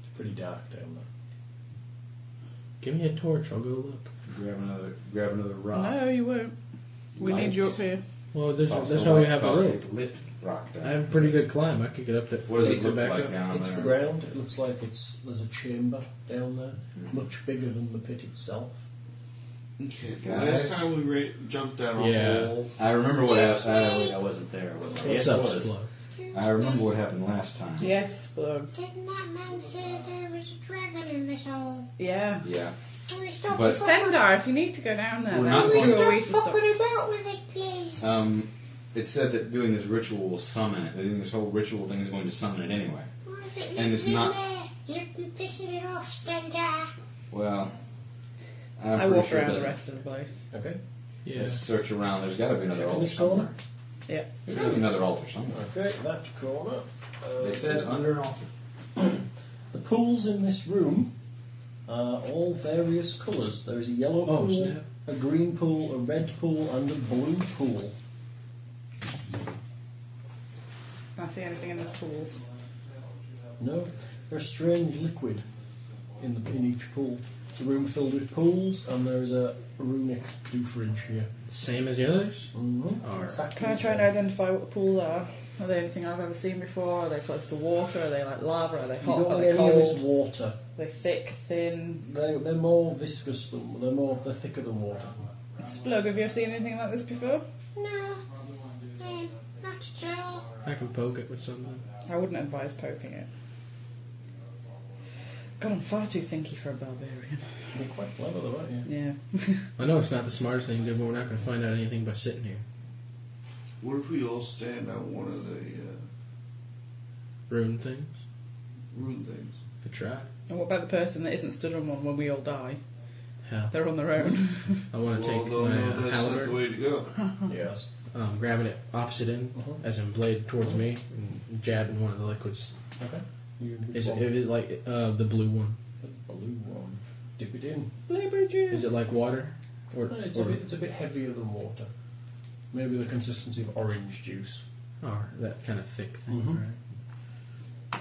S3: It's pretty dark down there.
S4: Give me a torch. I'll go look.
S6: Grab another. Grab another rock.
S2: No, you won't. We need you up here.
S4: Well, there's,
S6: Toss
S4: that's
S6: the
S4: why we
S6: light-
S4: have a
S6: toss the
S4: rope.
S6: Lit rock down.
S4: I have a pretty good climb. I could get up there.
S6: What does
S4: take
S6: it
S4: the
S6: look
S4: back
S6: like
S4: up.
S6: down
S3: It's the
S6: there?
S3: ground. It looks like it's there's a chamber down there, much bigger than the pit itself.
S5: Okay,
S6: Guys.
S5: last time we ra- jumped down a
S4: Yeah.
S5: hole.
S6: I remember what happened. I, I wasn't there. Was I?
S4: What's
S6: Yes, I
S4: up,
S6: was.
S4: Splo?
S6: I remember what happened last time.
S2: Yes, blood.
S7: Didn't that man say there was a dragon in this hole?
S2: Yeah.
S6: Yeah.
S7: Can we stop
S6: But-
S7: fucking,
S2: Stendar, if you need to go down there,
S6: We're
S2: then
S6: not
S2: we
S7: we
S6: going-
S2: were
S7: stop
S2: always to stop.
S7: fucking about with it, please?
S6: Um, it said that doing this ritual will summon it. That doing this whole ritual thing is going to summon it anyway.
S7: What if it
S6: and it's
S7: lives in
S6: not-
S7: there? You've been pissing it off, Stendar.
S6: Well, I'm
S2: I
S6: pretty
S2: walk
S6: sure it
S2: around the
S6: doesn't.
S2: rest of the place.
S3: Okay.
S4: Yeah.
S6: Let's search around. There's got to be another
S3: In
S6: altar
S3: this corner?
S6: somewhere.
S2: Yeah.
S6: There's got to be another altar somewhere.
S3: Okay, that corner. Uh,
S6: They said under an altar.
S3: the pools in this room are all various colours. There is a yellow
S4: Oh,
S3: pool,
S4: snap.
S3: a green pool, a red pool, and a blue pool.
S2: Can I see anything in the pools?
S3: No, there's strange liquid in the in each pool. It's a room filled with pools, and there is a runic doofarage here.
S4: Same as the others?
S3: Mm-hmm.
S4: All right.
S2: Can I try and identify what the pools are? Are they anything I've ever seen before? Are they close to water? Are they like lava? Are they
S3: You
S2: hot?
S3: don't
S2: Are
S3: want
S2: they
S3: any of its
S2: cold?
S3: water.
S2: Are they thick, thin?
S3: They, they're more viscous than they're more they're thicker than water.
S2: Splug, have you ever seen anything like this before?
S7: No, um, not at all.
S4: I can poke it with something.
S2: I wouldn't advise poking it. God, I'm far too thinky for a barbarian.
S3: They're quite clever, though, aren't you?
S2: Yeah.
S4: I know it's not the smartest thing to do, but we're not going to find out anything by sitting here.
S5: What if we all stand on one of the uh,
S4: Ruin things.
S5: rune things?
S4: Could try.
S2: And what about the person that isn't stood on one when we all die?
S4: Hell,
S2: They're on their own.
S4: I want to
S5: well,
S4: take
S5: they'll
S4: my
S5: know
S4: uh,
S5: that's not the
S4: halberd,
S5: way to go.
S3: Yes.
S4: um, grabbing it opposite end,
S3: Uh-huh.
S4: as in blade towards me, and jabbing one of the liquids.
S3: Okay. You can
S4: Is it, it is like uh, the blue one.
S3: the blue one. Dip it in.
S2: Blubber juice.
S4: Is it like water? Or,
S3: No, Uh, it's,
S4: or
S3: a bit, it's a bit heavier than water. Maybe the consistency of orange juice.
S4: or that kind of thick thing?
S3: Mhm.
S4: right?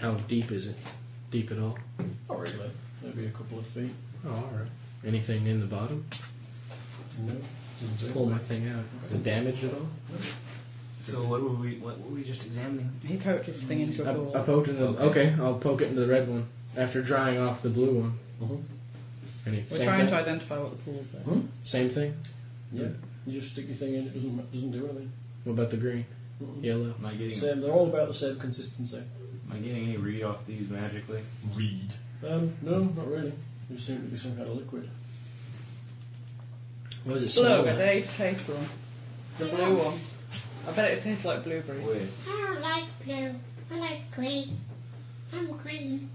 S4: How deep is it? Deep at all?
S3: Not really. Maybe a couple of feet.
S4: Oh, all right. Anything in the bottom?
S3: No. doesn't
S4: Pull
S3: do
S4: my
S3: it.
S4: thing out. Is it damaged at all?
S18: So what were we? What were we just examining?
S2: He poked his thing into
S4: I,
S2: a pool.
S4: I poked into. Okay. I'll poke it into the red one after drying off the blue one.
S3: Mhm.
S4: Any,
S2: We're
S4: same
S2: trying
S4: thing?
S2: to identify what the pools are.
S3: Hmm?
S4: Same thing.
S3: Yeah. You just stick your thing in. It doesn't doesn't do anything.
S4: What about the green?
S3: Yellow.
S6: Am I getting?
S3: Same. They're all about the same consistency.
S6: Am I getting any read off these magically?
S19: Read.
S3: Um, no, not really. There seems to be some kind of liquid. What does it
S2: Look,
S3: smell
S2: I
S3: like?
S2: did taste one. The blue one. I bet it tastes like blueberry.
S6: Wait.
S7: I don't like blue. I like green. I'm green.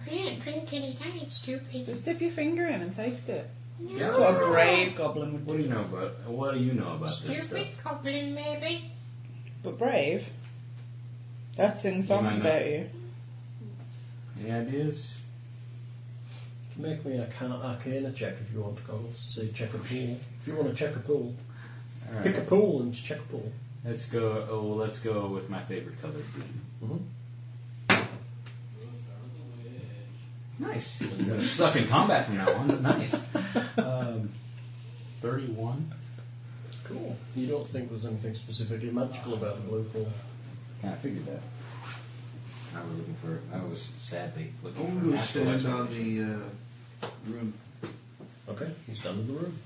S7: I can't drink any. I ain't stupid.
S2: Just dip your finger in and taste it.
S7: No.
S2: That's what a brave goblin would do.
S6: What do you know about? What do you know about this
S7: Stupid
S6: stuff?
S7: goblin, maybe.
S2: But brave. They're singing songs
S6: might not.
S2: about you.
S6: Any ideas?
S3: You can make me an arcana, arcana check if you want, Goggles. So you check a pool. If you want to check a pool,
S6: All right.
S3: pick a pool and check a pool.
S6: Let's go. Oh, let's go with my favorite color, green.
S5: Mm-hmm.
S6: Nice. I'm gonna suck in combat from now on. Nice. Um, Thirty-one.
S3: Cool. You don't think there's anything specifically magical about the blue pool?
S6: Yeah, I figured that. I was looking for. I was sadly looking
S5: I'm
S6: for.
S5: going to
S6: natural
S5: Oh, stand on
S6: explanation.
S5: the uh, room.
S3: Okay, you stand in the room.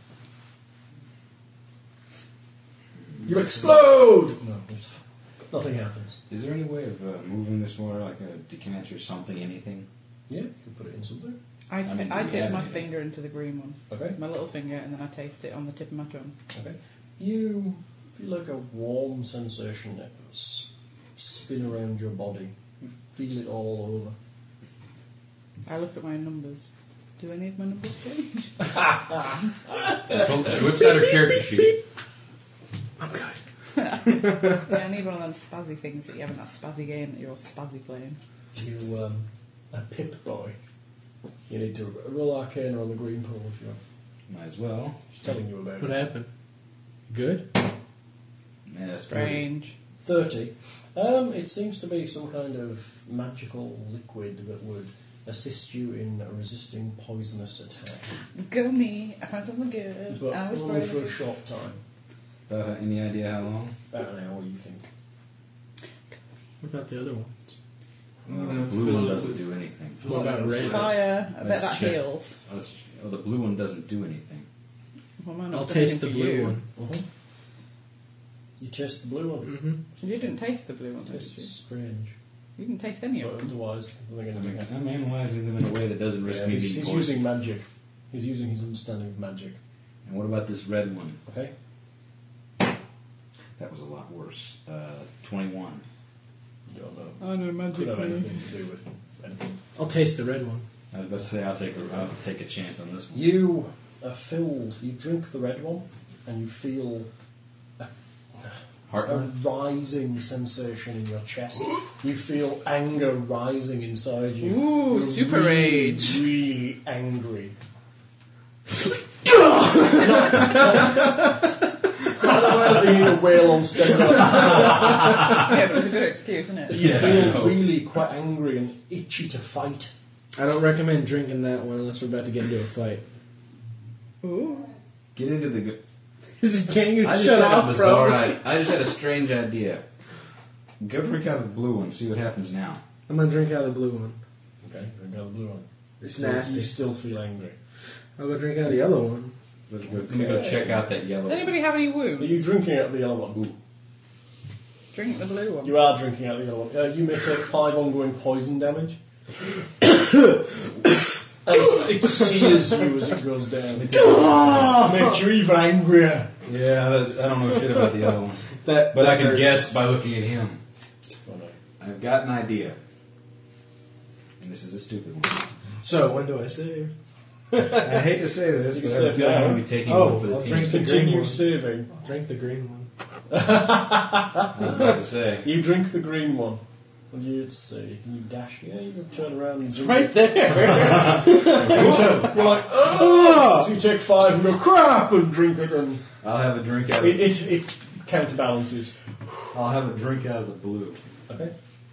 S3: You explode! No, it's fine. nothing happens.
S6: Is there any way of uh, moving this water, like a decanter, something, anything?
S3: Yeah, you can put it in something.
S2: I,
S6: I
S2: t-
S6: mean,
S2: I
S6: we
S2: dip
S6: have
S2: my
S6: it.
S2: finger into the green one.
S3: Okay.
S2: My little finger, and then I taste it on the tip of my tongue.
S3: Okay. You feel like a warm sensation that s- spin around your body. You feel it all over.
S2: I look at my numbers. Do any of my numbers change?
S20: Well, She whips out her character sheet.
S2: yeah, I need one of them spazzy things that you have in that spazzy game that you're all spazzy playing.
S3: You um, a pip boy. You need to roll Arcana on the green pool if you want.
S6: Might as well.
S3: She's telling you about
S4: What
S3: it.
S4: happened? Good?
S6: Yeah, that's pretty-
S2: Strange.
S3: Thirty. Um, it seems to be some kind of magical liquid that would assist you in resisting poisonous attack,
S2: Gummy. I found something good.
S3: but
S2: I was
S3: only
S2: brave.
S3: for a short time.
S6: About uh, any idea how long?
S3: About an hour, you think?
S4: What about the other one?
S5: I'm
S6: the
S5: gonna
S6: blue
S5: Uh, fill
S6: one
S5: it
S6: doesn't
S5: with-
S6: do anything.
S5: fill it
S4: about
S5: with
S4: red?
S2: Fire. I bet
S6: Let's
S2: that
S6: check.
S2: heals.
S6: Oh, it's, oh, the blue one doesn't do anything.
S2: Well, mine not
S4: I'll
S2: doing
S4: taste the
S2: anything
S4: blue
S2: for you.
S4: one.
S3: Mm-hmm. You taste the blue one.
S4: Mm-hmm.
S2: You didn't taste the blue one, did
S3: It's
S2: you?
S3: strange.
S2: You didn't taste any
S3: But
S2: of them.
S3: otherwise, they're going
S6: I
S3: to be.
S6: mean, I'm analyzing them in a way that doesn't risk
S3: Yeah,
S6: me
S3: he's,
S6: being
S3: he's
S6: poisoned.
S3: using magic. He's using his understanding of magic.
S6: And what about this red one?
S3: Okay.
S6: That was a lot worse. Uh, 21.
S3: You don't know.
S2: I know magic.
S3: Could have
S2: man.
S3: anything to do with anything.
S4: I'll taste the red one.
S6: I was about to say I'll take a, I'll take a chance on this one.
S3: You are filled. You drink the red one, and you feel a
S6: Heartburn.
S3: rising sensation in your chest. You feel anger rising inside you.
S2: Ooh,
S3: You're
S2: super
S3: really,
S2: rage.
S3: Really angry. I don't know whether you wail on steroids.
S2: yeah, but it's a good excuse, isn't it?
S3: You feel really quite angry and itchy to fight.
S4: I don't recommend drinking that one unless we're about to get into a fight.
S2: Ooh.
S6: Get into the. Go-
S4: this is getting you
S6: I
S4: to
S6: just
S4: shut
S6: had
S4: up,
S6: a
S4: bro.
S6: bizarre. I, I just had a strange idea. Go freak out of the blue one. See what happens now.
S4: I'm gonna drink out of the blue one.
S3: Okay, drink out the blue one.
S4: It's
S3: Still-
S4: nasty.
S3: You still feel angry.
S4: I'll go drink out of the yellow one.
S6: Let's go. Let me go check out that yellow.
S2: Does anybody have any wounds?
S3: Are you drinking out of the yellow one?
S2: Drink the blue one.
S3: You are drinking out of the yellow one. Uh, you may take five ongoing poison damage. As it sears you as it goes down. Makes you even angrier.
S6: one. Yeah, that, I don't know shit about the yellow one,
S4: That,
S6: but I
S4: that
S6: can
S4: hurt.
S6: guess by looking at him. I've got an idea, and this is a stupid one.
S4: So when do I save?
S6: I hate to say this,
S3: You
S6: but I
S3: said
S6: have a feeling I'm
S3: no.
S6: going to be taking
S4: Oh,
S6: one for the
S4: I'll
S6: team.
S4: drink the green
S3: Continue
S4: one.
S3: saving.
S4: Drink the green one.
S6: I was about to say.
S3: You drink the green one. And you see. You dash. Yeah, you can turn around and drink it.
S4: there.
S3: You're like, oh! So you take five and go, crap! And drink it, and
S6: I'll have a drink out.
S3: it,
S6: Of,
S3: it, it counterbalances.
S6: I'll have a drink out of the blue,
S3: Okay?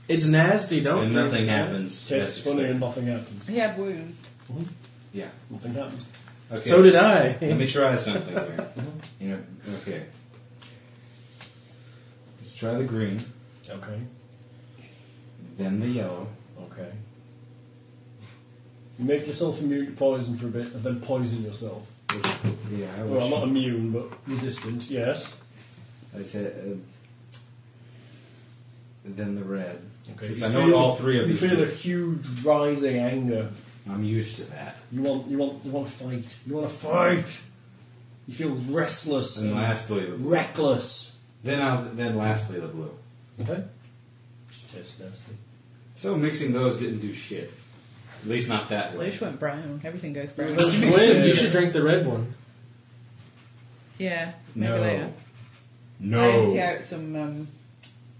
S4: it's nasty. Don't.
S6: and
S4: drink
S6: nothing
S4: it.
S3: Tastes
S6: happens. That's
S3: funny
S6: expected.
S3: and nothing happens.
S2: He had wounds.
S6: Yeah.
S3: Nothing happens.
S6: Okay.
S4: So did I.
S6: Let me try something here. You know, okay. Let's try the green,
S3: Okay.
S6: then the yellow.
S3: Okay. You make yourself immune to poison for a bit, and then poison yourself.
S6: Which, yeah, I
S3: Well,
S6: wish.
S3: not immune, but resistant. Yes.
S6: I said, uh, than the red.
S3: Okay,
S6: Since
S3: you
S6: I know
S3: feel-
S6: all three of
S3: you
S6: these.
S3: feel a
S6: do.
S3: huge rising anger.
S6: I'm used to that.
S3: You want, you want, you want to fight. You want to fight. You feel restless
S6: And lastly, the blue.
S3: reckless.
S6: Then I'll, then lastly the blue.
S3: Okay. Just tastes nasty.
S6: So mixing those didn't do shit. At least not that
S2: Well, it
S6: way.
S2: just went brown. Everything goes brown.
S4: You should, you should drink the red one.
S2: Yeah, maybe
S6: No.
S2: later. I empty out some um,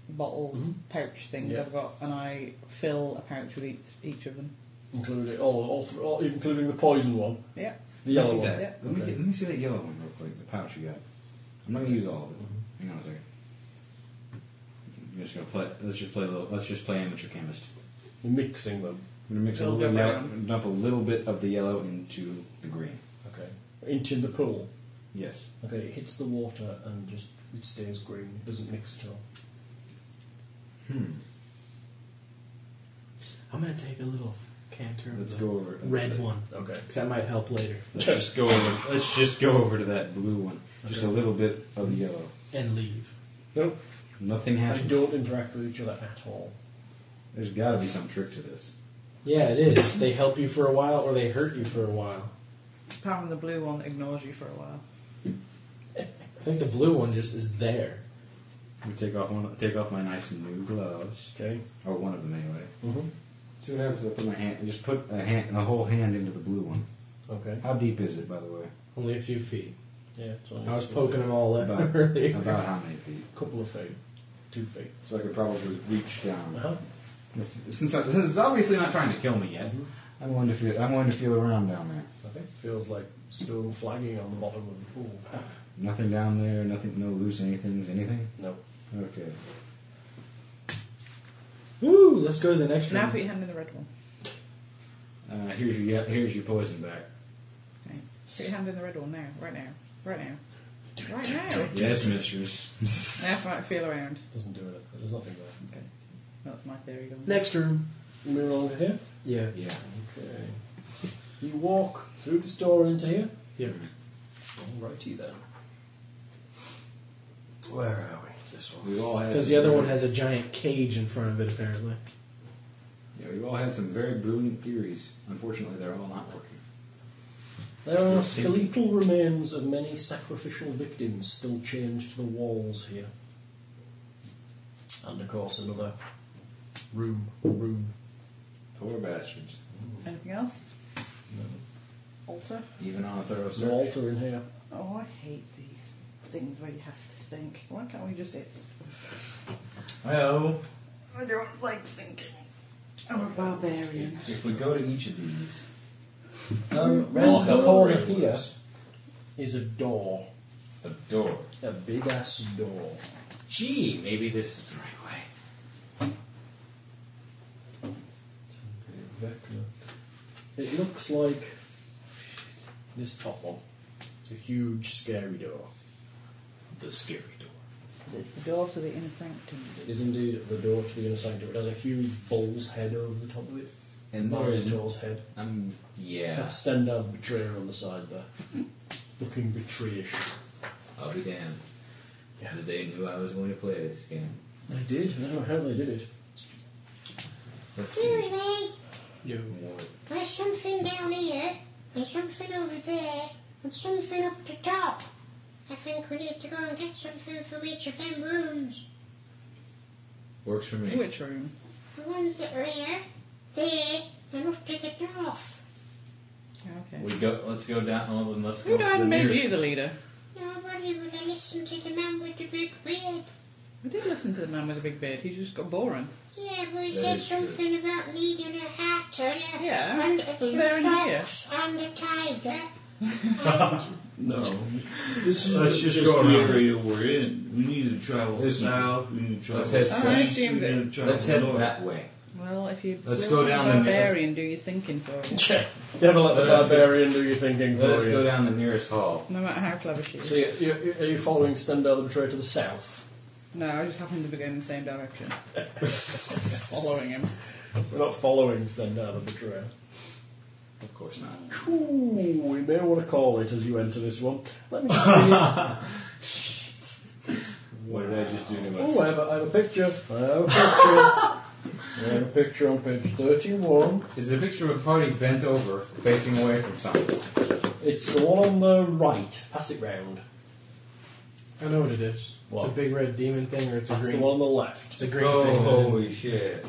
S2: bottle pouch things
S3: Mm-hmm. Yeah.
S2: I've got, and I fill a pouch with each, each of them.
S3: Including all, all, th- all, including the poison one,
S2: Yeah.
S3: the
S6: Let me
S3: yellow
S6: see
S3: one.
S6: that.
S2: Yeah.
S6: Let, me
S3: Okay.
S6: get, let me see that yellow one real quick. The pouch you got. I'm not gonna use all of it. Hang on a second. I'm just gonna play. Let's just play a little. Let's just play amateur chemist.
S3: You're mixing them.
S6: I'm gonna mix a
S2: It'll
S6: little bit.
S2: go
S6: Yellow,
S2: brown.
S6: dump a little bit of the yellow into the green.
S3: Okay. Into the pool.
S6: Yes.
S3: Okay, it hits the water and just it stays green. It doesn't mix at all.
S6: Hmm.
S4: I'm gonna take a little canter. of
S6: Let's
S4: the
S6: go over it.
S4: red one
S3: Okay.
S4: because that might help later.
S6: Let's just go over. Let's just go over to that blue one. Just a little bit of the yellow.
S4: And leave.
S3: Nope.
S6: Nothing
S3: They
S6: happens.
S3: don't interact with each other at all.
S6: There's got to be some trick to this.
S4: Yeah, it is. They help you for a while, or they hurt you for a while.
S2: Apart from the blue one, ignores you for a while.
S4: I think the blue one just is there.
S6: I'm gonna take off one. Take off my nice new gloves,
S3: Okay.
S6: or one of them anyway.
S3: Mm-hmm.
S6: See what happens if I put my hand. Just put a hand, a whole hand into the blue one.
S3: Okay.
S6: How deep is it, by the way?
S4: Only a few feet.
S3: Yeah. So
S4: I was poking them all up
S6: About,
S4: earlier.
S6: about how many feet?
S3: a couple of feet, two feet.
S6: So I could probably reach down.
S3: Uh-huh.
S6: If- Since, I, since it's obviously not trying to kill me yet, I'm going to feel. I'm going to feel around down there.
S3: Okay. Feels like stone flagging on the bottom of the pool.
S6: Nothing down there. Nothing. No loose anything's anything.
S3: No.
S6: Okay.
S4: Woo! Let's go to the next
S2: Now
S4: round.
S2: put your hand in the red one.
S6: Uh, here's your yeah, here's your poison back.
S2: Okay. Put your hand in the red one now, right now, right now, right now.
S6: Yes, mistress.
S2: Now fi- feel around.
S3: Doesn't do it. There's nothing there.
S2: Okay, that's my theory. Gone.
S4: Next room.
S3: We're over here.
S4: Yeah.
S6: Yeah.
S3: Okay. You walk through the store into here.
S4: Yeah.
S3: Alrighty then.
S4: Where are we? This one.
S6: We've all had
S4: Because
S6: some
S4: the other
S6: very-
S4: one has a giant cage in front of it, apparently.
S6: Yeah, we've all had some very brilliant theories. Unfortunately, they're all not working.
S3: There are
S6: You'll see.
S3: skeletal remains of many sacrificial victims still chained to the walls here. And of course, another room. Room.
S6: Poor bastards.
S2: Anything else? Altar.
S6: Even on a thorough
S3: There's an
S6: search.
S3: altar in here.
S2: Oh, I hate these things where you have to think. Why can't we just eat?
S6: Well,
S2: I don't Oh, like thinking. I'm a barbarian.
S6: if we go to each of these,
S3: Um,
S6: all
S3: round
S6: hell
S3: the corner
S6: breaks
S3: here
S6: loose.
S3: is a door.
S6: a door.
S3: A big ass door.
S6: Gee, maybe this is the right way.
S3: It looks like this top one. It's a huge, scary door.
S6: The scary door.
S2: It's the door to the inner sanctum.
S3: It is indeed the door to the inner sanctum. It has a huge bull's head over the top of it.
S6: And there
S3: Mario's
S6: is
S3: doll's head.
S6: Um, yeah.
S3: That stand down betrayer on the side there. Looking betrayish.
S21: I'll be damned. The day knew I was going to play this game.
S3: They did. I don't know how they did it.
S21: Let's see.
S7: Susie,
S4: Yo.
S21: More.
S7: there's something down here, and something over there, and something up the top. I think we need to go and get something from each of them rooms.
S21: Works for me.
S2: Which room?
S7: The ones that are here, there, and up to the north.
S2: Okay.
S21: We go. Let's go down. Oh, then let's
S2: Who
S21: go. for
S2: died
S21: the
S2: and made
S21: nearest-
S2: you the leader?
S7: Nobody would have listened to the man with the big beard.
S2: I did listen to the man with the big beard. He just got boring.
S7: Yeah, but he
S21: That
S7: said
S21: is true.
S7: something about needing a hat and a,
S2: Yeah,
S7: and
S2: but
S7: a two
S2: they're in here.
S7: socks and a tiger. and
S5: No. This is
S6: Let's
S5: the-
S6: just
S5: just,
S6: go
S5: the
S6: around.
S5: area we're in. We need to travel
S6: This is-
S5: south. We need to travel
S21: Let's head
S5: east.
S2: south. I
S5: We
S2: assume
S5: need
S2: that-
S5: to travel
S21: Let's head
S5: north.
S21: that way.
S2: Well, if you
S21: Let's
S2: will
S21: go
S2: be
S21: down
S2: a
S21: the-
S2: barbarian, do your thinking for it.
S3: Never let the
S21: Let's-
S3: barbarian do your thinking for
S21: Let's
S3: you.
S21: go down the nearest hall.
S2: No matter how clever she is.
S3: So, you, you, are you following Stendhal the Betrayer to the south?
S2: No, I just happened to be going in the same direction. Following him.
S3: We're not following Stendhal the Betrayer.
S6: Of course not.
S3: Ooh, we may Oh, want to call it as you enter this one. Let me just read.
S6: What did I just do to us?
S3: Oh, I have, a, I have a picture. I have a picture. I have a picture on page 31.
S6: Is a picture of a party bent over, facing away from something.
S3: It's the one on the right. Pass it round.
S4: I know what it is.
S3: What?
S4: It's a big red demon thing, or it's a
S3: That's
S4: green.
S3: the one on the left.
S4: It's a green
S6: Oh,
S4: thing.
S6: holy shit.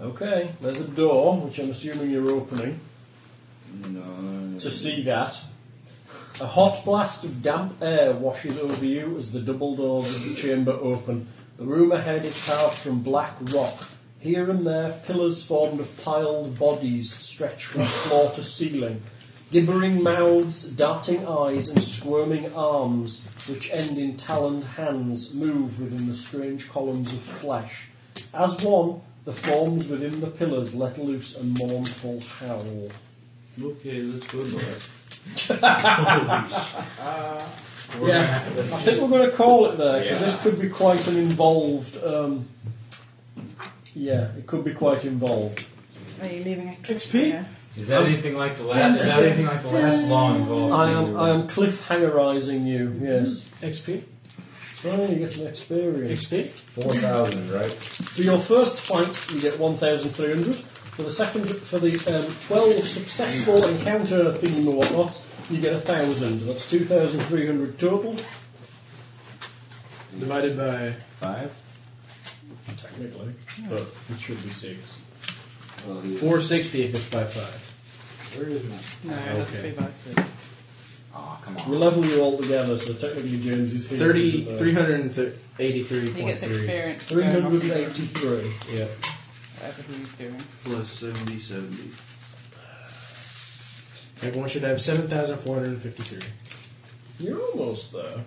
S3: Okay, there's a door, which I'm assuming you're opening
S6: No.
S3: to see that. A hot blast of damp air washes over you as the double doors of the chamber open. The room ahead is carved from black rock. Here and there, pillars formed of piled bodies stretch from floor to ceiling. Gibbering mouths, darting eyes, and squirming arms, which end in taloned hands, move within the strange columns of flesh. As one, the forms within the pillars let loose a mournful howl.
S5: Okay, let's go north.
S3: Yeah, I think we're going to call it there because
S6: Yeah.
S3: this could be quite an involved. Um, yeah, it could be quite involved.
S2: Are you leaving a
S4: XP?
S2: Yeah.
S6: Is that anything like the last? Is that anything like the last long involved?
S3: I am I am cliffhangerizing you. Yes.
S4: XP?
S3: Oh, you get some experience.
S4: XP?
S6: four thousand, right?
S3: For your first fight, you get one thousand three hundred. For the second, for the um, twelve successful encounter theme or whatnot, you get a thousand. That's two thousand three hundred total.
S4: Divided by.
S6: Five.
S3: Technically, but it should be six.
S4: 460 if it's by 5.
S3: Where is it?
S2: No, that's
S4: Okay.
S2: three by three.
S6: Oh, come
S3: We
S6: on.
S3: level you all together, so technically James is here.
S4: 30,
S3: But, uh,
S4: 383.3.
S2: He gets experience. going off the-
S3: 383.
S4: Yeah.
S2: Whatever he's doing.
S5: Plus 70, 70.
S4: Everyone should have 7,453.
S3: You're almost there.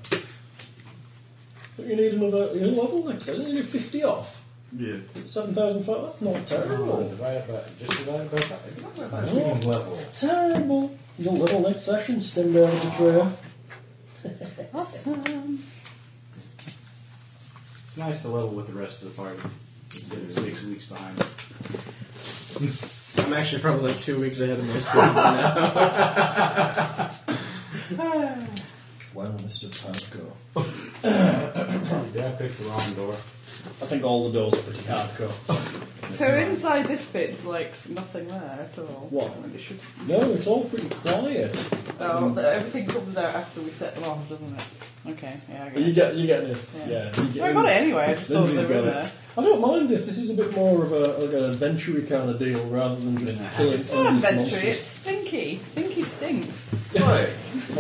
S3: But you need another you level next time. You need 50 off.
S5: Yeah.
S3: 7,005. That's not terrible.
S6: Divide it by, just divide it by five. Divide it by five.
S3: Oh.
S6: Freaking level.
S3: Terrible. You'll level next session, Stendhal the Trail.
S2: Awesome.
S6: It's nice to level with the rest of the party instead of six weeks behind.
S4: I'm actually probably like two weeks ahead of most people now.
S22: Why will Mr. Pad go?
S6: Did I pick the wrong door?
S3: I think all the doors are pretty hardcore.
S2: So inside this bit's like nothing there at all.
S3: What?
S2: I mean, it should-
S3: No, it's all pretty quiet.
S2: Oh, the- everything comes out after we set them off, doesn't it? Okay, yeah, I get
S3: You
S2: it.
S3: get, you get this. Yeah.
S2: Yeah.
S3: you get
S2: I got it anyway, I just thought they
S3: Lindsay's
S2: were
S3: got it.
S2: there.
S3: I don't mind this. This is a bit more of a like an adventure kind of deal rather than just killing
S2: It's not
S3: endless
S2: adventure,
S3: monsters.
S2: it's stinky. Stinky stinks.
S3: Are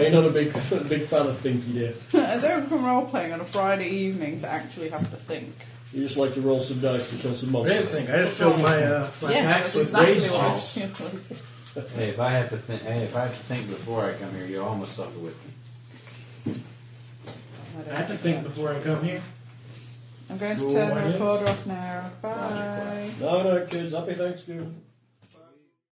S3: you not a big big fan of Thinky Dear?
S2: I don't come role playing on a Friday evening to actually have to think.
S3: You just like to roll some dice and kill some
S4: I didn't
S3: monsters.
S4: think. I just filled my, uh, my packs with rage chips.
S2: chips.
S6: Hey, if I have to think, hey, if I have to think before I come here, you almost suffer with me.
S4: I have to think before I come here.
S2: I'm going to
S4: School
S2: turn the
S4: one is?
S2: recorder off now. Bye.
S3: No, no, kids. Happy Thanksgiving.